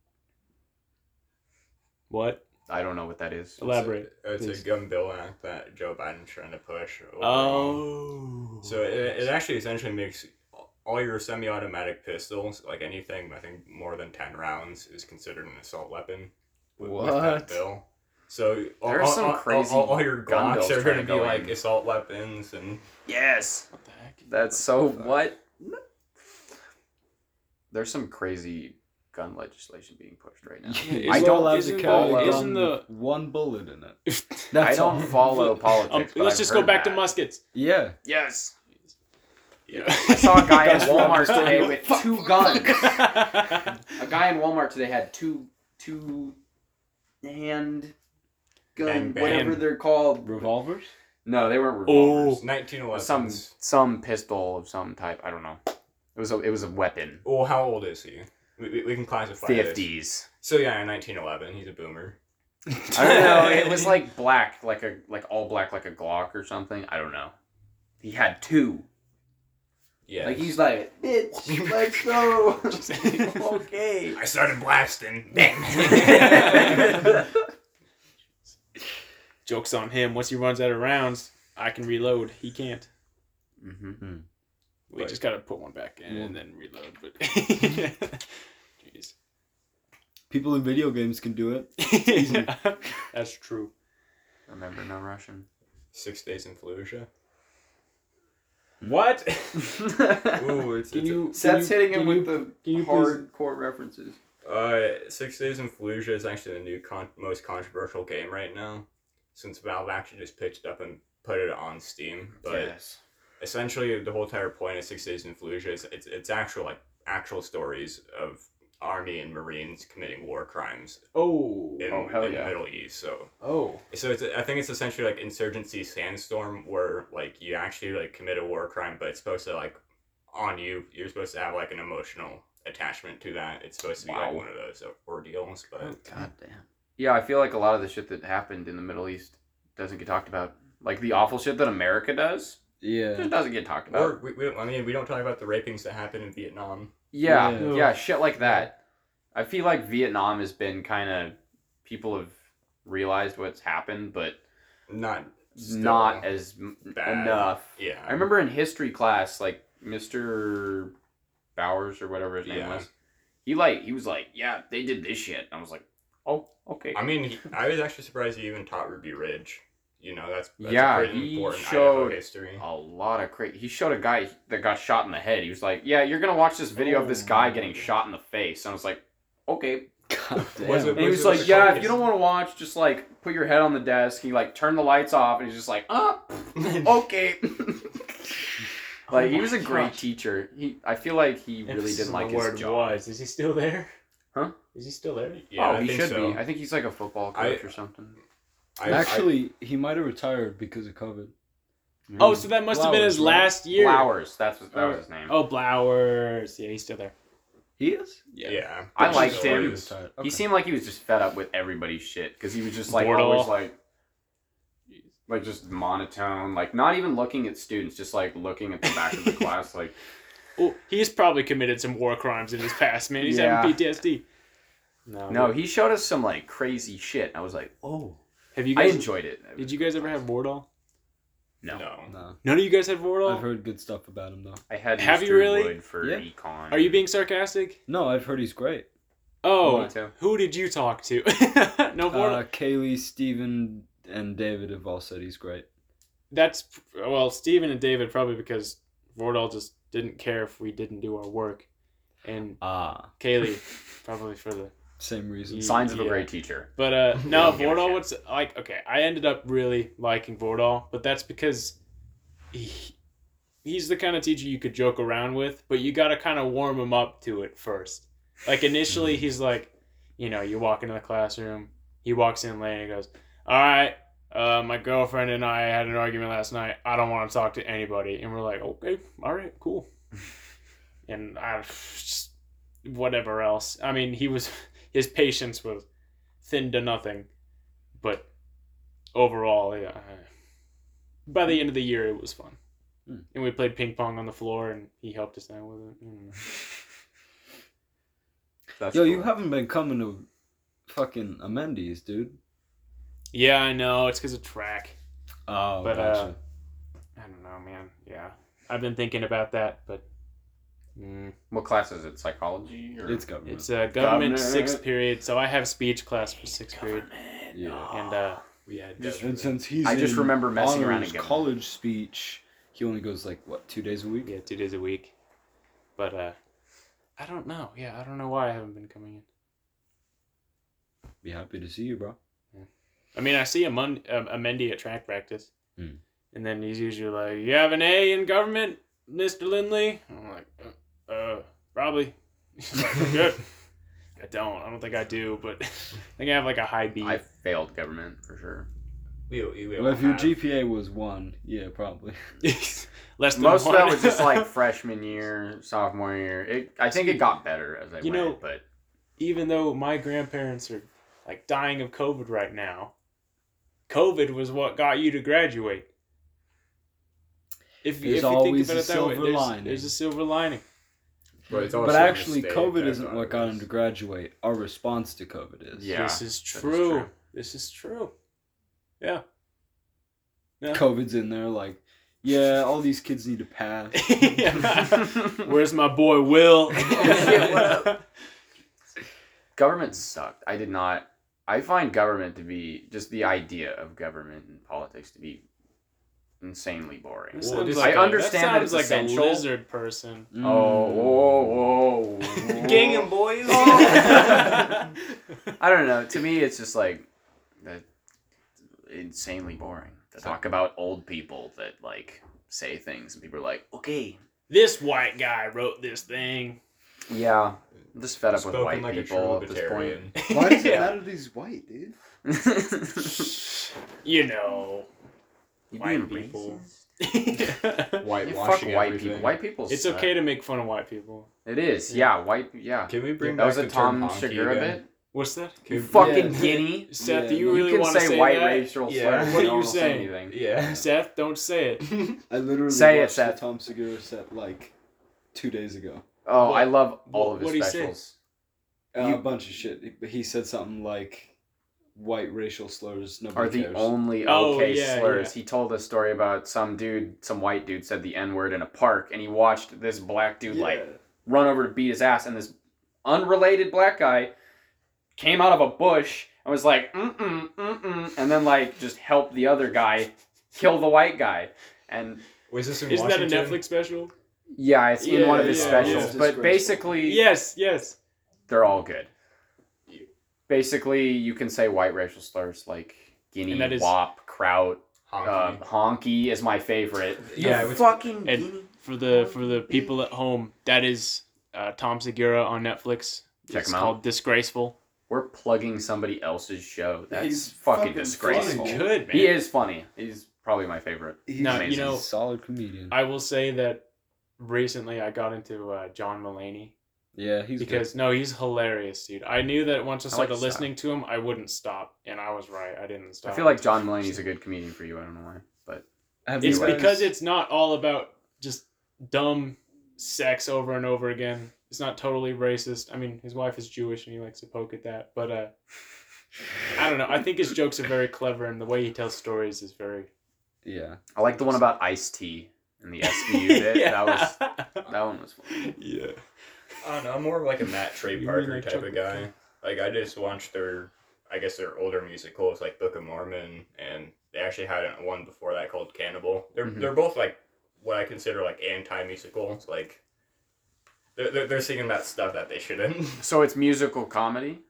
[SPEAKER 3] what?
[SPEAKER 1] I don't know what that is.
[SPEAKER 3] Elaborate.
[SPEAKER 5] It's a, it's
[SPEAKER 3] please.
[SPEAKER 5] a gun bill act that Joe Biden's trying to push. overall.
[SPEAKER 3] Oh.
[SPEAKER 5] So it, it actually essentially makes all your semi-automatic pistols, like anything I think more than ten rounds, is considered an assault weapon. with- with that
[SPEAKER 4] What?
[SPEAKER 5] bill. So all,
[SPEAKER 1] There are
[SPEAKER 5] all-
[SPEAKER 1] some
[SPEAKER 5] all- all-
[SPEAKER 1] crazy
[SPEAKER 5] all, your
[SPEAKER 1] gun
[SPEAKER 5] Glocks
[SPEAKER 1] bills
[SPEAKER 5] are
[SPEAKER 1] trying
[SPEAKER 5] going to
[SPEAKER 1] to
[SPEAKER 5] be
[SPEAKER 1] go
[SPEAKER 5] like
[SPEAKER 1] in.
[SPEAKER 5] assault weapons, and
[SPEAKER 1] Yes.
[SPEAKER 3] What the heck?
[SPEAKER 1] That's so
[SPEAKER 4] fuck?
[SPEAKER 1] what? There's some crazy gun legislation being pushed right
[SPEAKER 3] <laughs>
[SPEAKER 4] <laughs>
[SPEAKER 1] now.
[SPEAKER 3] Yeah,
[SPEAKER 1] I
[SPEAKER 3] it's
[SPEAKER 1] don't
[SPEAKER 3] all-
[SPEAKER 1] like
[SPEAKER 3] isn't
[SPEAKER 4] to
[SPEAKER 3] the-
[SPEAKER 4] carry a
[SPEAKER 1] isn't
[SPEAKER 4] gun
[SPEAKER 3] the-
[SPEAKER 4] with one bullet in it.
[SPEAKER 1] I
[SPEAKER 4] That's
[SPEAKER 1] don't
[SPEAKER 4] all. <laughs>
[SPEAKER 1] follow
[SPEAKER 3] <laughs> Um,
[SPEAKER 1] politics. but
[SPEAKER 3] let's
[SPEAKER 1] I've
[SPEAKER 3] just go
[SPEAKER 1] heard
[SPEAKER 3] back
[SPEAKER 1] that.
[SPEAKER 3] to muskets.
[SPEAKER 4] Yeah,
[SPEAKER 1] Yes.
[SPEAKER 5] Yeah.
[SPEAKER 1] <laughs> I saw a
[SPEAKER 3] <laughs>
[SPEAKER 1] guy at
[SPEAKER 4] Guns from
[SPEAKER 1] Walmart
[SPEAKER 4] Amazon.
[SPEAKER 1] today with
[SPEAKER 4] Fuck,
[SPEAKER 1] two guns. A guy in Walmart today had two two hand gun
[SPEAKER 5] Bang, bang.
[SPEAKER 1] whatever they're called.
[SPEAKER 4] Revolvers?
[SPEAKER 1] No, they weren't revolvers.
[SPEAKER 5] 1911.
[SPEAKER 1] Some some pistol of some type. I don't know. It was a it was a weapon.
[SPEAKER 5] Well, how old is he? We, we, we can classify this.
[SPEAKER 1] Fifties.
[SPEAKER 5] So yeah, 1911. He's a boomer.
[SPEAKER 1] I don't know. It was like black, like a like all black, like a Glock or something. I don't know. He had two.
[SPEAKER 5] Yeah.
[SPEAKER 1] Like he's like,
[SPEAKER 5] <laughs>
[SPEAKER 1] bitch, let's go. <laughs> okay.
[SPEAKER 5] I started
[SPEAKER 1] <laughs>
[SPEAKER 5] blasting.
[SPEAKER 3] <laughs>
[SPEAKER 5] <laughs>
[SPEAKER 1] Mm-hmm.
[SPEAKER 3] Joke's on him. Once he runs out of rounds, I can reload. He can't.
[SPEAKER 1] hmm
[SPEAKER 3] We
[SPEAKER 4] Right.
[SPEAKER 3] just gotta put one back
[SPEAKER 1] Mm.
[SPEAKER 3] in and then reload. But <laughs> jeez,
[SPEAKER 4] People in video games can do it.
[SPEAKER 3] Yeah,
[SPEAKER 1] Mm-hmm.
[SPEAKER 3] <laughs> that's true.
[SPEAKER 1] Remember, no Russian.
[SPEAKER 5] Six days in
[SPEAKER 1] <laughs>
[SPEAKER 5] Fallujah.
[SPEAKER 3] <laughs>
[SPEAKER 4] What?
[SPEAKER 5] Ooh, it's,
[SPEAKER 3] Can
[SPEAKER 5] it's
[SPEAKER 3] you?
[SPEAKER 1] Seth's
[SPEAKER 3] can you-
[SPEAKER 1] hitting
[SPEAKER 3] can
[SPEAKER 1] him
[SPEAKER 3] you-
[SPEAKER 1] with the
[SPEAKER 3] can you
[SPEAKER 1] hardcore references.
[SPEAKER 5] Uh, Six Days in Fallujah is actually the new con- most controversial game right now, since Valve actually just picked it up and put it on Steam. But
[SPEAKER 1] yes.
[SPEAKER 5] essentially, the whole entire point of Six Days in Fallujah is it's, it's actual like actual stories of army and marines committing war crimes
[SPEAKER 3] Oh.
[SPEAKER 5] in,
[SPEAKER 1] Oh, hell
[SPEAKER 5] in
[SPEAKER 1] yeah.
[SPEAKER 5] the Middle East. So,
[SPEAKER 3] Oh.
[SPEAKER 5] so it's I think it's essentially like insurgency sandstorm where like you actually like commit a war crime, but it's supposed to like on you. You're supposed to have like an emotional attachment to that. It's supposed to be
[SPEAKER 1] Wow. Oh,
[SPEAKER 5] like one of those uh, ordeals, but.
[SPEAKER 1] God damn. Yeah, I feel like a lot of the shit that happened in the Middle East doesn't get talked about. Like the awful shit that America does
[SPEAKER 4] Yeah.
[SPEAKER 1] <laughs> just doesn't get talked about.
[SPEAKER 5] Or we, we, I mean, we don't talk about the rapings that happened in Vietnam.
[SPEAKER 1] Yeah,
[SPEAKER 4] Yeah.
[SPEAKER 1] yeah, shit like that. I feel like Vietnam has been kind of people have realized what's happened, but
[SPEAKER 5] Not still
[SPEAKER 1] not as m
[SPEAKER 5] bad.
[SPEAKER 1] enough.
[SPEAKER 5] Yeah,
[SPEAKER 1] I remember in history class, like Mr. Bowers or whatever his name
[SPEAKER 5] Yeah.
[SPEAKER 1] was, he like he was like, yeah, they did this shit, and I was like, oh, okay.
[SPEAKER 5] I mean, he- I was actually surprised he even taught Ruby Ridge. You know, that's, that's
[SPEAKER 1] Yeah,
[SPEAKER 5] a pretty
[SPEAKER 1] he
[SPEAKER 5] important Idaho
[SPEAKER 1] showed- Oh,
[SPEAKER 5] history.
[SPEAKER 1] a lot of crazy. He showed a guy that got shot in the head. He was like, "Yeah, you're gonna watch this video of this
[SPEAKER 3] Oh
[SPEAKER 1] guy
[SPEAKER 3] my
[SPEAKER 1] getting
[SPEAKER 3] God.
[SPEAKER 1] shot in the face." And I was like, "Okay."
[SPEAKER 4] God damn.
[SPEAKER 5] Was it-
[SPEAKER 1] And he was
[SPEAKER 5] it
[SPEAKER 1] like,
[SPEAKER 5] the
[SPEAKER 1] "Yeah, if
[SPEAKER 5] funniest?
[SPEAKER 1] you don't want to watch, just like put your head on the desk." He like turned the lights off, and he's just like,
[SPEAKER 3] <laughs>
[SPEAKER 1] "Uh, okay." <laughs> like he
[SPEAKER 3] Oh my
[SPEAKER 1] was a great
[SPEAKER 3] gosh.
[SPEAKER 1] teacher. He, I feel like he really
[SPEAKER 3] Emphasis
[SPEAKER 1] didn't
[SPEAKER 3] on
[SPEAKER 1] like
[SPEAKER 3] the word
[SPEAKER 1] his job.
[SPEAKER 3] Was. Is he still there?
[SPEAKER 1] Huh?
[SPEAKER 3] Is he still there?
[SPEAKER 5] yeah,
[SPEAKER 1] oh,
[SPEAKER 5] I
[SPEAKER 1] he
[SPEAKER 5] think
[SPEAKER 1] should
[SPEAKER 5] so.
[SPEAKER 1] be. I think he's like a football
[SPEAKER 5] I-
[SPEAKER 1] coach or something.
[SPEAKER 5] I, actually,
[SPEAKER 4] Actually, he might have retired because of COVID.
[SPEAKER 3] Oh, so that must have been
[SPEAKER 4] Flowers,
[SPEAKER 3] his
[SPEAKER 4] right?
[SPEAKER 3] last year.
[SPEAKER 1] Flowers. That's what, that
[SPEAKER 4] Oh.
[SPEAKER 1] was his name.
[SPEAKER 3] Oh, Blowers. Yeah, he's still there.
[SPEAKER 4] He is?
[SPEAKER 5] yeah,
[SPEAKER 1] I
[SPEAKER 5] He
[SPEAKER 1] liked
[SPEAKER 5] still
[SPEAKER 1] him.
[SPEAKER 5] is.
[SPEAKER 4] Retired.
[SPEAKER 1] He
[SPEAKER 4] Okay.
[SPEAKER 1] seemed like he was just fed up with everybody's shit because he was just like
[SPEAKER 3] Bored
[SPEAKER 1] always
[SPEAKER 3] all.
[SPEAKER 1] like, like just monotone, like not even looking at students, just like looking at the back
[SPEAKER 3] <laughs>
[SPEAKER 1] of the class, like
[SPEAKER 3] Oh, he's probably committed some war crimes in his past, man. He's having
[SPEAKER 1] Yeah.
[SPEAKER 3] PTSD. No.
[SPEAKER 1] No, he showed us some like crazy shit. I was like,
[SPEAKER 4] Oh.
[SPEAKER 3] Have you
[SPEAKER 1] I
[SPEAKER 3] guys?
[SPEAKER 1] enjoyed it.
[SPEAKER 3] did you guys ever have Vordal?
[SPEAKER 1] No,
[SPEAKER 5] No,
[SPEAKER 4] No.
[SPEAKER 3] None of you guys had Vordal.
[SPEAKER 4] I've heard good stuff about him, though.
[SPEAKER 1] I had.
[SPEAKER 3] Have
[SPEAKER 1] Mr.
[SPEAKER 3] you really?
[SPEAKER 1] Wood for
[SPEAKER 4] Yeah.
[SPEAKER 1] econ.
[SPEAKER 3] Are you being sarcastic?
[SPEAKER 4] No, I've heard he's great.
[SPEAKER 3] Oh,
[SPEAKER 1] Me too.
[SPEAKER 3] who did you talk to? <laughs> no Vordal.
[SPEAKER 4] Uh, Kaylee, Steven, and David have all said he's great.
[SPEAKER 3] That's well, Steven and David probably because Vordal just didn't care if we didn't do our work, and
[SPEAKER 4] Ah.
[SPEAKER 1] <laughs>
[SPEAKER 3] Kaylee probably for the
[SPEAKER 4] Same reason.
[SPEAKER 1] signs of a
[SPEAKER 3] Yeah.
[SPEAKER 1] great teacher?
[SPEAKER 3] But
[SPEAKER 5] <laughs>
[SPEAKER 3] uh
[SPEAKER 5] We
[SPEAKER 3] no,
[SPEAKER 5] don't give a
[SPEAKER 3] Vordal
[SPEAKER 5] shit.
[SPEAKER 3] what's like okay, I ended up really liking Vordal, but that's because he, he's the kind of teacher you could joke around with, but you got to kind of warm him up to it first. Like initially
[SPEAKER 5] Mm-hmm.
[SPEAKER 3] he's like, you know, you walk into the classroom, he walks in late and he goes, "All right, uh, my girlfriend and I had an argument last night. I don't want to talk to anybody." And we're like, "Okay, all right, cool."
[SPEAKER 5] <laughs>
[SPEAKER 3] and I just whatever else. I mean, he was <laughs> his patience was thin to nothing, but overall, yeah. I- By the end of the year, it was fun,
[SPEAKER 4] Hmm.
[SPEAKER 3] and we played ping pong on the floor, and he helped us out with it. Mm.
[SPEAKER 1] That's
[SPEAKER 4] Yo,
[SPEAKER 1] cool.
[SPEAKER 4] you haven't been coming to fucking Amendy's, dude.
[SPEAKER 3] Yeah, I know it's because of track.
[SPEAKER 4] Oh,
[SPEAKER 3] But,
[SPEAKER 4] gotcha.
[SPEAKER 3] uh, I don't know, man. Yeah, I've been thinking about that, but mm,
[SPEAKER 1] What class is it? Psychology? Or...
[SPEAKER 4] it's government.
[SPEAKER 3] it's a
[SPEAKER 1] Governor.
[SPEAKER 3] government sixth period, so I have speech class for sixth period,
[SPEAKER 4] yeah.
[SPEAKER 3] and uh, we had
[SPEAKER 1] Just-
[SPEAKER 4] And since he's
[SPEAKER 1] I just
[SPEAKER 4] in
[SPEAKER 1] remember messing around
[SPEAKER 4] honors
[SPEAKER 1] again.
[SPEAKER 4] college speech, he only goes like what two days a week.
[SPEAKER 3] yeah two days a week, but uh, I don't know. Yeah, I don't know why I haven't been coming in.
[SPEAKER 4] Be happy to see you, bro.
[SPEAKER 3] I mean, I see a, Mon- a, a Mendy at track practice,
[SPEAKER 4] Hmm.
[SPEAKER 3] and then he's usually like, "You have an A in government." Mr. Lindley? And I'm like, uh, uh, probably. <laughs> He's
[SPEAKER 1] <laughs>
[SPEAKER 3] like, "Good." I don't. I don't think I do, but <laughs> I think I have like a high B.
[SPEAKER 1] I failed government for sure.
[SPEAKER 5] We, we, we
[SPEAKER 4] Well,
[SPEAKER 5] all
[SPEAKER 4] if your
[SPEAKER 5] have-
[SPEAKER 4] GPA was one, yeah, probably.
[SPEAKER 3] <laughs> Less
[SPEAKER 1] <laughs>
[SPEAKER 3] than
[SPEAKER 1] Most of that
[SPEAKER 3] one.
[SPEAKER 1] was just
[SPEAKER 3] <laughs>
[SPEAKER 1] like freshman year, sophomore year. It, I think it got better as I
[SPEAKER 3] You
[SPEAKER 1] went,
[SPEAKER 3] know-
[SPEAKER 1] but
[SPEAKER 3] even though my grandparents are like dying of COVID right now, COVID was what got you to graduate. If, you-
[SPEAKER 4] There's
[SPEAKER 3] if you think
[SPEAKER 4] always
[SPEAKER 3] about
[SPEAKER 4] a
[SPEAKER 3] it that way,
[SPEAKER 4] silver
[SPEAKER 3] there's,
[SPEAKER 4] lining.
[SPEAKER 3] there's a silver lining.
[SPEAKER 5] But, it's
[SPEAKER 4] But
[SPEAKER 5] also a
[SPEAKER 4] actually,
[SPEAKER 5] mistake
[SPEAKER 4] COVID
[SPEAKER 5] that
[SPEAKER 4] isn't what got him to
[SPEAKER 5] is.
[SPEAKER 4] graduate. Our response to COVID is.
[SPEAKER 1] Yeah,
[SPEAKER 3] this is
[SPEAKER 1] is
[SPEAKER 3] true.
[SPEAKER 1] true.
[SPEAKER 3] This is true. <laughs> Yeah. Yeah.
[SPEAKER 4] COVID's in there, like, yeah, all these kids need to pass.
[SPEAKER 3] <laughs> Where's my boy Will? <laughs>
[SPEAKER 1] Yeah, what <laughs> government sucked. I did not. I find government to be just the idea of government and politics to be insanely boring.
[SPEAKER 3] That
[SPEAKER 5] Well,
[SPEAKER 3] sounds
[SPEAKER 5] just-
[SPEAKER 3] like
[SPEAKER 1] I
[SPEAKER 3] a-
[SPEAKER 1] understand
[SPEAKER 3] that
[SPEAKER 1] that
[SPEAKER 3] sounds
[SPEAKER 1] it's
[SPEAKER 3] like
[SPEAKER 1] essential.
[SPEAKER 3] a lizard person.
[SPEAKER 4] Mm.
[SPEAKER 1] <laughs> Oh, whoa,
[SPEAKER 3] <laughs>
[SPEAKER 1] whoa,
[SPEAKER 5] Gang
[SPEAKER 1] whoa.
[SPEAKER 5] and boys.
[SPEAKER 1] Oh. I don't know. To me, it's just like that insanely boring to talk about old people that like say things and people are like, okay,
[SPEAKER 3] this white guy wrote this thing.
[SPEAKER 1] yeah, I'm just fed up
[SPEAKER 5] Spoken
[SPEAKER 1] with white
[SPEAKER 5] like
[SPEAKER 1] people
[SPEAKER 5] a
[SPEAKER 1] at
[SPEAKER 5] true
[SPEAKER 1] this point.
[SPEAKER 5] libertarian.
[SPEAKER 4] Mm.
[SPEAKER 1] <laughs>
[SPEAKER 2] Why does it
[SPEAKER 3] Yeah.
[SPEAKER 2] matter that he's white, dude?
[SPEAKER 3] You know.
[SPEAKER 1] you
[SPEAKER 3] White
[SPEAKER 1] being
[SPEAKER 3] people.
[SPEAKER 1] racist?
[SPEAKER 3] it's
[SPEAKER 1] You fuck
[SPEAKER 5] Whitewashing
[SPEAKER 1] white
[SPEAKER 5] everything.
[SPEAKER 1] people. White people. suck.
[SPEAKER 3] okay to make fun of white people.
[SPEAKER 1] It is.
[SPEAKER 3] Yeah.
[SPEAKER 1] Yeah. White. Yeah.
[SPEAKER 5] Can we bring
[SPEAKER 1] that was
[SPEAKER 5] back
[SPEAKER 1] a
[SPEAKER 5] the term
[SPEAKER 1] Tom
[SPEAKER 5] honky
[SPEAKER 1] Segura
[SPEAKER 5] again?
[SPEAKER 3] <laughs>
[SPEAKER 1] bit.
[SPEAKER 3] What's that?
[SPEAKER 5] Can
[SPEAKER 1] You
[SPEAKER 5] we-
[SPEAKER 1] fucking
[SPEAKER 4] Yeah.
[SPEAKER 1] guinea.
[SPEAKER 3] Seth,
[SPEAKER 4] Yeah,
[SPEAKER 3] do you
[SPEAKER 4] you
[SPEAKER 3] really
[SPEAKER 1] you can
[SPEAKER 3] want to
[SPEAKER 1] say,
[SPEAKER 3] say,
[SPEAKER 1] white
[SPEAKER 3] that?
[SPEAKER 1] racial
[SPEAKER 5] Yeah.
[SPEAKER 1] slur.
[SPEAKER 3] <laughs> are
[SPEAKER 5] What
[SPEAKER 1] No
[SPEAKER 3] you
[SPEAKER 1] one will say
[SPEAKER 3] saying?
[SPEAKER 1] anything.
[SPEAKER 5] <laughs> Yeah.
[SPEAKER 3] Seth, don't say it.
[SPEAKER 4] I literally
[SPEAKER 1] Say it,
[SPEAKER 4] watched
[SPEAKER 1] Seth.
[SPEAKER 4] the Tom Segura set like two days ago.
[SPEAKER 1] Oh,
[SPEAKER 3] What-
[SPEAKER 1] I love all of
[SPEAKER 3] what
[SPEAKER 1] his
[SPEAKER 3] do you say?
[SPEAKER 1] specials.
[SPEAKER 4] Uh,
[SPEAKER 1] You-
[SPEAKER 4] a bunch of shit. He- He said something like, "White racial slurs nobody
[SPEAKER 1] Are the
[SPEAKER 4] cares."
[SPEAKER 1] only
[SPEAKER 3] Oh,
[SPEAKER 1] okay
[SPEAKER 3] yeah,
[SPEAKER 1] slurs.
[SPEAKER 3] yeah.
[SPEAKER 1] He told a story about some dude, some white dude, said the n word in a park, and he watched this black dude
[SPEAKER 4] Yeah.
[SPEAKER 1] like run over to beat his ass, and this unrelated black guy came out of a bush and was like, mm mm mm mm, and then like just helped the other guy kill the white guy, and
[SPEAKER 5] Was this in
[SPEAKER 3] Isn't
[SPEAKER 5] Washington?
[SPEAKER 3] that a Netflix special?
[SPEAKER 1] Yeah, it's in one of
[SPEAKER 3] Yeah,
[SPEAKER 1] his
[SPEAKER 3] yeah,
[SPEAKER 1] specials.
[SPEAKER 4] yeah.
[SPEAKER 1] But basically,
[SPEAKER 3] Yes, yes.
[SPEAKER 1] they're all good. Basically, you can say white racial slurs like guinea,
[SPEAKER 3] And that is-
[SPEAKER 1] wop, kraut, uh,
[SPEAKER 5] Honky.
[SPEAKER 1] honky is my favorite.
[SPEAKER 5] Yeah,
[SPEAKER 1] You
[SPEAKER 5] it was-
[SPEAKER 1] fucking
[SPEAKER 3] And-
[SPEAKER 1] guinea.
[SPEAKER 3] For the for the people at home, that is uh, Tom Segura on Netflix.
[SPEAKER 1] Check
[SPEAKER 3] it's
[SPEAKER 1] him out.
[SPEAKER 3] called Disgraceful.
[SPEAKER 1] We're plugging somebody else's show. That's
[SPEAKER 2] He's
[SPEAKER 1] fucking,
[SPEAKER 2] fucking
[SPEAKER 1] disgraceful.
[SPEAKER 2] funny,
[SPEAKER 3] Good man.
[SPEAKER 1] He is funny. He's probably my favorite.
[SPEAKER 2] He's
[SPEAKER 3] No, you
[SPEAKER 1] amazing.
[SPEAKER 3] know,
[SPEAKER 4] solid comedian.
[SPEAKER 3] I will say that recently I got into uh, John Mulaney
[SPEAKER 4] yeah, he's
[SPEAKER 3] because no, he's hilarious, dude. I knew that once I
[SPEAKER 1] I
[SPEAKER 3] started
[SPEAKER 1] like his style.
[SPEAKER 3] listening to him, I wouldn't stop, and I was right. I didn't stop.
[SPEAKER 1] I feel like John Mulaney's a good comedian for you. I don't know why, but
[SPEAKER 4] good. Have
[SPEAKER 3] It's
[SPEAKER 4] you guys-
[SPEAKER 3] because it's not all about just dumb sex over and over again. It's not totally racist. I mean, his wife is Jewish and he likes to poke at that, but uh I don't know. I think his jokes are very clever and the way he tells stories is very
[SPEAKER 4] yeah.
[SPEAKER 1] I like the one about Ice T and the
[SPEAKER 3] <laughs>
[SPEAKER 1] SVU bit. That was that one was funny.
[SPEAKER 3] Yeah.
[SPEAKER 5] I don't know. I'm more of like a Matt Trey
[SPEAKER 3] You
[SPEAKER 5] Parker
[SPEAKER 3] like
[SPEAKER 5] type
[SPEAKER 3] chocolate
[SPEAKER 5] of guy. Like I just watched their, I guess their older musicals like Book of Mormon, and they actually had one before that called Cannibal. They're
[SPEAKER 1] Mhm.
[SPEAKER 5] they're both like what I consider like anti musicals. Like they're, they're they're singing that stuff that they shouldn't. <laughs>
[SPEAKER 1] So it's musical comedy.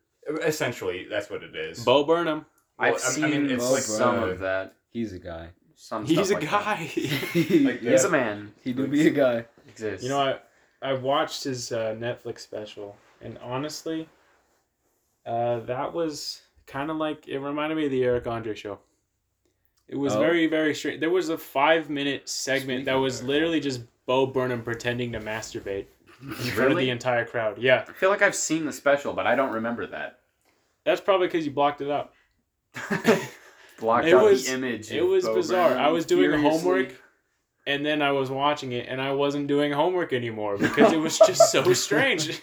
[SPEAKER 5] Essentially, that's what it is.
[SPEAKER 3] Bo Burnham.
[SPEAKER 5] Well,
[SPEAKER 1] I've
[SPEAKER 5] I- I
[SPEAKER 1] seen
[SPEAKER 5] mean, it's
[SPEAKER 1] like
[SPEAKER 4] like
[SPEAKER 1] some
[SPEAKER 5] the-
[SPEAKER 1] of that.
[SPEAKER 4] He's a <laughs> guy.
[SPEAKER 1] Some
[SPEAKER 3] He's a
[SPEAKER 1] stuff like that.
[SPEAKER 3] guy.
[SPEAKER 4] yeah.
[SPEAKER 1] He's a man.
[SPEAKER 4] He do be a guy.
[SPEAKER 1] Exists.
[SPEAKER 3] You know, I I watched his uh, Netflix special, and honestly, uh, that was kind of like it reminded me of the Eric Andre show. It was
[SPEAKER 4] Oh.
[SPEAKER 3] very very straight. There was a five minute segment that
[SPEAKER 4] Speaking of
[SPEAKER 3] was
[SPEAKER 4] Eric
[SPEAKER 3] literally just Bo Burnham pretending to masturbate in front of the
[SPEAKER 1] really?
[SPEAKER 3] entire crowd. Yeah,
[SPEAKER 1] I feel like I've seen the special, but I don't remember
[SPEAKER 3] <laughs>
[SPEAKER 1] that. <laughs>
[SPEAKER 3] that's probably because you blocked it out.
[SPEAKER 1] Blocked
[SPEAKER 3] It
[SPEAKER 1] out
[SPEAKER 3] was-
[SPEAKER 1] the image.
[SPEAKER 3] it
[SPEAKER 1] of
[SPEAKER 3] was
[SPEAKER 1] Bo
[SPEAKER 3] bizarre.
[SPEAKER 1] Burnham
[SPEAKER 3] I was doing
[SPEAKER 1] furiously-
[SPEAKER 3] homework. And then I was watching it, and I wasn't doing homework anymore because it was
[SPEAKER 1] <laughs>
[SPEAKER 3] just so strange.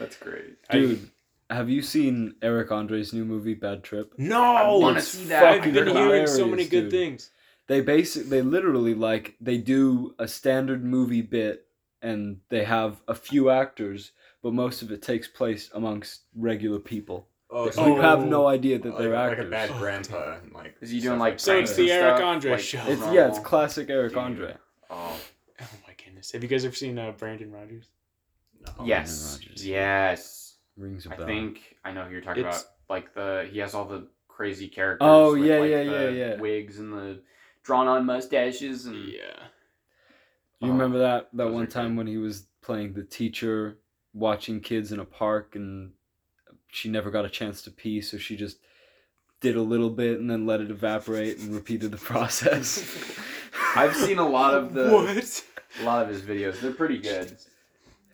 [SPEAKER 1] That's great.
[SPEAKER 4] Dude, have you seen Eric Andre's new movie Bad Trip?
[SPEAKER 3] no,
[SPEAKER 1] I want to
[SPEAKER 4] it's
[SPEAKER 1] see that.
[SPEAKER 3] I've
[SPEAKER 1] I
[SPEAKER 4] fucking
[SPEAKER 3] been
[SPEAKER 1] heard about
[SPEAKER 3] hearing
[SPEAKER 1] it.
[SPEAKER 3] so many
[SPEAKER 4] hilarious,
[SPEAKER 3] good
[SPEAKER 4] dude.
[SPEAKER 3] things.
[SPEAKER 4] They basic they literally like they do a standard movie bit and they have a few actors, but most of it takes place amongst regular people.
[SPEAKER 5] Oh,
[SPEAKER 4] So you have
[SPEAKER 3] Oh.
[SPEAKER 4] no idea that
[SPEAKER 5] like,
[SPEAKER 4] they're
[SPEAKER 5] like a
[SPEAKER 4] actors.
[SPEAKER 5] bad
[SPEAKER 3] Oh,
[SPEAKER 5] <laughs> grandpa. and, like
[SPEAKER 1] Is he
[SPEAKER 5] stuff
[SPEAKER 1] doing like
[SPEAKER 3] So
[SPEAKER 1] pranks
[SPEAKER 3] it's the
[SPEAKER 1] and
[SPEAKER 3] Eric
[SPEAKER 1] stuff?
[SPEAKER 3] Andre
[SPEAKER 1] Like,
[SPEAKER 3] show.
[SPEAKER 4] it's yeah, it's
[SPEAKER 1] normal?
[SPEAKER 4] classic Eric
[SPEAKER 1] Dude.
[SPEAKER 4] Andre.
[SPEAKER 1] Oh
[SPEAKER 3] Oh my goodness! Have you guys ever seen uh, Brandon Rogers?
[SPEAKER 5] no.
[SPEAKER 1] yes,
[SPEAKER 4] Rogers.
[SPEAKER 1] yes.
[SPEAKER 4] Rings a
[SPEAKER 1] I
[SPEAKER 4] bell.
[SPEAKER 1] think I know who you're talking
[SPEAKER 3] It's-
[SPEAKER 1] about. Like the he has all the crazy characters.
[SPEAKER 4] Oh,
[SPEAKER 1] with,
[SPEAKER 4] yeah,
[SPEAKER 1] like,
[SPEAKER 4] yeah,
[SPEAKER 1] the
[SPEAKER 4] yeah, yeah.
[SPEAKER 1] Wigs and the drawn on mustaches and
[SPEAKER 3] Yeah.
[SPEAKER 1] Oh,
[SPEAKER 4] You remember that that
[SPEAKER 1] those
[SPEAKER 4] one
[SPEAKER 1] are
[SPEAKER 4] time
[SPEAKER 1] good.
[SPEAKER 4] when he was playing the teacher, watching kids in a park, and she never got a chance to pee, so she just did a little bit and then let it evaporate and repeated the <laughs> process.
[SPEAKER 1] I've seen a lot
[SPEAKER 4] <laughs>
[SPEAKER 1] of the
[SPEAKER 3] what?
[SPEAKER 1] a lot of his videos. They're pretty good.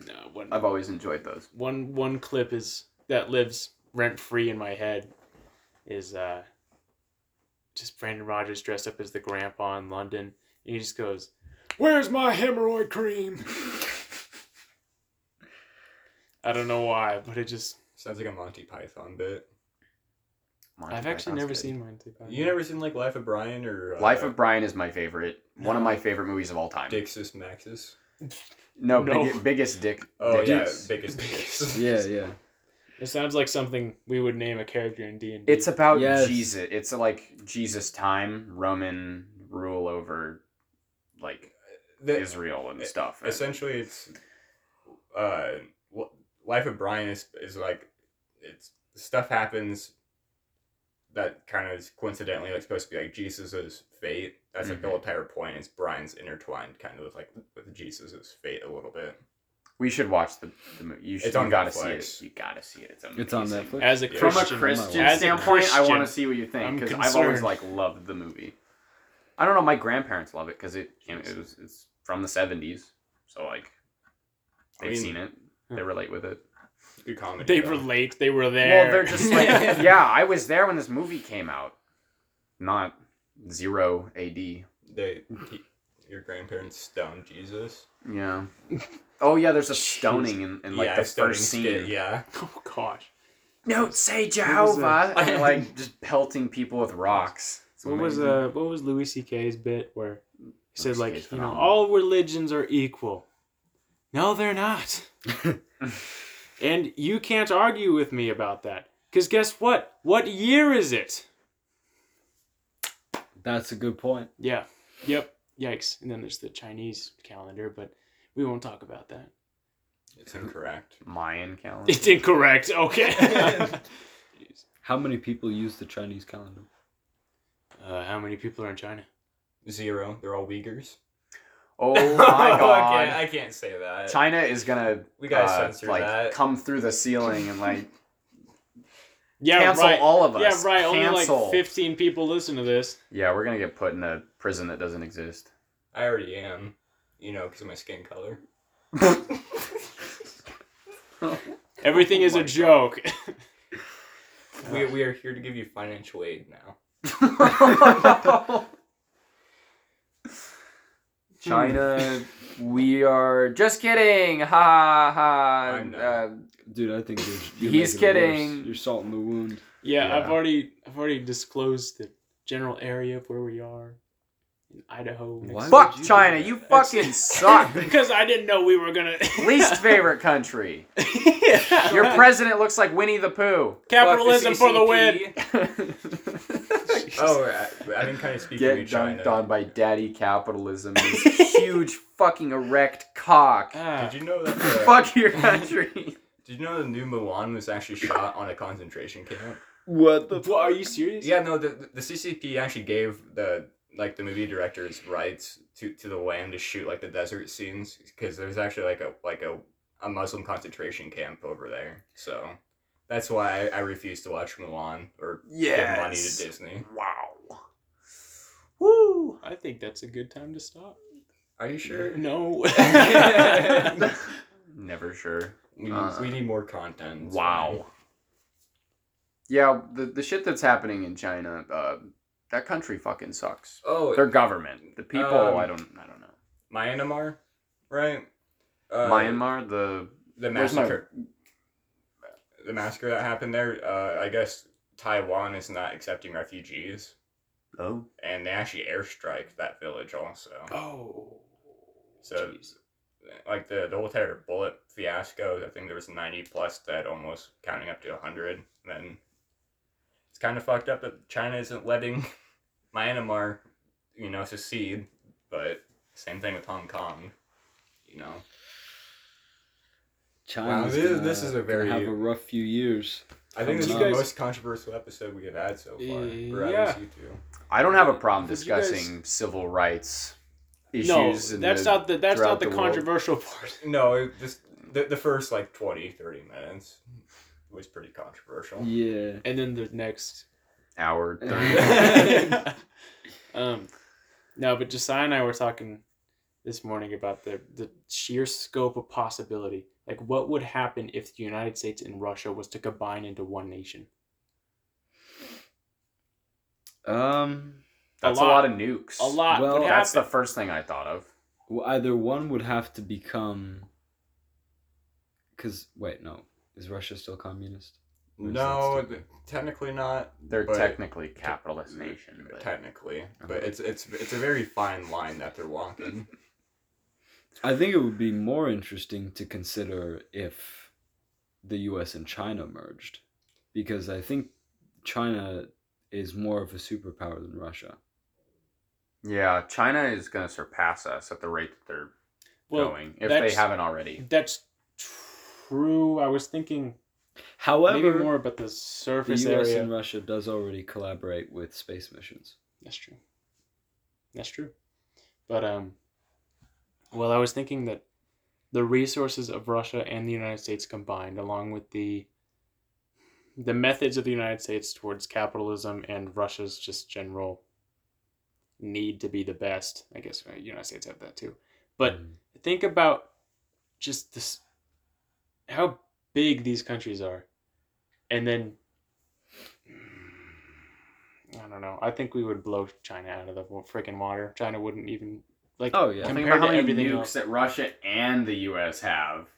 [SPEAKER 3] No, one,
[SPEAKER 1] I've always enjoyed those.
[SPEAKER 3] one one clip is that lives rent free in my head is uh just Brandon Rogers dressed up as the grandpa in London and he just goes, Where's my hemorrhoid cream? I don't know why, but it just
[SPEAKER 5] Sounds like a Monty Python bit.
[SPEAKER 1] Monty
[SPEAKER 3] I've actually
[SPEAKER 1] Python's
[SPEAKER 3] never
[SPEAKER 1] good.
[SPEAKER 3] seen Monty Python.
[SPEAKER 5] You never seen like Life of Brian or uh,
[SPEAKER 1] Life of Brian is my favorite. One of my favorite movies of all time.
[SPEAKER 5] Dixis Maxis?
[SPEAKER 1] No,
[SPEAKER 3] No.
[SPEAKER 1] big- biggest
[SPEAKER 4] <laughs>
[SPEAKER 1] dick.
[SPEAKER 5] Oh
[SPEAKER 1] dick
[SPEAKER 5] yeah,
[SPEAKER 1] is-
[SPEAKER 5] biggest biggest. <laughs>
[SPEAKER 4] yeah, yeah.
[SPEAKER 3] It sounds like something we would name a character in D and D.
[SPEAKER 1] It's about
[SPEAKER 4] Yes.
[SPEAKER 1] Jesus. It's like Jesus time, Roman rule over like
[SPEAKER 4] Eh,
[SPEAKER 5] The-
[SPEAKER 1] Israel and stuff.
[SPEAKER 5] essentially it's uh wh- life of brian is, is like it's stuff happens that kind of is coincidentally like supposed to be like jesus's fate that's like the
[SPEAKER 1] Mhm.
[SPEAKER 5] whole entire point is brian's intertwined kind of with like with jesus's fate a little bit
[SPEAKER 1] We should watch the, the movie. You, should,
[SPEAKER 5] It's on
[SPEAKER 1] you gotta
[SPEAKER 5] Netflix.
[SPEAKER 1] see it. You gotta see it. It's,
[SPEAKER 4] It's on
[SPEAKER 1] amazing.
[SPEAKER 4] Netflix.
[SPEAKER 3] as a
[SPEAKER 5] Yeah.
[SPEAKER 1] From
[SPEAKER 3] Christian,
[SPEAKER 1] a Christian
[SPEAKER 3] as a
[SPEAKER 1] standpoint, I want
[SPEAKER 3] Christian,
[SPEAKER 1] to see what you think
[SPEAKER 3] I'm
[SPEAKER 1] because I've always
[SPEAKER 3] concerned.
[SPEAKER 1] like loved the movie. I don't know. My grandparents love it because it you know, it was it's from the seventies, so like
[SPEAKER 5] I
[SPEAKER 1] they've
[SPEAKER 5] mean-
[SPEAKER 1] seen it. They
[SPEAKER 3] Hmm.
[SPEAKER 1] relate with it.
[SPEAKER 5] good comedy
[SPEAKER 3] They
[SPEAKER 5] though.
[SPEAKER 3] relate. They were there.
[SPEAKER 1] Well, they're just
[SPEAKER 3] <laughs>
[SPEAKER 5] <laughs>
[SPEAKER 1] like, yeah, I was there when this movie came out. Not zero AD.
[SPEAKER 5] they he- your grandparents stoned jesus
[SPEAKER 1] Yeah. Oh yeah, there's a stoning in, in like
[SPEAKER 5] yeah,
[SPEAKER 1] the
[SPEAKER 5] stoning
[SPEAKER 1] first scene.
[SPEAKER 5] skit, yeah
[SPEAKER 3] oh gosh.
[SPEAKER 1] Don't say
[SPEAKER 3] was
[SPEAKER 1] Jehovah, and they're, like just pelting people with rocks. It's
[SPEAKER 3] What was
[SPEAKER 1] amazing.
[SPEAKER 3] uh what was Louis C.K.'s bit where he
[SPEAKER 1] Louis
[SPEAKER 3] said like
[SPEAKER 1] CK 's
[SPEAKER 3] you know
[SPEAKER 1] phenomenal.
[SPEAKER 3] all religions are equal? No, they're
[SPEAKER 1] <laughs>
[SPEAKER 3] not. and you can't argue with me about that because guess what? What year is it?
[SPEAKER 4] That's a good point.
[SPEAKER 3] Yeah. Yep. Yikes. And then there's the Chinese calendar, but we won't talk about that.
[SPEAKER 5] it's incorrect
[SPEAKER 1] Mayan calendar?
[SPEAKER 3] <laughs> It's incorrect. Okay. <laughs> Jeez.
[SPEAKER 4] How many people use the Chinese calendar?
[SPEAKER 3] uh, how many people are in China?
[SPEAKER 5] zero they're all uyghurs
[SPEAKER 1] <laughs> Oh my
[SPEAKER 5] <laughs> I,
[SPEAKER 1] god.
[SPEAKER 5] can't, I can't say that
[SPEAKER 1] China is gonna
[SPEAKER 5] we gotta
[SPEAKER 1] uh,
[SPEAKER 5] censor
[SPEAKER 1] like
[SPEAKER 5] that
[SPEAKER 1] come through the ceiling and like
[SPEAKER 3] Yeah.
[SPEAKER 1] cancel
[SPEAKER 3] right.
[SPEAKER 1] all of
[SPEAKER 3] yeah.
[SPEAKER 1] us.
[SPEAKER 3] Right. Only
[SPEAKER 1] Cancel.
[SPEAKER 3] like 15 people listen to this.
[SPEAKER 1] yeah, we're gonna get put in a prison that doesn't exist.
[SPEAKER 5] I already am, you know, because of my skin color.
[SPEAKER 3] Everything is a
[SPEAKER 5] Oh my God.
[SPEAKER 3] joke. <laughs>
[SPEAKER 5] we, we are here to give you financial aid now.
[SPEAKER 1] China, we are just kidding. Ha ha ha.
[SPEAKER 5] I'm not.
[SPEAKER 1] Uh,
[SPEAKER 4] Dude, I think you're, you're
[SPEAKER 1] He's
[SPEAKER 4] making it worse.
[SPEAKER 1] kidding.
[SPEAKER 4] You're salt in the wound.
[SPEAKER 3] Yeah, I've
[SPEAKER 1] Yeah.
[SPEAKER 3] already I've already disclosed the general area of where we are in Idaho.
[SPEAKER 4] Why
[SPEAKER 3] Mexico.
[SPEAKER 4] would
[SPEAKER 1] fuck
[SPEAKER 4] you do
[SPEAKER 1] China.
[SPEAKER 4] that?
[SPEAKER 1] You fucking suck.
[SPEAKER 3] <laughs> because I didn't know we were gonna
[SPEAKER 1] <laughs>
[SPEAKER 3] <laughs>
[SPEAKER 1] Least favorite country.
[SPEAKER 3] yeah,
[SPEAKER 5] <laughs>
[SPEAKER 1] Your
[SPEAKER 3] right.
[SPEAKER 1] president looks like Winnie the Pooh.
[SPEAKER 3] capitalism for the win.
[SPEAKER 5] Oh, I, I didn't kind of speak to
[SPEAKER 1] <laughs> Get
[SPEAKER 5] China.
[SPEAKER 1] dunked on by daddy capitalism. <laughs> His huge fucking erect <laughs> cock.
[SPEAKER 3] Ah,
[SPEAKER 5] E Did you know that? The,
[SPEAKER 1] Fuck your
[SPEAKER 5] <laughs>
[SPEAKER 1] country.
[SPEAKER 5] Did you know the new Milan was actually shot on a concentration camp?
[SPEAKER 4] What the?
[SPEAKER 3] what, are you serious?
[SPEAKER 5] Yeah, no, the the CCP actually gave the like the movie directors rights to, to the land to shoot like the desert scenes because there's actually like a like a, a Muslim concentration camp over there. So that's why I, I refuse to watch Milan or give money to
[SPEAKER 1] Yes.
[SPEAKER 5] Disney.
[SPEAKER 1] Wow. <laughs> Woo.
[SPEAKER 3] I think that's a good time to stop.
[SPEAKER 5] Are you sure?
[SPEAKER 3] No. <laughs>
[SPEAKER 1] Never sure.
[SPEAKER 5] We,
[SPEAKER 1] Uh,
[SPEAKER 5] we need more content. It's
[SPEAKER 1] Wow. Yeah, the the shit that's happening in China, uh, that country fucking sucks.
[SPEAKER 5] fine. Oh,
[SPEAKER 1] Their government, the people,
[SPEAKER 5] Um,
[SPEAKER 1] I don't, I don't know.
[SPEAKER 5] Myanmar, right? Uh,
[SPEAKER 1] Myanmar, the
[SPEAKER 5] The
[SPEAKER 1] where's my-
[SPEAKER 5] massacre. The massacre that happened there. Uh, I guess Taiwan is not accepting refugees,
[SPEAKER 1] oh,
[SPEAKER 5] and they actually airstrike that village also.
[SPEAKER 3] oh.
[SPEAKER 5] So-
[SPEAKER 3] jeez.
[SPEAKER 5] Like the the whole entire bullet fiasco. I think there was ninety plus dead, almost counting up to hundred. Then it's kind of fucked up that China isn't letting <laughs> Myanmar, you know, secede. But same thing with Hong Kong. You know,
[SPEAKER 4] China's
[SPEAKER 5] this-
[SPEAKER 4] gonna-
[SPEAKER 5] this is a
[SPEAKER 4] gonna
[SPEAKER 5] very-
[SPEAKER 4] have a rough few years.
[SPEAKER 5] I think this is
[SPEAKER 4] You
[SPEAKER 5] the
[SPEAKER 3] guys-
[SPEAKER 5] most controversial episode we have had so far.
[SPEAKER 3] Yeah.
[SPEAKER 5] Or at least you two.
[SPEAKER 1] I don't have a problem
[SPEAKER 3] Did you guys-
[SPEAKER 1] discussing civil rights issues.
[SPEAKER 3] no,
[SPEAKER 1] and
[SPEAKER 3] that's
[SPEAKER 1] the-
[SPEAKER 3] not the that's
[SPEAKER 1] throughout
[SPEAKER 3] not the,
[SPEAKER 1] the world.
[SPEAKER 3] controversial <laughs> part.
[SPEAKER 5] No, it just the, the first like 20, 30 minutes was pretty controversial.
[SPEAKER 4] Yeah.
[SPEAKER 3] And then the next. <laughs>
[SPEAKER 1] hour.
[SPEAKER 3] um, no, but Josiah and I were talking this morning about the the sheer scope of possibility. Like, what would happen if the United States and Russia was to combine into one nation?
[SPEAKER 4] Um.
[SPEAKER 1] That's a lot,
[SPEAKER 3] lot.
[SPEAKER 1] of nukes.
[SPEAKER 3] A lot
[SPEAKER 4] Well,
[SPEAKER 3] would
[SPEAKER 1] That's the
[SPEAKER 3] happen.
[SPEAKER 1] first thing I thought of.
[SPEAKER 4] Well, either one would have to become. Because wait, no, is Russia still communist? Or is that
[SPEAKER 5] No,
[SPEAKER 4] still-
[SPEAKER 5] th- technically not.
[SPEAKER 1] They're
[SPEAKER 5] But-
[SPEAKER 1] technically capitalist nation. But
[SPEAKER 5] Technically, but it's it's it's a very fine line that they're walking.
[SPEAKER 4] I think it would be more interesting to consider if the U.S. and China merged, because I think China is more of a superpower than Russia.
[SPEAKER 1] yeah, China is going to surpass us at the rate that they're
[SPEAKER 3] well,
[SPEAKER 1] going if they
[SPEAKER 3] that's-
[SPEAKER 1] haven't already.
[SPEAKER 3] that's true. I was thinking maybe
[SPEAKER 4] However,
[SPEAKER 3] more about the
[SPEAKER 4] the
[SPEAKER 3] surface
[SPEAKER 4] U.S.
[SPEAKER 3] area.
[SPEAKER 4] and Russia does already collaborate with space missions.
[SPEAKER 3] That's true. That's true. But um well I was thinking that the resources of Russia and the United States combined along with the the methods of the United States towards capitalism and Russia's just general need to be the best. I guess uh, United States have that too. But
[SPEAKER 4] Mm.
[SPEAKER 3] think about just this how big these countries are and then <sighs> i don't know i think we would blow china out of the freaking water china wouldn't even like
[SPEAKER 4] oh yeah,
[SPEAKER 3] Can-
[SPEAKER 1] Think
[SPEAKER 3] compared
[SPEAKER 1] about how
[SPEAKER 3] to
[SPEAKER 1] many
[SPEAKER 3] everything
[SPEAKER 1] nukes
[SPEAKER 3] else.
[SPEAKER 1] that Russia and the U.S. have.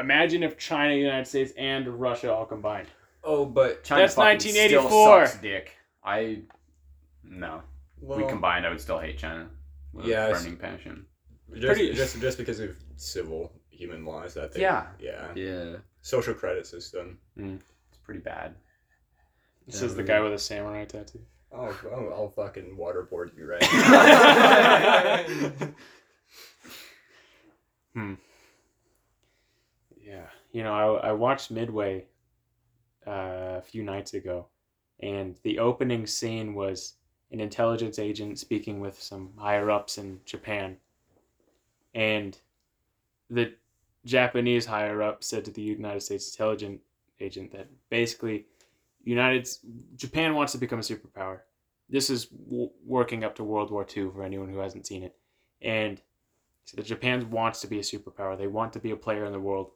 [SPEAKER 3] imagine if china united states and russia all combined
[SPEAKER 5] Oh, but
[SPEAKER 1] China
[SPEAKER 3] That's
[SPEAKER 1] fucking still
[SPEAKER 3] 1984.
[SPEAKER 1] sucks dick. I no.
[SPEAKER 5] well,
[SPEAKER 1] we combined, I would still hate China. With a
[SPEAKER 5] Yes.
[SPEAKER 1] burning passion.
[SPEAKER 5] just,
[SPEAKER 3] pretty-
[SPEAKER 5] just just because of civil human laws that they
[SPEAKER 1] Yeah.
[SPEAKER 5] yeah
[SPEAKER 4] yeah.
[SPEAKER 5] social credit system.
[SPEAKER 1] It's pretty bad.
[SPEAKER 3] this is the
[SPEAKER 4] Yeah.
[SPEAKER 3] guy with a samurai tattoo
[SPEAKER 5] Oh, I'll, I'll fucking waterboard you
[SPEAKER 1] <laughs>
[SPEAKER 5] right. now.
[SPEAKER 3] Yeah, you know, I I watched Midway uh, a few nights ago, and the opening scene was an intelligence agent speaking with some higher ups in Japan, and the Japanese higher up said to the United States intelligence agent that basically, United S- Japan wants to become a superpower. This is w- working up to World War II for anyone who hasn't seen it, and so the Japan wants to be a superpower. They want to be a player in the world,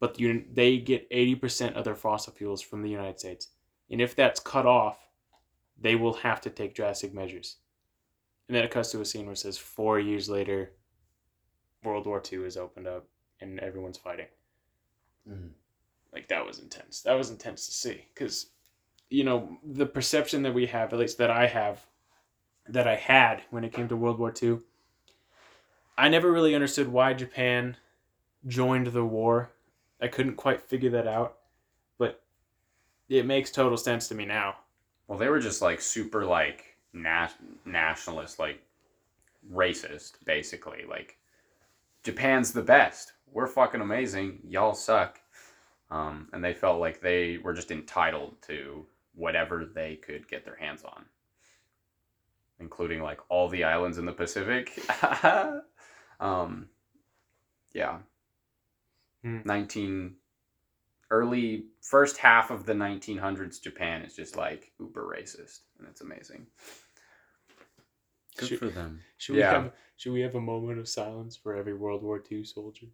[SPEAKER 3] but the, Un- they get 80% of their fossil fuels from the United States. And if that's cut off, they will have to take drastic measures. And then it cuts to a scene where it says four years later, World War II is opened up and everyone's fighting.
[SPEAKER 4] Mm.
[SPEAKER 3] Like that was intense. That was intense to see because, you know, the perception that we have, at least that I have, that I had when it came to World War II, I never really understood why Japan joined the war. I couldn't quite figure that out, but it makes total sense to me now.
[SPEAKER 1] Well, they were just like super like na- nationalist, like racist, basically. Like Japan's the best. We're fucking amazing. Y'all suck. Um, and they felt like they were just entitled to whatever they could get their hands on, including like all the islands in the Pacific. <laughs> um, yeah.
[SPEAKER 3] Hmm.
[SPEAKER 1] 19 early first half of the 1900s Japan is just like uber racist and it's
[SPEAKER 5] <laughs>
[SPEAKER 1] amazing.
[SPEAKER 4] Good
[SPEAKER 3] Should,
[SPEAKER 4] for them.
[SPEAKER 3] should we
[SPEAKER 1] Yeah.
[SPEAKER 3] have should we have a moment of silence for every World War II soldier?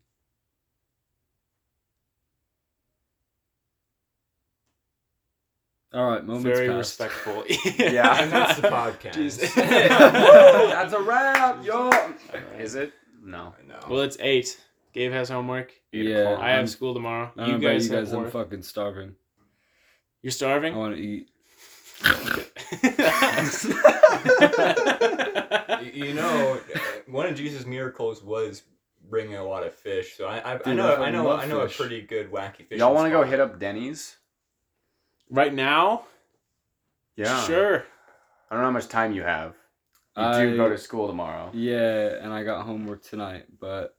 [SPEAKER 4] All right, moments
[SPEAKER 3] Very
[SPEAKER 4] passed. <laughs>
[SPEAKER 3] respectful. <laughs>
[SPEAKER 1] Yeah.
[SPEAKER 5] and that's the
[SPEAKER 1] <laughs>
[SPEAKER 5] podcast. <laughs>
[SPEAKER 3] Jeez.
[SPEAKER 1] That's a wrap, yo. Is it? No. <laughs>
[SPEAKER 5] I know.
[SPEAKER 3] Well, it's eight. Gabe has homework.
[SPEAKER 1] Eight
[SPEAKER 4] Yeah.
[SPEAKER 1] o'clock.
[SPEAKER 3] I have
[SPEAKER 4] I'm-
[SPEAKER 3] school tomorrow.
[SPEAKER 4] I
[SPEAKER 3] you
[SPEAKER 4] don't know about
[SPEAKER 3] guys,
[SPEAKER 4] you guys.
[SPEAKER 3] have
[SPEAKER 4] I'm
[SPEAKER 3] work.
[SPEAKER 4] fucking starving.
[SPEAKER 3] You're
[SPEAKER 4] I
[SPEAKER 3] starving.
[SPEAKER 4] want to eat.
[SPEAKER 5] Y- you know, uh, one of Jesus' miracles was bringing a lot of fish. So I, I, I
[SPEAKER 4] Dude, I
[SPEAKER 5] know, I
[SPEAKER 4] fucking
[SPEAKER 5] know,
[SPEAKER 4] love
[SPEAKER 5] I know a
[SPEAKER 4] fish.
[SPEAKER 5] pretty good wacky fish.
[SPEAKER 1] Y'all want to go hit up Denny's?
[SPEAKER 3] <laughs> right now? Sure.
[SPEAKER 1] I don't know how much time you have. You
[SPEAKER 4] I-
[SPEAKER 1] do go to school tomorrow.
[SPEAKER 4] Yeah, and I got homework tonight, but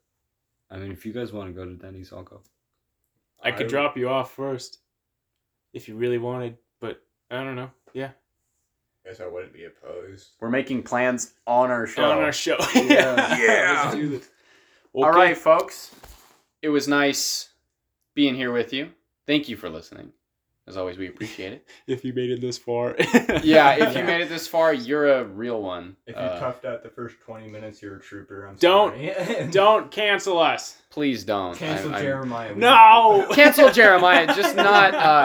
[SPEAKER 4] I mean, if you guys want to go to Denny's, I'll go.
[SPEAKER 3] I could drop you off first if you really wanted, but I don't know. Yeah.
[SPEAKER 5] guess I wouldn't be opposed.
[SPEAKER 1] We're making plans on our
[SPEAKER 4] Oh.
[SPEAKER 1] show.
[SPEAKER 3] on our show. <laughs>
[SPEAKER 1] Yeah.
[SPEAKER 5] <laughs> Yeah.
[SPEAKER 3] Let's do this.
[SPEAKER 1] All
[SPEAKER 3] Okay.
[SPEAKER 1] right, folks. It was nice being here with you. Thank you for listening. As always, we appreciate <laughs> it.
[SPEAKER 3] If you made it this far.
[SPEAKER 1] Yeah,
[SPEAKER 3] <laughs>
[SPEAKER 1] if you
[SPEAKER 5] Yeah.
[SPEAKER 1] made it this far, you're a real one.
[SPEAKER 5] If you
[SPEAKER 1] Uh,
[SPEAKER 5] toughed out the first twenty minutes, you're a trooper. I'm
[SPEAKER 3] Don't-
[SPEAKER 5] sorry. <laughs>
[SPEAKER 3] Don't cancel us.
[SPEAKER 1] please don't.
[SPEAKER 5] cancel
[SPEAKER 1] I'm- I'm-
[SPEAKER 5] Jeremiah.
[SPEAKER 3] No.
[SPEAKER 1] Cancel Jeremiah. Just not. Uh,